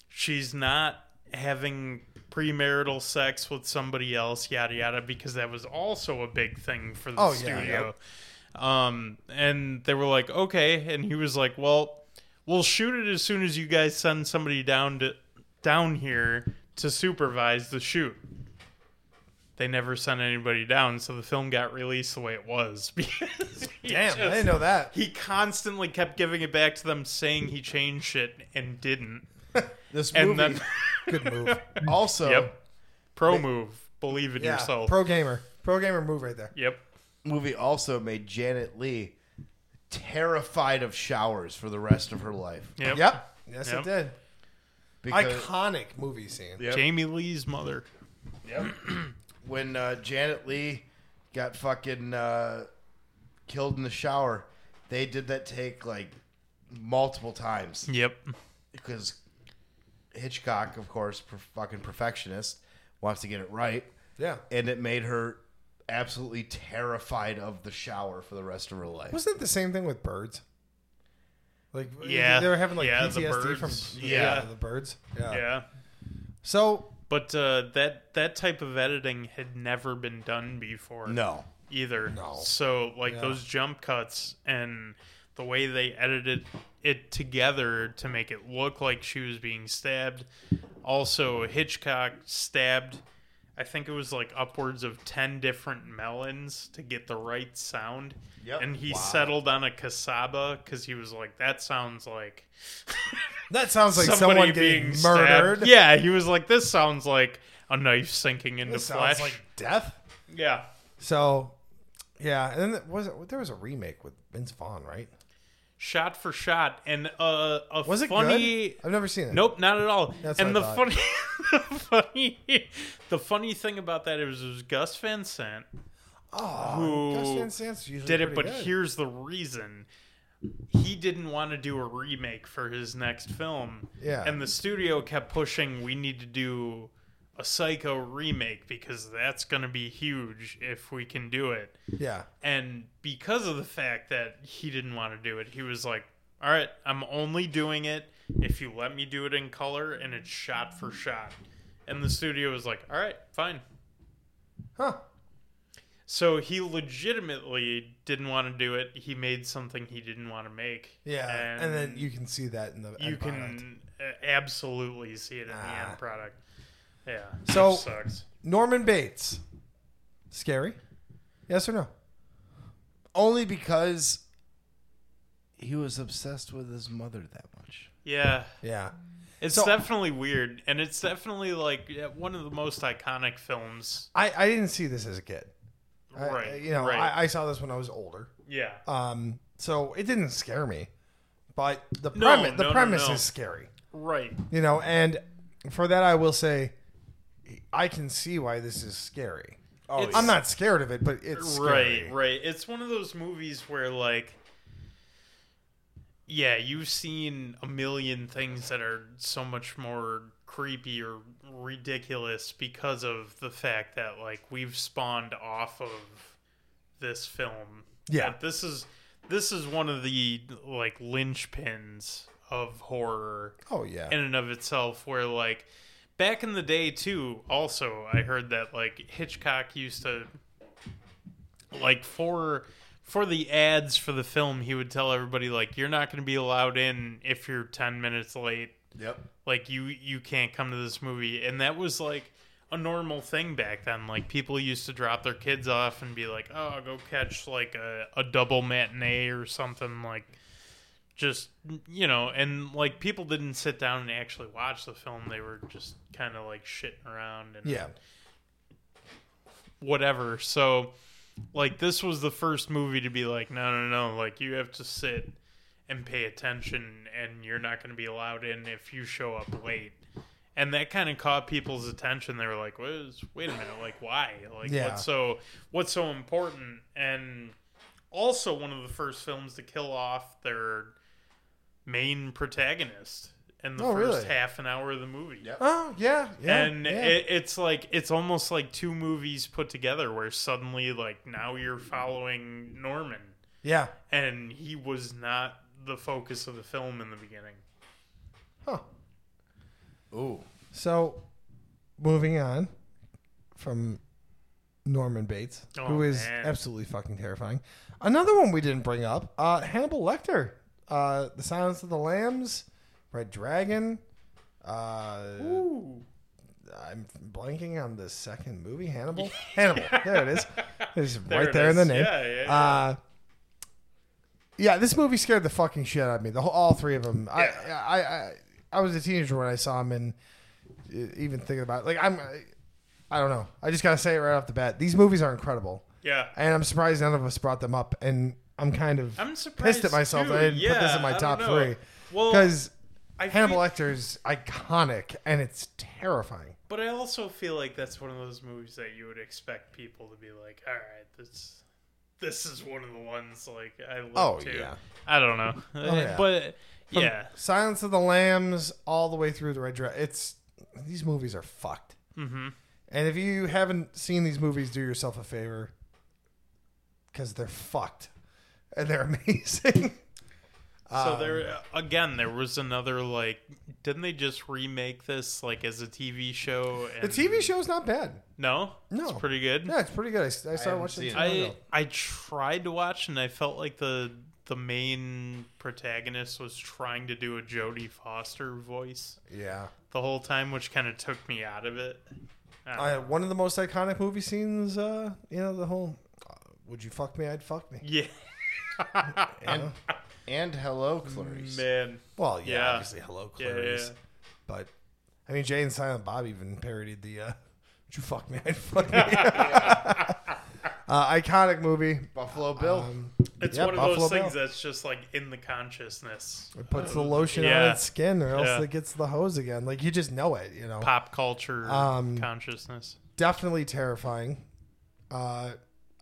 she's not having premarital sex with somebody else yada yada because that was also a big thing for the Oh, yeah, studio um and they were like okay and he was like well we'll shoot it as soon as you guys send somebody down to down here to supervise the shoot they never sent anybody down, so the film got released the way it was. (laughs) Because he Damn, I just- didn't know that. He constantly kept giving it back to them, saying he changed shit and didn't. This And movie then, Good move. also yep, pro move, believe in Yeah. yourself. Pro gamer. Pro gamer move right there. yep, movie also made Janet Lee terrified of showers for the rest of her life. yep, Yep. Yes, Yep. it did. Because Iconic movie scene. Yep. Jamie Lee's mother. when uh, Janet Lee got fucking uh, killed in the shower, they did that take like multiple times. Yep, because Hitchcock, of course, per- fucking perfectionist, wants to get it right, Yeah. and it made her absolutely terrified of the shower for the rest of her life. Wasn't it the same thing with birds? Like Yeah. they were having like Yeah, the PTSD from birds. yeah. Yeah. the birds. Yeah. So But uh, that that type of editing had never been done before. No. Either. So like those jump cuts and the way they edited it together to make it look like she was being stabbed. Also Hitchcock stabbed I think it was like upwards of 10 different melons to get the right sound. Yep. And he settled on a cassava cuz he was like that sounds like that sounds like somebody someone being getting murdered. murdered. Yeah, he was like, "This sounds like a knife sinking into This flesh." sounds like death. yeah, So yeah, and then there was there was a remake with Vince Vaughn, right? shot for shot, and uh, a Was it funny? good? I've never seen it. Nope, not at all. That's and the what funny, I (laughs) the funny, the funny thing about that is, it was Gus Van Sant Oh, Gus who Van Sant's usually did it, pretty but good. here's the reason. He didn't want to do a remake for his next film. Yeah. And the studio kept pushing, we need to do a Psycho remake because that's going to be huge if we can do it. yeah, And because of the fact that he didn't want to do it, he was like, all right, I'm only doing it if you let me do it in color and it's shot for shot. And the studio was like, all right, fine. huh? So he legitimately didn't want to do it. He made something he didn't want to make. Yeah, and, then you can see that in the you end product. can uh, absolutely see it in the Ah. end product. Yeah. So- which sucks. Norman Bates, scary? Yes or no? Only because he was obsessed with his mother that much. Yeah. Yeah, It's So- definitely weird, and it's definitely like yeah, one of the most iconic films. I I didn't see this as a kid. I- Right. I, you know, right. I, I saw this when I was older. yeah. Um, so it didn't scare me, but the No, premise the no, no, premise no. is scary. Right. You know, and for that I will say, I can see why this is scary. Oh, I'm not scared of it, but it's scary. Right, right. It's one of those movies where like yeah, you've seen a million things that are so much more creepy or ridiculous because of the fact that like we've spawned off of this film. Yeah. That this is this is one of the like linchpins of horror Oh yeah. in and of itself where like back in the day too also i heard that like hitchcock used to like for for the ads for the film he would tell everybody like you're not going to be allowed in if you're 10 minutes late Yep. like you you can't come to this movie and that was like a normal thing back then like people used to drop their kids off and be like oh I'll go catch like a, a double matinee or something like just you know and like people didn't sit down and actually watch the film they were just kind of like shitting around and yeah. whatever so like this was the first movie to be like no no no like you have to sit and pay attention and you're not going to be allowed in if you show up late and that kind of caught people's attention they were like wait, wait a minute like why like Yeah. what's so what's so important and also one of the first films to kill off their main protagonist in the Oh, first really? half an hour of the movie Yep. Oh yeah. Yeah. and yeah. It, it's like it's almost like two movies put together where suddenly like now you're following norman yeah. and he was not the focus of the film in the beginning Huh. Ooh. So, moving on from Norman Bates, Oh, who is man. absolutely (laughs) fucking terrifying. Another one we didn't bring up: uh, Hannibal Lecter, uh, The Silence of the Lambs, Red Dragon. Uh, Ooh. I'm blanking on the second (laughs) movie, Hannibal. Hannibal, there it is. It's right it there in is. the name. Yeah, yeah, yeah. Uh, yeah, this movie scared the fucking shit out of me. The whole, all three of them. I, I, I, I was a teenager when I saw them, and uh, even thinking about it, like I'm, I don't know. I just gotta say it right off the bat. These movies are incredible, yeah and I'm surprised none of us brought them up. And I'm kind of i'm surprised pissed at myself too. that I didn't put this Yeah, in I my don't top know. three well because I Hannibal feel- Lecter is iconic and it's terrifying. but i also feel like that's one of those movies that you would expect people to be like all right this this is one of the ones like i love Oh, to. yeah. Oh, i don't know Uh, yeah. but From yeah Silence of the Lambs all the way through the Red Dress. It's these movies are fucked. Mm-hmm. And if you haven't seen these movies, do yourself a favor because they're fucked and they're (laughs) amazing. So there again, there was another like. Didn't they just remake this like as a TV show? The And, TV show's not bad. No, No. it's pretty good. Yeah, it's pretty good. I, I started watching it. too long I ago. I tried to watch and I felt like the the main protagonist was trying to do a Jodie Foster voice Yeah. the whole time, which kind of took me out of it. I, one of the most iconic movie scenes, uh, you know, the whole uh, would you fuck me? I'd fuck me. (laughs) Yeah, And hello, Clarice. man. Well, yeah, Yeah. obviously, hello, Yeah, yeah, Clarice. yeah. But I mean, Jay and Silent Bob even parodied the uh, (laughs) "Would you fuck me? (laughs) I'd fuck me." (laughs) (laughs) uh, iconic movie. Buffalo Bill. It's Yeah, one of Buffalo those things Bill. Uh, that's just like in the consciousness. It puts the lotion on Yeah. its skin, or else Yeah. it gets the hose again. Like you just know it. You know, Pop culture Um, consciousness. definitely terrifying. Uh,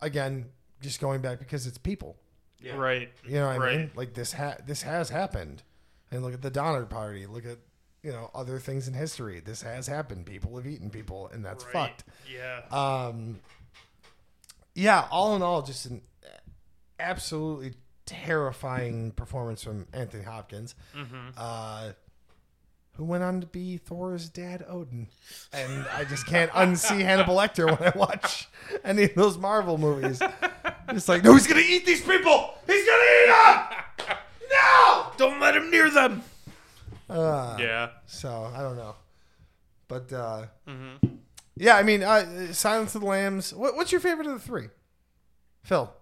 again, just going back because it's people. Right. You know what I mean? Right. Like this ha- this has happened. And look at the Donner Party. Look at you know other things in history. This has happened. People have eaten people, and that's Right. fucked. Yeah. Um, yeah. All in all, just an absolutely terrifying performance from Anthony Hopkins, Mm-hmm. uh, who went on to be Thor's dad, Odin. And I just can't unsee Hannibal Lecter when I watch (laughs) any of those Marvel movies. Just like, no, he's gonna eat these people. He's gonna eat them. No. Don't let him near them. Uh, yeah. So I don't know, but uh, Mm-hmm. yeah, I mean, uh, Silence of the Lambs. What, what's your favorite of the three? Phil,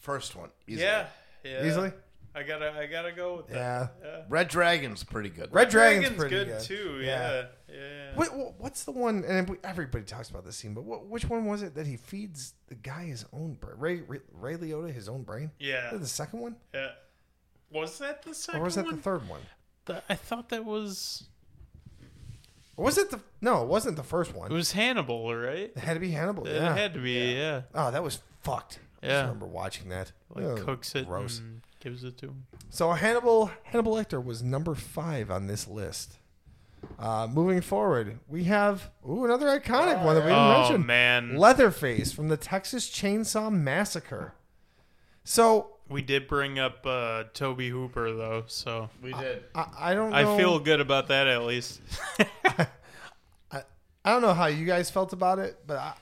First one. Easily. Yeah. Yeah. easily. I gotta. I gotta go with that. Yeah, Red Dragon's pretty good. Red Dragon's, Dragon's pretty good, good, too. Yeah. Yeah. yeah. What, what- what's the one? And everybody talks about this scene, but what, which one was it that he feeds the guy his own brain? Ray, Ray, Ray Liotta his own brain? Yeah. Is that the second one, yeah. Was that the second or was that one? the third one? Th- I thought that was. Or was it the no? It wasn't the first one. It was Hannibal, right? It had to be Hannibal. It yeah. had to be. Yeah. oh, that was fucked. I Yeah. just remember watching that. Oh, Like Ugh, cooks it Gross. and gives it to him. So Hannibal Hannibal Lecter was number five on this list. Uh, moving forward, we have ooh another iconic one that we didn't Oh, mention. man. Leatherface from the Texas Chainsaw Massacre. So We did bring up uh, Toby Hooper though, so We did. I, I don't. Know, I feel good about that at least. I don't know how you guys felt about it, but I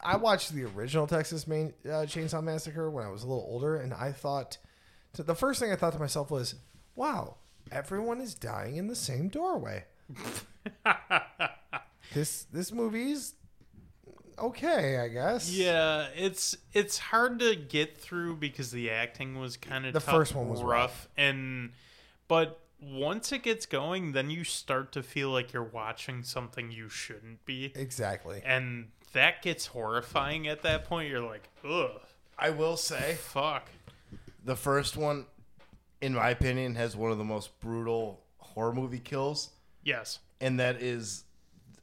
I watched the original Texas Main, uh, Chainsaw Massacre when I was a little older, and I thought to, the first thing I thought to myself was, "Wow, everyone is dying in the same doorway." this this movie's okay, I (laughs) guess. yeah, it's it's hard to get through because the acting was kind of The first one was rough, and but once it gets going, then you start to feel like you're watching something you shouldn't be, exactly. and that gets horrifying. At that point, you're like, ugh, I will say fuck. the first one, in my opinion, has one of the most brutal horror movie kills, Yes, and that is,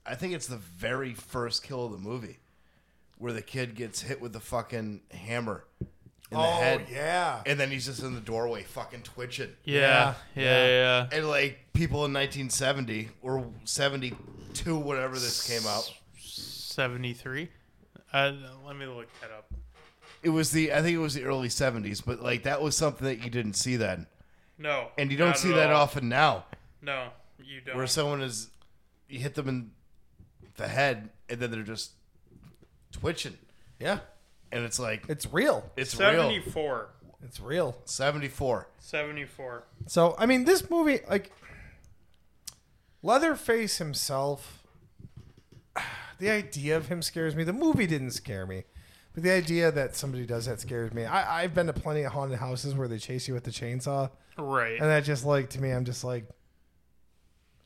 I think it's the very first kill of the movie, where the kid gets hit with the fucking hammer in the head, yeah. and then he's just in the doorway fucking twitching. yeah, yeah, yeah. yeah. And like people in 1970 or 72, whatever this came out, Seventy three. Uh, let me look that up. it was the I think it was the early 70s, but like that was something that you didn't see then, No, and you don't not see at that all. often now. No, you don't. where someone is you hit them in the head and then they're just twitching Yeah. and it's like It's real. it's real 74. It's real. 74 74. So I mean, this movie, like Leatherface himself, (sighs) the idea of him scares me. The movie didn't scare me, but the idea that somebody does that scares me. I, I've been to plenty of haunted houses where they chase you with the chainsaw, Right. and that just like to me, I'm just like,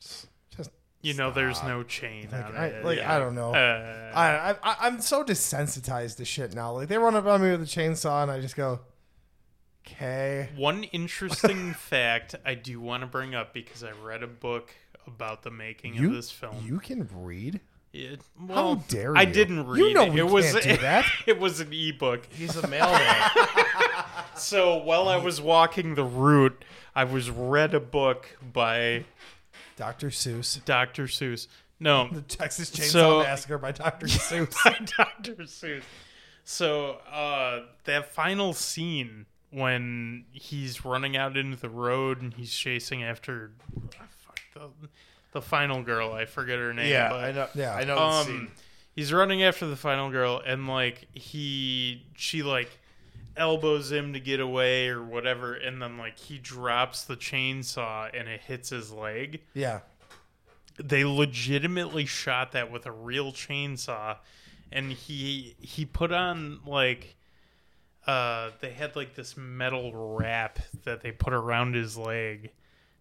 just you know, there's no chain on I, it. like yeah. I don't know. Uh, I, I I'm so desensitized to shit now. Like they run up on me with a chainsaw, and I just go, okay. one (laughs) interesting fact I do want to bring up because I read a book about the making of this film. you can read. It- well, dare I you. didn't You read know it. we it was (laughs) can't do that. it was an ebook. he's a mailman So while I was walking the route, I was read a book by Dr. Seuss. Dr. Seuss. No, Texas Chainsaw So- Massacre by (laughs) Dr. Seuss. by Dr. Seuss. So uh, that final scene when he's running out into the road and he's chasing after ah, fuck, the, the final girl. I forget her (laughs) name. Yeah, but, I know. Yeah. I know. the um, scene. he's running after the final girl, and like he, she like elbows him to get away or whatever, and then like he drops the chainsaw and it hits his leg. Yeah. They legitimately shot that with a real chainsaw, and he he put on like. Uh, they had like this metal wrap that they put around his leg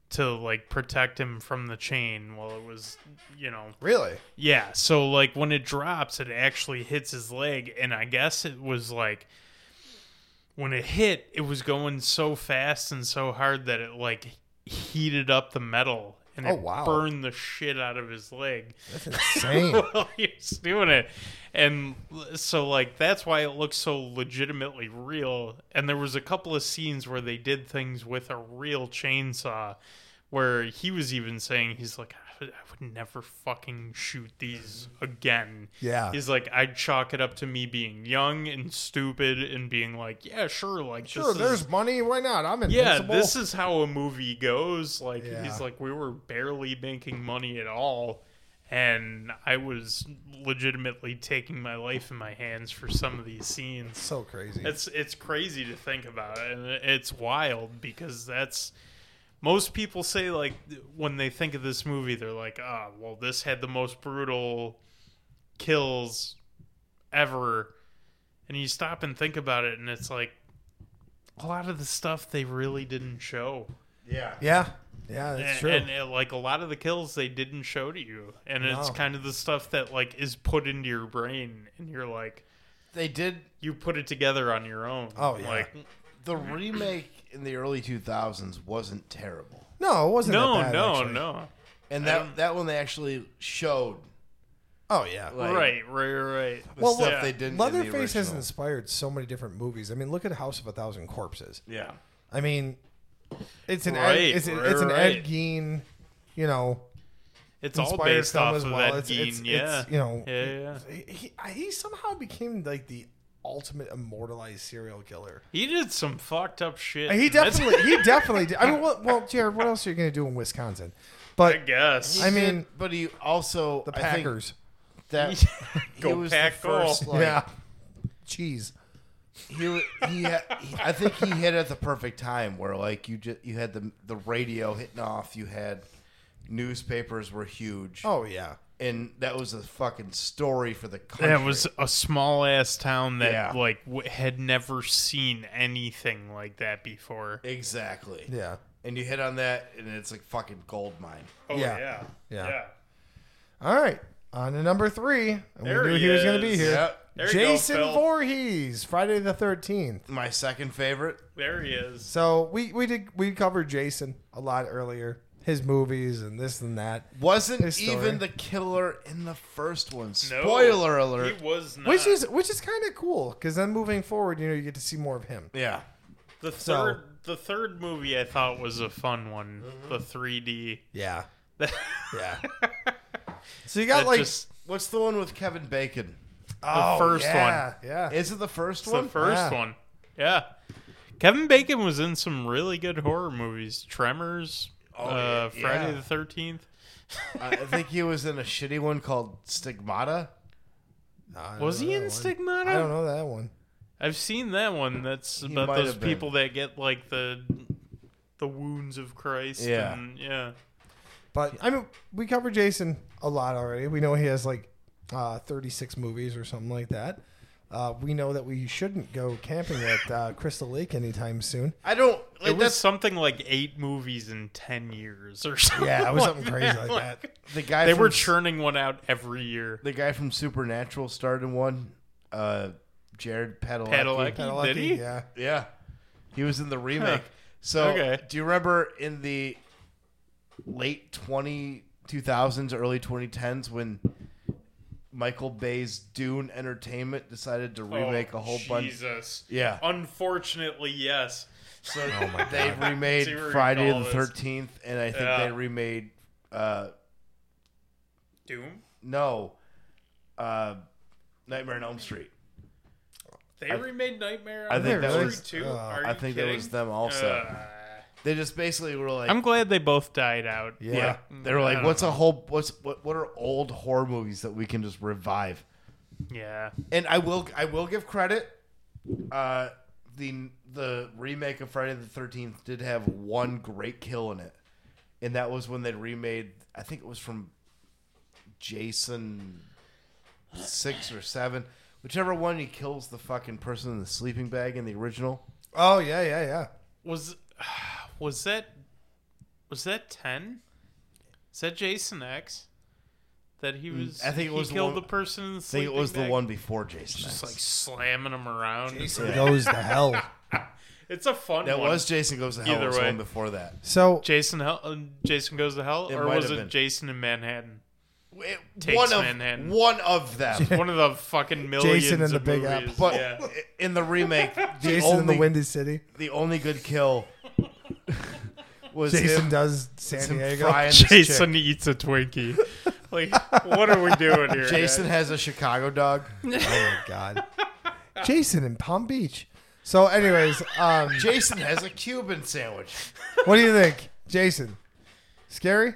to like protect him from the chain while it was, you know, Really? yeah, so like when it drops, it actually hits his leg, and I guess it was like when it hit, it was going so fast and so hard that it like heated up the metal and Oh, it wow. burned the shit out of his leg That's insane. (laughs) while he was doing it. And so like that's why it looks so legitimately real. And there was a couple of scenes where they did things with a real chainsaw where he was even saying he's like I would, I would never fucking shoot these again. Yeah. He's like I'd chalk it up to me being young and stupid and being like, yeah, sure, like sure, this there's is, money. Why not? I'm yeah, invincible. this is how a movie goes. Like Yeah. he's like, we were barely making money at all, and I was legitimately taking my life in my hands for some of these scenes. so crazy. It's it's crazy to think about, and it's wild because that's most people say like when they think of this movie, they're like, ah, well, this had the most brutal kills ever, and you stop and think about it, and it's like a lot of the stuff they really didn't show. yeah. yeah. Yeah, that's And, true. and, uh, like a lot of the kills they didn't show to you, and it's No. kind of the stuff that like is put into your brain, and you're like, They did you put it together on your own. Oh, yeah. Like, the remake in the early 2000s wasn't terrible. no, it wasn't No, that bad, no, actually. no. And Um, that that one they actually showed Oh, yeah. like, right, right, right. the Well, stuff yeah. they didn't. in the Leatherface has original. inspired so many different movies. I mean, look at House of a Thousand Corpses. Yeah. I mean, it's an Right, Ed, it's, an, it's an right. Ed Gein, you know, It's all inspired based film off as of well. that It's- gene. it's- yeah. it's, you know, yeah, yeah, yeah. he, he- he somehow became like the ultimate immortalized serial killer. He did some fucked up shit. He That's- definitely, (laughs) he definitely did. I mean, well, well, Jared, what else are you going to do in Wisconsin? I But guess. I mean, But he also the I think Packers, that (laughs) Go he was pack, the first, go. like, yeah, jeez, he, he, ha- he- I think he hit at the perfect time where like you just you had the the radio hitting off, you had newspapers were huge, oh yeah, and that was a fucking story for the country. That was a small ass town that Yeah. like w- had never seen anything like that before. exactly, yeah, and you hit on that, and it's like fucking gold mine. Oh Yeah. yeah, Yeah. All right, on to number three. And There we knew he he, was going to be is. here. Yep. There you go, Jason Phil. Voorhees, Friday the Thirteenth. My second favorite, There he is. So we we did we covered Jason a lot earlier, his movies and this and that. wasn't His story. even the killer in the first one. No, Spoiler alert. He was not. Which is which is kind of cool because then moving forward, you know, you get to see more of him. yeah. the third. so- The third movie I thought was a fun one. The 3D. Yeah, That, yeah. so you (laughs) got that like just, What's the one with Kevin Bacon? oh, first yeah, yeah. Is it the first It's one? the first Yeah. one. Yeah. Kevin Bacon was in some really good horror movies. Tremors, Oh, uh, yeah. Friday the 13th. I I think he was in a shitty one called Stigmata. I don't Was know he that in one. Stigmata? I don't know that one. I've seen that one. That's about might those have been. people that get like the the wounds of Christ. Yeah. and- yeah. But I mean, we covered Jason a lot already. We know he has like uh, 36 movies or something like that. Uh, we know that we shouldn't go camping at uh, Crystal Lake anytime soon. I don't. It Like, was that's something like eight movies in ten years or something. Yeah, it was like (laughs) something crazy that. like that. the guy. They from, were churning one out every year. the guy from Supernatural starred in one. Uh, Jared Padalecki. Padalecki. Did Kinda lucky, he? Yeah. Yeah, he was in the remake. So, Okay. do you remember in the late 20, 2000s, early twenty tens when Michael Bay's Dune Entertainment decided to remake Oh, a whole bunch? Jesus. Oh Yeah. Unfortunately, yes. So they remade See where you Friday call the this. Thirteenth, and I think Yeah. they remade. Uh, Doom. No. Uh, Nightmare on Elm Street. They remade Nightmare I on think Elm that Street was- too. uh, Are I you think kidding? that was them also. Uh, they just basically were like, I'm glad they both died out. yeah. They were I like, don't what's a whole what's what what are old horror movies that we can just revive? Yeah. And I will I will give credit. Uh, the the remake of Friday the Thirteenth did have one great kill in it, and that was when they remade. I think it was from Jason six or seven, whichever one he kills the fucking person in the sleeping bag in the original. Oh yeah, yeah, yeah. Was (sighs) was that was that ten? Is that Jason X? That he was. Mm, I think it he was the killed one- the person. In the I think it was the bag. one before Jason. X. just like slamming him around. Jason goes to hell. It's a fun that one. was Jason Goes to Hell. Either It was way. one before that. So Jason. Hell, uh, Jason goes to hell, It or might was have it been. Jason in Manhattan? It- Takes one of Manhattan. one of them. One of the (laughs) fucking millions Jason and the of Big movies. Apple. But yeah. in the (laughs) remake, the Jason only in the Windy City. the only good kill was Jason him, does San was him Diego. frying this Jason chick. eats a Twinkie. (laughs) like, what are we doing here? Jason guys? has a Chicago dog. Oh my god. Jason in Palm Beach. So, anyways, um, Jason has a Cuban sandwich. what do you think, Jason? Scary?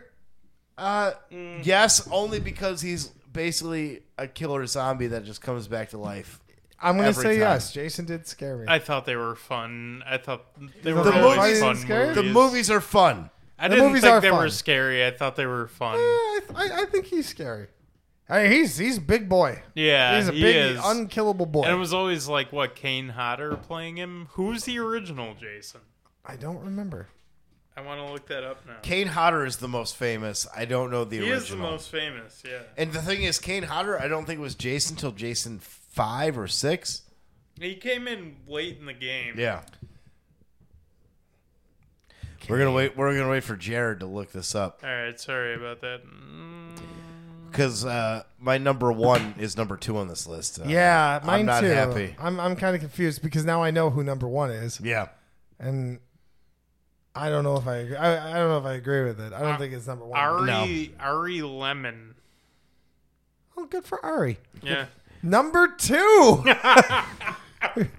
Uh, Mm. yes, only because he's basically a killer zombie that just comes back to life. I'm gonna Every say time. yes. Jason did scare me. I thought they were fun. I thought they were the always movies fun didn't scare movies. you? The movies are fun. I the didn't movies think are they were fun. Eh, scary. I thought they were fun. Yeah, I, I, I think he's scary. I mean, he's he's a big boy. Yeah, he's a he big is. unkillable boy. and it was always like what Kane Hodder playing him. Who's the original Jason? I don't remember. I want to look that up now. Kane Hodder is the most famous. I don't know the he original. is the most famous. Yeah, And the thing is, Kane Hodder, I don't think was Jason till Jason five or six. he came in late in the game. Yeah. We're gonna wait. We're gonna wait for Jared to look this up All right, sorry about that. Mm, because uh, my number one is number two on this list. Uh, Yeah, I'm mine not too. happy. I'm I'm kind of confused because now I know who number one is, yeah. and I don't know if I agree. I, I don't know if I agree with it. I don't think it's number one. Ari Ari Lemon. Oh, good for Ari. (laughs) Yeah, Number two.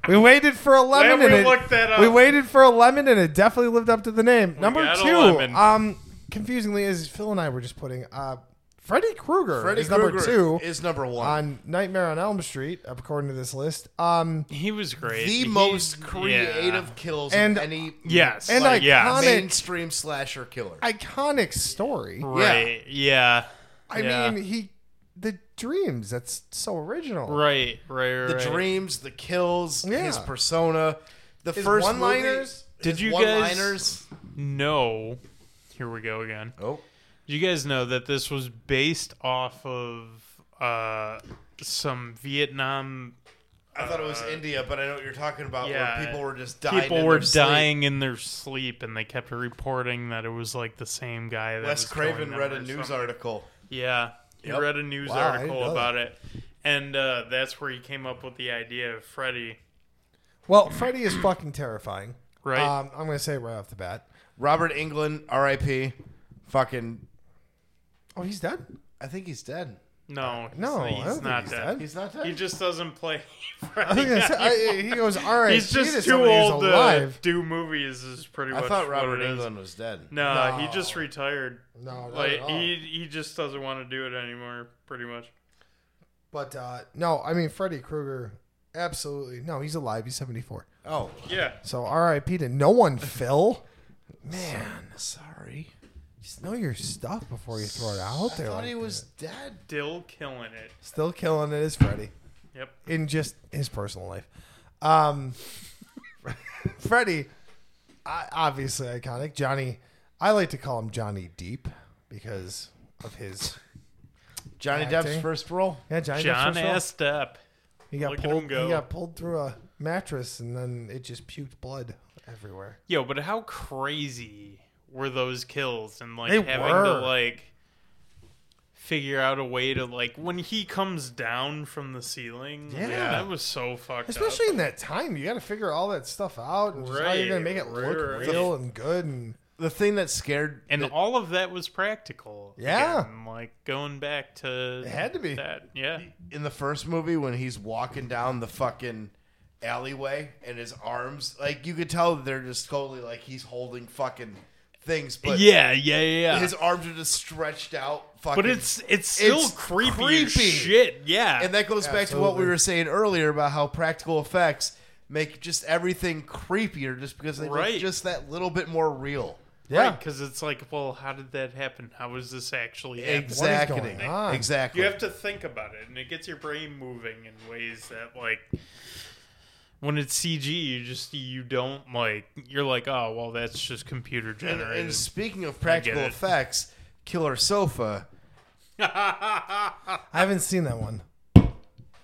we waited for a Glad lemon. we and it, looked that up. We waited for a lemon, and it definitely lived up to the name. Number got a two. lemon. Um, confusingly, is Phil and I were just putting uh, Freddy Krueger Freddy is number Krueger two is number one. on Nightmare on Elm Street, according to this list. Um, he was great. the He- most yeah. creative kills And- of any Yes. And like, yes. iconic- mainstream slasher killer. iconic story. Right. Yeah. I Yeah. mean, he the dreams. That's so original. Right. Right. Right. the right. dreams, the kills, Yeah. his persona, the His first one-liners? movie- Did his you guys- one-liners. No. Here we go again. Oh, You guys know that this was based off of uh, some Vietnam I thought it was India, but I know what you're talking about. Uh, Yeah. where people were just dying. people in were their sleep. dying in their sleep, and they kept reporting that it was like the same guy. That Wes was killing Craven them read or a news something. article. Yeah, he Yep. read a news Wow, I didn't article know about it, and uh, that's where he came up with the idea of Freddy. Well, Freddy is fucking terrifying. Right. Um, I'm gonna say it right off the bat. Robert England, R.I.P. Fucking, Oh, he's dead. I think he's dead. No, he's, No, I he's don't think not he's dead. dead. He's not dead. He just doesn't play (laughs) I Freddy. think I said, I, he goes, all right. he's just too old to do movies. Is pretty I much thought what Robert it is. England was dead. No, he No. just retired. No, not Like at all. he he just doesn't want to do it anymore. Pretty much. But uh, no, I mean Freddy Krueger, absolutely no. He's alive. He's 74. Oh, Yeah. So R.I.P. to no one, Phil. Man, sorry. just know your stuff before you throw it out there. I thought like he was that. dead. Still killing it. still killing it as Freddy Yep. in just his personal life. Um, (laughs) Freddy, I- obviously iconic. Johnny, I like to call him Johnny Deep because of his Johnny Acting. Depp's first role. yeah Johnny Depp's John first role. asked up. He got Look at pulled. him go. He got pulled through a mattress, and then it just puked blood everywhere. Yo, but how crazy were those kills and like They having were. to like figure out a way to like when he comes down from the ceiling. Yeah. that was so fucked Especially up. in that time, you got to figure all that stuff out and just how you're Right, gonna make it look right. real and good. And The thing that scared And that- all of that was practical. Yeah. again, like going back to it had to be. that. Yeah, in the first movie when he's walking down the fucking alleyway and his arms like you could tell that they're just totally like he's holding fucking things but yeah, yeah, yeah. his arms are just stretched out fucking but it's it's still It's creepy, as creepy. shit. Yeah. and that goes back to what we were saying earlier about how practical effects make just everything creepier just because they Right. make just that little bit more real yeah, because it's like, well, how did that happen? How is this actually happening? exactly going on? exactly You have to think about it, and it gets your brain moving in ways that, like, when it's CG, you just you don't like. You're like, oh, well, that's just computer And, generated. and speaking of practical it. effects, Killer Sofa. I haven't seen that one.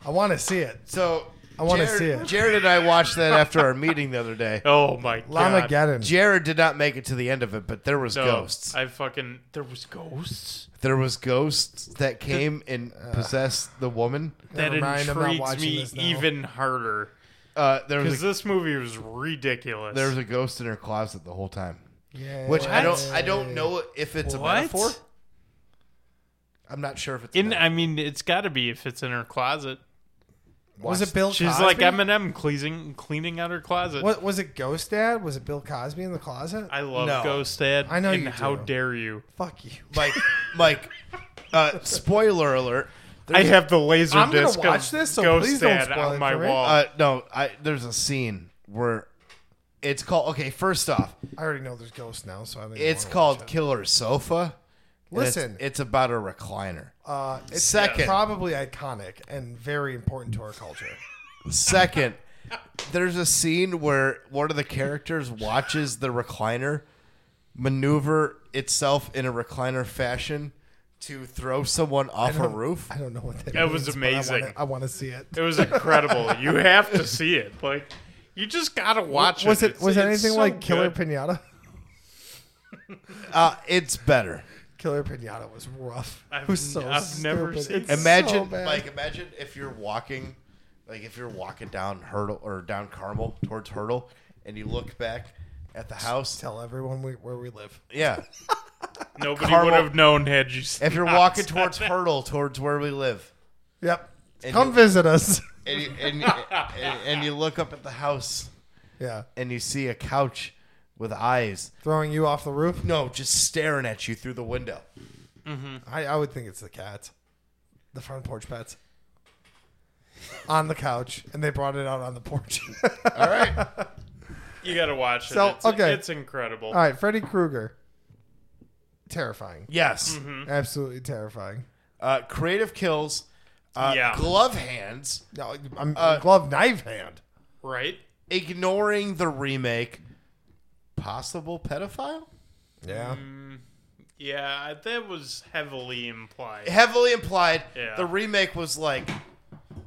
I want to see it. So I wanna see it. Jared and I watched (laughs) that after our meeting the other day. oh my god, Lamageddon. Jared did not make it to the end of it, but there was No, ghosts. I fucking there was ghosts There was ghosts that came and possessed the woman. that Never mind, I'm not intrigues watching me this now. even harder Uh, there because was a, this movie was ridiculous. there was a ghost in her closet the whole time, Yeah. which I don't What? I don't know if it's What? a metaphor. I'm not sure if it's a in, (laughs) metaphor. I mean, it's got to be if it's in her closet. was it Bill? She's Cosby? like Eminem cleaning cleaning out her closet. What was it? Ghost Dad? Was it Bill Cosby in the closet? I love No. Ghost Dad. I know and you How do. dare you? Fuck you. Mike. Mike. Uh, spoiler alert. I have the laser I'm gonna disc. watch of this, so Ghost please don't Dad spoil on it my for me. wall. Uh, no, I, there's a scene where it's called. Okay, first off, I already know there's ghosts now, so I think it's called Killer Sofa. and it's- Listen. it's, about a recliner. Uh, it's Second. probably iconic and very important to our culture. (laughs) Second, there's a scene where one of the characters watches the recliner maneuver itself in a recliner fashion to throw someone off a don't- roof. I don't know what that. That was means, but I amazing. wanna- I want to see it. it was incredible. (laughs) you have to see it. Like you just gotta watch Was it. it? Was it It's- it's anything so like Killer good. Pinata? Uh, it's better. Killer Pinata was (laughs) rough. I've it was so n- I've never stupid. seen It's it. so Imagine, bad. like, imagine if you're walking, like, if you're walking down Hurdle or down Carmel towards Hurdle, and you look back at the house. tell everyone we, where we live. Yeah, Nobody Carmel- would have known had you. if (laughs) you're not walking said towards that. Hurdle, towards where we live, Yep. And Come you- visit us. (laughs) and you, and, and, and you look up at the house yeah. and you see a couch with eyes, Throwing you off the roof. no, just staring at you through the window. I, I would think it's the cats, the front porch pets, on the couch, and they brought it out on the porch. (laughs) All All right, you gotta watch it. So, it's, okay. it's incredible. right, Freddy Krueger, terrifying, yes, Mm-hmm. absolutely terrifying. uh, creative kills, uh, Yeah. glove hands. No, I'm Uh, glove knife hand. right? ignoring the remake, possible pedophile? Yeah, Yeah, that was heavily implied. Heavily implied. Yeah. The remake was like,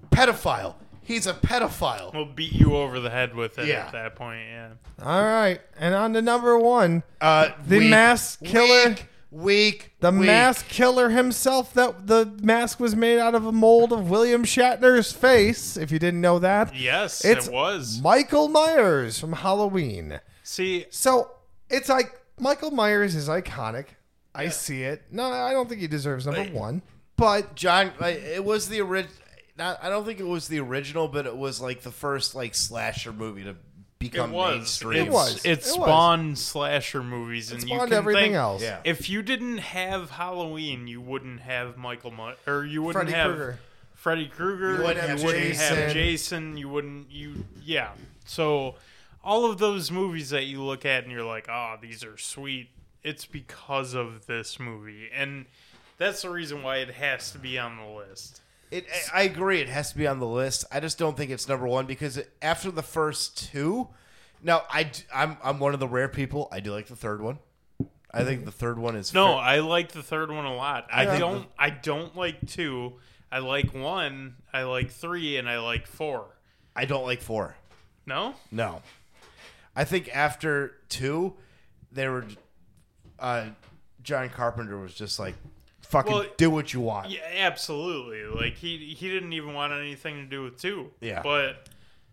pedophile. He's a pedophile. We'll beat you over the head with it Yeah. at that point. Yeah. all right, and on to number one, Uh, the weak, masked killer. Weak. weak, the weak. mask killer himself. That the mask was made out of a mold of William Shatner's face. If you didn't know that, Yes, It's it was. Michael Myers from Halloween. See, So it's like Michael Myers is iconic. I see it. No, I don't think he deserves number one. But John, like, it was the original. I don't think it was the original, but it was like the first like slasher movie to it become was. mainstream. It was. It It was. spawned slasher movies, and you Spawned can everything think, else. Yeah. If you didn't have Halloween, you wouldn't have Michael Myers, or you wouldn't Freddy have Krueger. Freddy Krueger. You wouldn't have have Jason. Jason. You wouldn't. You yeah. So all of those movies that you look at and you're like, oh, these are sweet. It's because of this movie, and that's the reason why it has to be on the list. It, I I agree. It has to be on the list. I just don't think it's number one because after the first two, now I am I'm one of the rare people. I do like the third one. I think the third one is No, fair- I like the third one a lot. I Yeah. don't. I don't like two. I like one. I like three, and I like four. I don't like four. No, No, I think after two, they were. Uh, John Carpenter was just like, "Fucking Well, do what you want." yeah, absolutely. Like he he didn't even want anything to do with two. Yeah. but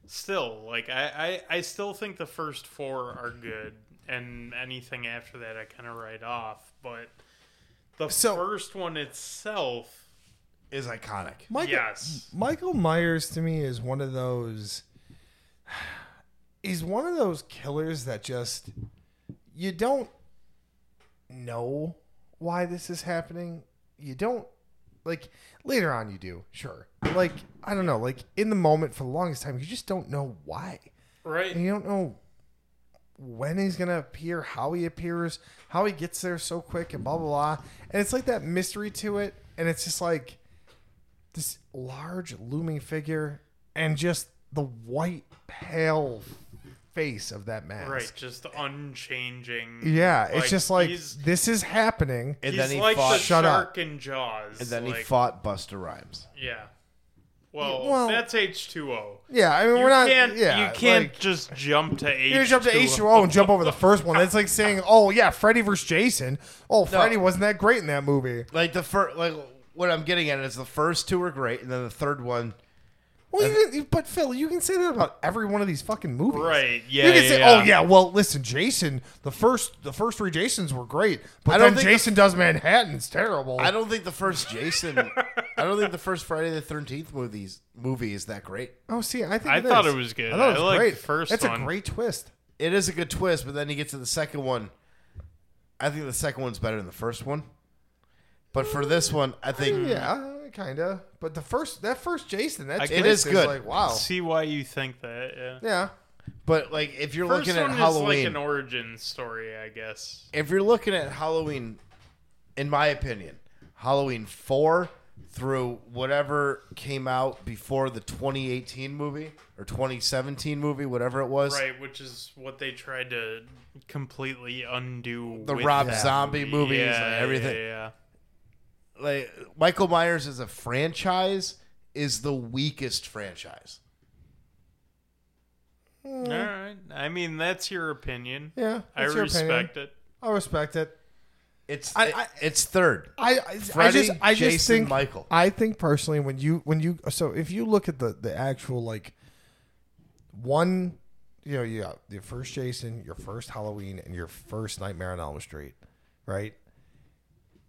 still, like I I, I still think the first four are good, and anything after that I kind of write off. But the So- first one itself, Is iconic. Michael yes, Michael Myers to me is one of those (sighs) he's one of those killers that just you don't know why this is happening. You don't like later on you do, sure. But, Like I don't know, like in the moment for the longest time you just don't know why. And Right. you don't know when he's gonna appear, how he appears, how he gets there so quick, and blah blah blah. And it's like that mystery to it, and it's just like this large looming figure, and just the white pale face of that mask. Right. Just unchanging. Yeah, it's Like, just like he's- this is happening. And he's then he like the fought. Shut up. shark in Jaws. and then he like, fought Buster Rhymes. Yeah. Well, Well- that's H two O. Yeah, I mean You we're not. can't. yeah, you can't like, just jump to H. you jump to H2O and jump (laughs) over the first one. That's like saying, "Oh yeah, Freddy versus Jason." Oh, Freddy wasn't that great in that movie. Like the first, like what I'm getting at is the first two are great, and then the third one. Well, you can, but Phil, you can say that about every one of these fucking movies, Right, you yeah, can say, yeah, "Oh yeah, yeah. well, listen, Jason, the first, the first three Jasons were great, but don't then think Jason does Manhattan's terrible." I don't think the first Jason. I don't think the first Friday the Thirteenth movies movie is that great. oh, see, I think I it thought is. it was good. I thought it I was liked great. the first That's one. a great twist. It is a good twist, but then you get to the second one. I think the second one's better than the first one. But for this one, I think Yeah, kind of. But the first, that first Jason, that Mm. I- twist It is good. Like, wow. See why you think that. Yeah. Yeah. But like if you're First looking at one is Halloween, like an origin story, I guess. if you're looking at Halloween, in my opinion, Halloween four through whatever came out before the 2018 movie or 2017 movie, whatever it was, Right, which is what they tried to completely undo The with Rob that Zombie movie. movies yeah, and everything. Yeah, yeah. like Michael Myers as a franchise is the weakest franchise. All right. I mean, that's your opinion. Mm. Yeah, I that's your opinion. respect it. I respect it. It's I- I- it's third. I, I, I Freddy, just I just Jason, think Michael. I think personally when you when you so if you look at the the actual like one you know you got your first Jason, your first Halloween, and your first Nightmare on Elm Street, right?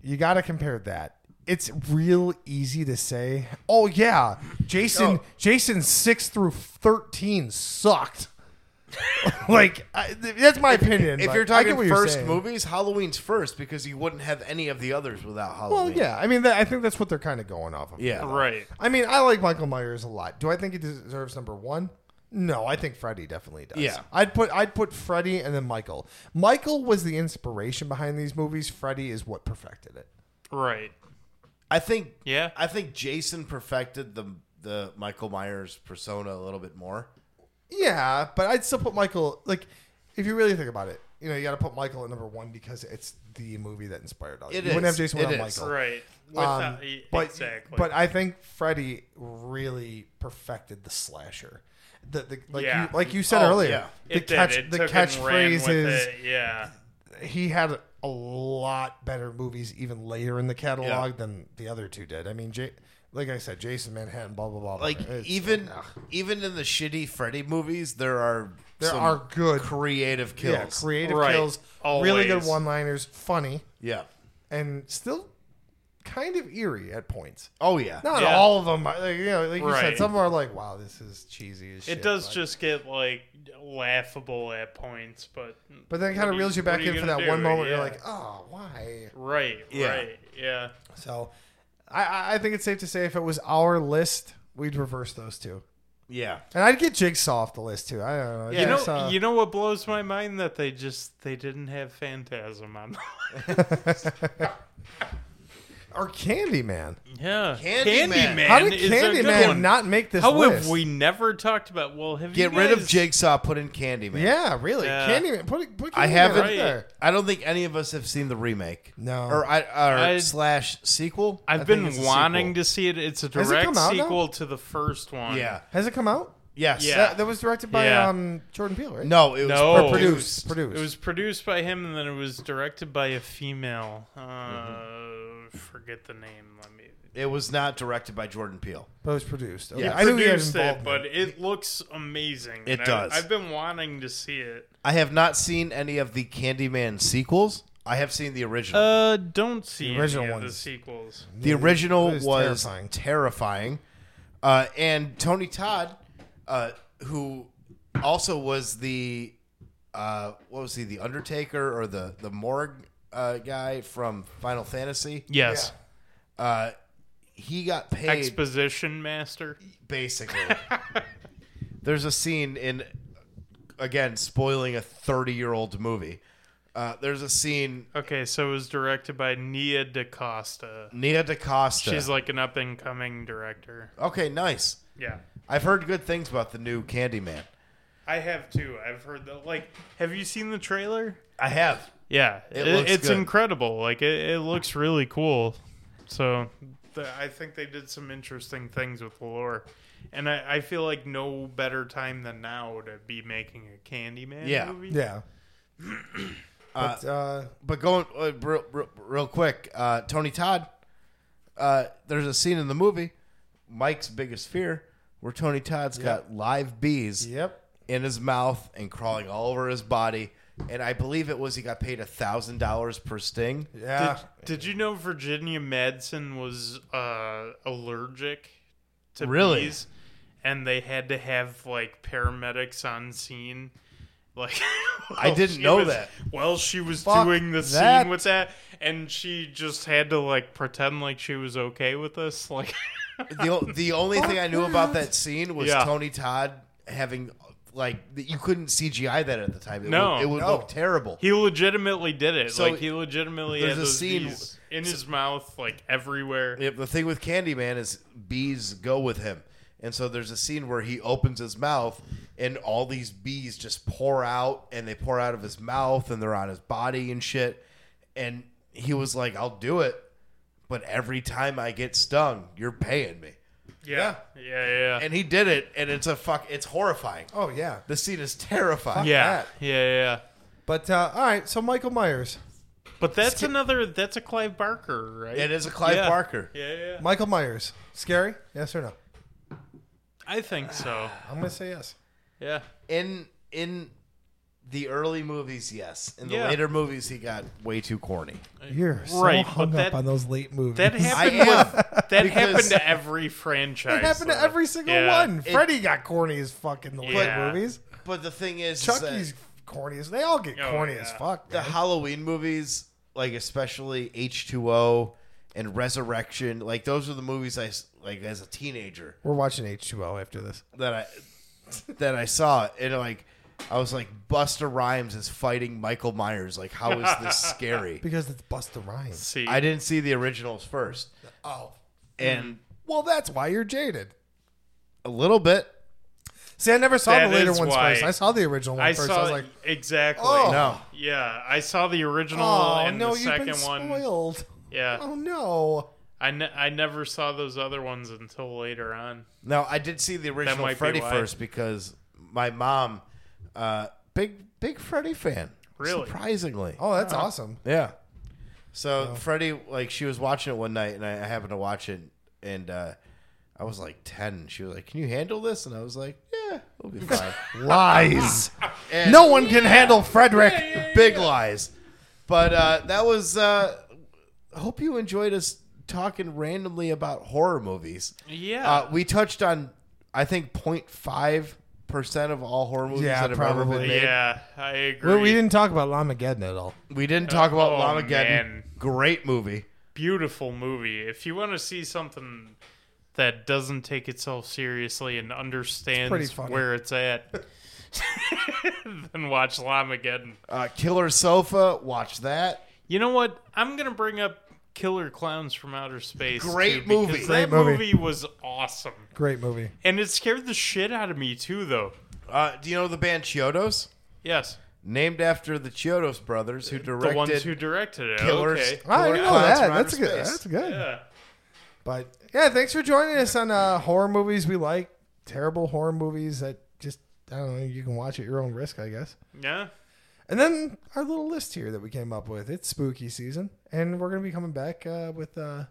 You got to compare that. It's real easy to say, oh yeah, Oh. Oh. Jason Jason six through thirteen sucked. (laughs) like I, that's my opinion. If but you're I get talking what 1st saying. movies, Halloween's first because you wouldn't have any of the others without Halloween. Well, yeah, I mean, that, I think that's what they're kind of going off of. Yeah. Right. I mean, I like Michael Myers a lot. Do I think he deserves number one? No, I think Freddy definitely does. Yeah. I'd put I'd put Freddy and then Michael. Michael was the inspiration behind these movies. Freddy is what perfected it. Right. I think Yeah. I think Jason perfected the the Michael Myers persona a little bit more. Yeah, but I'd still put Michael like if you really think about it, you know, you got to put Michael at number one because it's the movie that inspired all. It you wouldn't is. have Jason It without is. Michael. Right. Um, Without- e- but, exactly. But I think Freddy really perfected the slasher. The, the like Yeah. you like you said Oh, earlier, yeah. the it catch did. It the took and ran with catchphrases. it, Yeah. He had a lot better movies even later in the catalog than the other two did. I mean, J- like I said, Jason Manhattan, blah blah blah. blah. Like It's- even ugh. even in the shitty Freddy movies, there are there some are good creative yeah, kills. creative Right. kills, really good Always. one-liners, funny, Yeah. and still kind of eerie at points. Oh yeah. Not Yeah. all of them. are- Like, you know, like you said, Right. some are like, "Wow, this is cheesy as shit." It does but- just get like laughable at points, but but then it kind what of are reels you you- back what are you in for that gonna one do? moment. You're Yeah. like, "Oh, why?" right, Yeah. right, yeah. So, I- I I think it's safe to say if it was our list, we'd reverse those two, Yeah. and I'd get Jigsaw off the list too. I don't know. You know, Jigsaw- you know what blows my mind that they just they didn't have Phantasm on. (laughs) or Candyman. yeah, Candyman. How did is a good Candyman one. not make this How list? have we never talked about? Well, have Get you rid of guys- Jigsaw, put in Candyman. Yeah, really, Yeah. Candyman. Put, it- put Candyman I haven't. right there. I don't think any of us have seen the remake. No. Or I or I- slash sequel. I've I think it's been a wanting sequel. to see it. It's a it direct come out now? sequel to the first one. Yeah. Has it come out? Yes. Yeah. That, that was directed by Yeah. um, Jordan Peele, right? No. It was No. no. produced. produced. It was produced by him, and then it was directed by a female. Uh, Mm-hmm. Forget the name. Let me. It was not directed by Jordan Peele. but it was produced. Okay. Yeah. I knew he had produced it, involvement. but it looks amazing. It and I- does. I've been wanting to see it. I have not seen any of the Candyman sequels. I have seen the original. Uh, don't see The original any of the ones. sequels. the original it was, was terrifying. terrifying. Uh, and Tony Todd, uh, who also was the uh, what was he? The Undertaker or the the morgue uh, guy from Final Fantasy? Yes. Uh, he got paid Exposition master. (laughs) basically. There's a scene in, again, spoiling a 30 year old movie. Uh, there's a scene, Okay, so it was directed by Nia DaCosta. Nina DaCosta. She's like an up and coming director. okay, nice. Yeah. I've heard good things about the new Candyman. I have too. I've heard that. Like, have you seen the trailer? I have. Yeah. It looks it's good. incredible. Like, it, it looks really cool. So, the, I think they did some interesting things with the lore. And I, I feel like no better time than now to be making a Candyman Yeah. movie. (clears throat) Yeah. but uh, But going uh, real, real, real quick, uh, Tony Todd, uh, there's a scene in the movie, Mike's Biggest Fear, where Tony Todd's got live bees. yep. in his mouth and crawling all over his body. And I believe it was he got paid a thousand dollars per sting. Yeah. Ah. Did you know Virginia Madsen was uh, allergic to Really? bees, and they had to have like paramedics on scene? Like (laughs) I while didn't she know was- that. While she was Fuck doing the that. scene with that, and she just had to like pretend like she was okay with this. (laughs) Like, The o- the only thing I knew about that scene was Yeah. Tony Todd having like that you couldn't CGI that at the time. It No. would, it would No. look terrible. he legitimately did it. So, like, he legitimately had there's a those scene- bees in his mouth, like everywhere. Yep, the thing with Candyman is bees go with him, and so there's a scene where he opens his mouth and all these bees just pour out, and they pour out of his mouth, and they're on his body and shit. And he was like, "I'll do it, but every time I get stung, you're paying me." yeah, yeah, yeah, yeah. And he did it, and it's a fuck. It's horrifying. Oh yeah. The scene is terrifying. yeah, that. yeah. But uh, all right. So Michael Myers. But that's another. That's a Clive Barker, right? It is a Clive Yeah. Barker. Yeah, yeah. Michael Myers. Scary? Yes or no? I think so. I'm gonna say yes. (sighs) Yeah. In in the early movies, yes. In the Yeah. later movies, he got way too corny. You're so Right, but hung that- up on those late movies. That I happened am. that because- happened to every franchise. It happened to though. every single Yeah. one. Freddy got corny as fuck in the late Yeah. movies. But the thing is, is that- Chucky's corny as they all get Oh, corny yeah. as fuck. the man. Halloween movies, like especially H2O and Resurrection, like those are the movies I s- like as a teenager We're watching H2O after this. that I that I saw and like I was like Buster Rhymes is fighting Michael Myers. Like how is (laughs) this scary? Because it's Busta Rhymes. See, I didn't see the originals first. Oh. Hmm. And Well, that's why you're jaded. a little bit. See, I never saw That the later is ones why. first. I saw the original one I first. saw I was like, exactly. oh, No. Yeah, I saw the original oh and no, the you've been second one. spoiled. Yeah, Oh no. I, ne- I never saw those other ones until later on. No, I did see the original might be Freddy why. first because my mom uh big big Freddy fan. Really? Surprisingly. Oh, that's awesome. Yeah. So Freddie, like, she was watching it one night, and I, I happened to watch it, and uh, I was like ten. She was like, "Can you handle this?" And I was like, "Yeah, we'll be (laughs) fine." Lies. And no one can handle Frederick. big lies. But uh, that was. Uh, hope you enjoyed us talking randomly about horror movies. Yeah. Uh, we touched on, I think, 05 percent of all horror movies Yeah, that have ever probably. been made. yeah, I agree. We, we didn't talk about Lamageddon at all. We didn't talk about Oh, Lamageddon. man. Great movie. beautiful movie. If you want to see something that doesn't take itself seriously and pretty understands funny. where it's at, (laughs) then watch Lamageddon. Uh, Killer Sofa. Watch that. You know what? I'm gonna bring up Killer Clowns from Outer Space. Great too, because movie. That Great movie. movie was awesome, Great movie. and it scared the shit out of me too, though. Uh, do you know the band Chiodos? Yes, Named after the Chiodos brothers who the directed ones who directed it. Killers. Okay. I Killer didn't know Clowns that. from That's Outer good. Space. That's good. Yeah. But yeah, thanks for joining us on uh, horror movies we like. Terrible horror movies that just I don't know. You can watch at your own risk, I guess. Yeah. And then our little list here that we came up with. It's spooky season, and we're gonna be coming back uh, with uh, a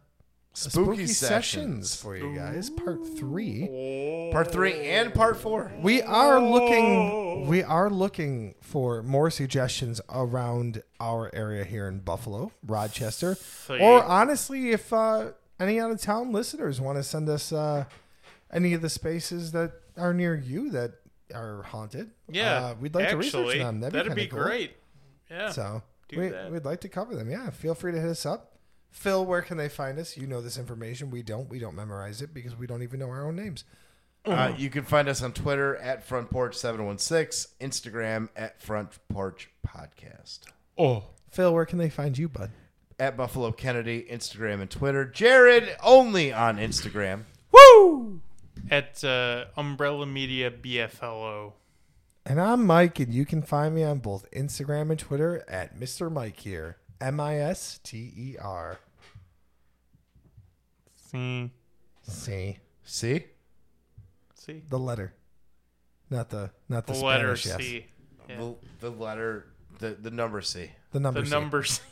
Spooky Sessions. sessions for you guys, part three. part three and part four. We are Oh. looking we are looking for more suggestions around our area here in Buffalo, Rochester. Or honestly, if uh, any out of town listeners want to send us uh, any of the spaces that are near you that are haunted. Yeah, uh, we'd like to actually, research them. That'd, that'd be, be, kinda cool. great. Yeah. So do we, that. we'd like to cover them. Yeah, feel free to hit us up. Phil, where can they find us? You know this information. We don't. We don't memorize it because we don't even know our own names. Uh, you can find us on Twitter at Front Porch 716, Instagram at Front Porch Podcast. oh, Phil, where can they find you, bud? At Buffalo Kennedy, Instagram and Twitter. Jared only on Instagram. at uh, Umbrella Media BFLO. And I'm Mike, and you can find me on both Instagram and Twitter at Mr. Mike here. M I S T E R. See, C. See? see The letter, not the not the, the letter Spanish yes. C, Yeah. The, the letter, the, the number C. The number. the C. number C.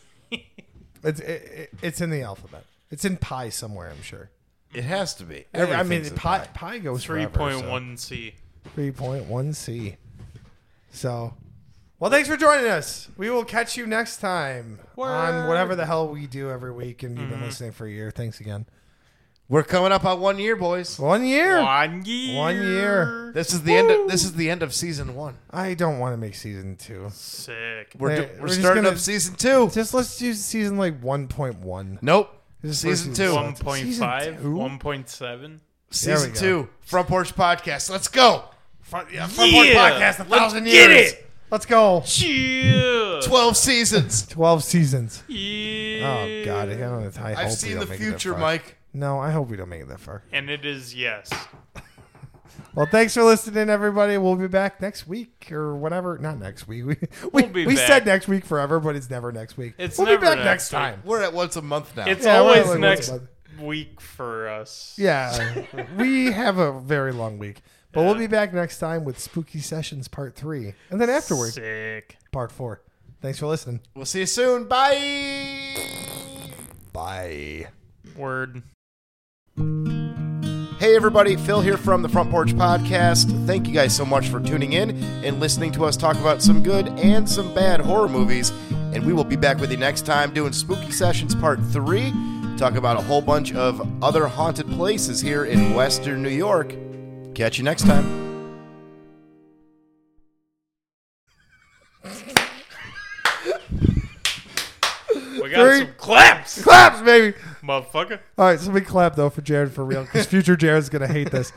It's it, it, it's in the alphabet. It's in pi somewhere. I'm sure. It has to be. I mean, Everything's a pi, pie. pi goes Three (laughs) forever, point so- one C. 3.1C. So, well, thanks for joining us. We will catch you next time on whatever the hell we do every week. And you've been Mm-hmm. listening for a year. Thanks again. We're coming up on one year, boys. One year. One year. One year. This is the end. Of, this is the end of season one. I don't want to make season two. Sick. We're, Hey, do- we're we're just starting gonna- up season two. Just let's do season like 1.1. Nope. This is Season first season. two. One point five. Season two? One point seven. Season go. two. Front porch podcast. Let's go. Front, yeah, front Yeah. porch podcast. A Let's thousand get years. it. Let's go. Yeah. Twelve (laughs) seasons. 12 seasons. Yeah. Oh, God. I don't know. I I've hope we seen don't the make it that future, far. Mike. No, I hope we don't make it that far. And it is yes. Well, thanks for listening, everybody. We'll be back next week or whatever. Not next week. (laughs) We, we, We'll be we back. said next week forever, but it's never next week. It's we'll never be back next next week. time. We're at once a month now. It's Yeah, wait, always wait, wait, next wait. week for us. Yeah. we have a very long week. But we'll be back next time with Spooky Sessions Part 3. And then afterwards, Sick. Part 4. Thanks for listening. we'll see you soon. Bye. Bye. Word. Hey, everybody, Phil here from the Front Porch Podcast. Thank you guys so much for tuning in and listening to us talk about some good and some bad horror movies. And we will be back with you next time doing Spooky Sessions Part 3. Talk about a whole bunch of other haunted places here in Western New York. Catch you next time. We got Three. some claps, Claps, baby. motherfucker. All right, somebody clap, though, for Jared for real because future Jared's going to hate this.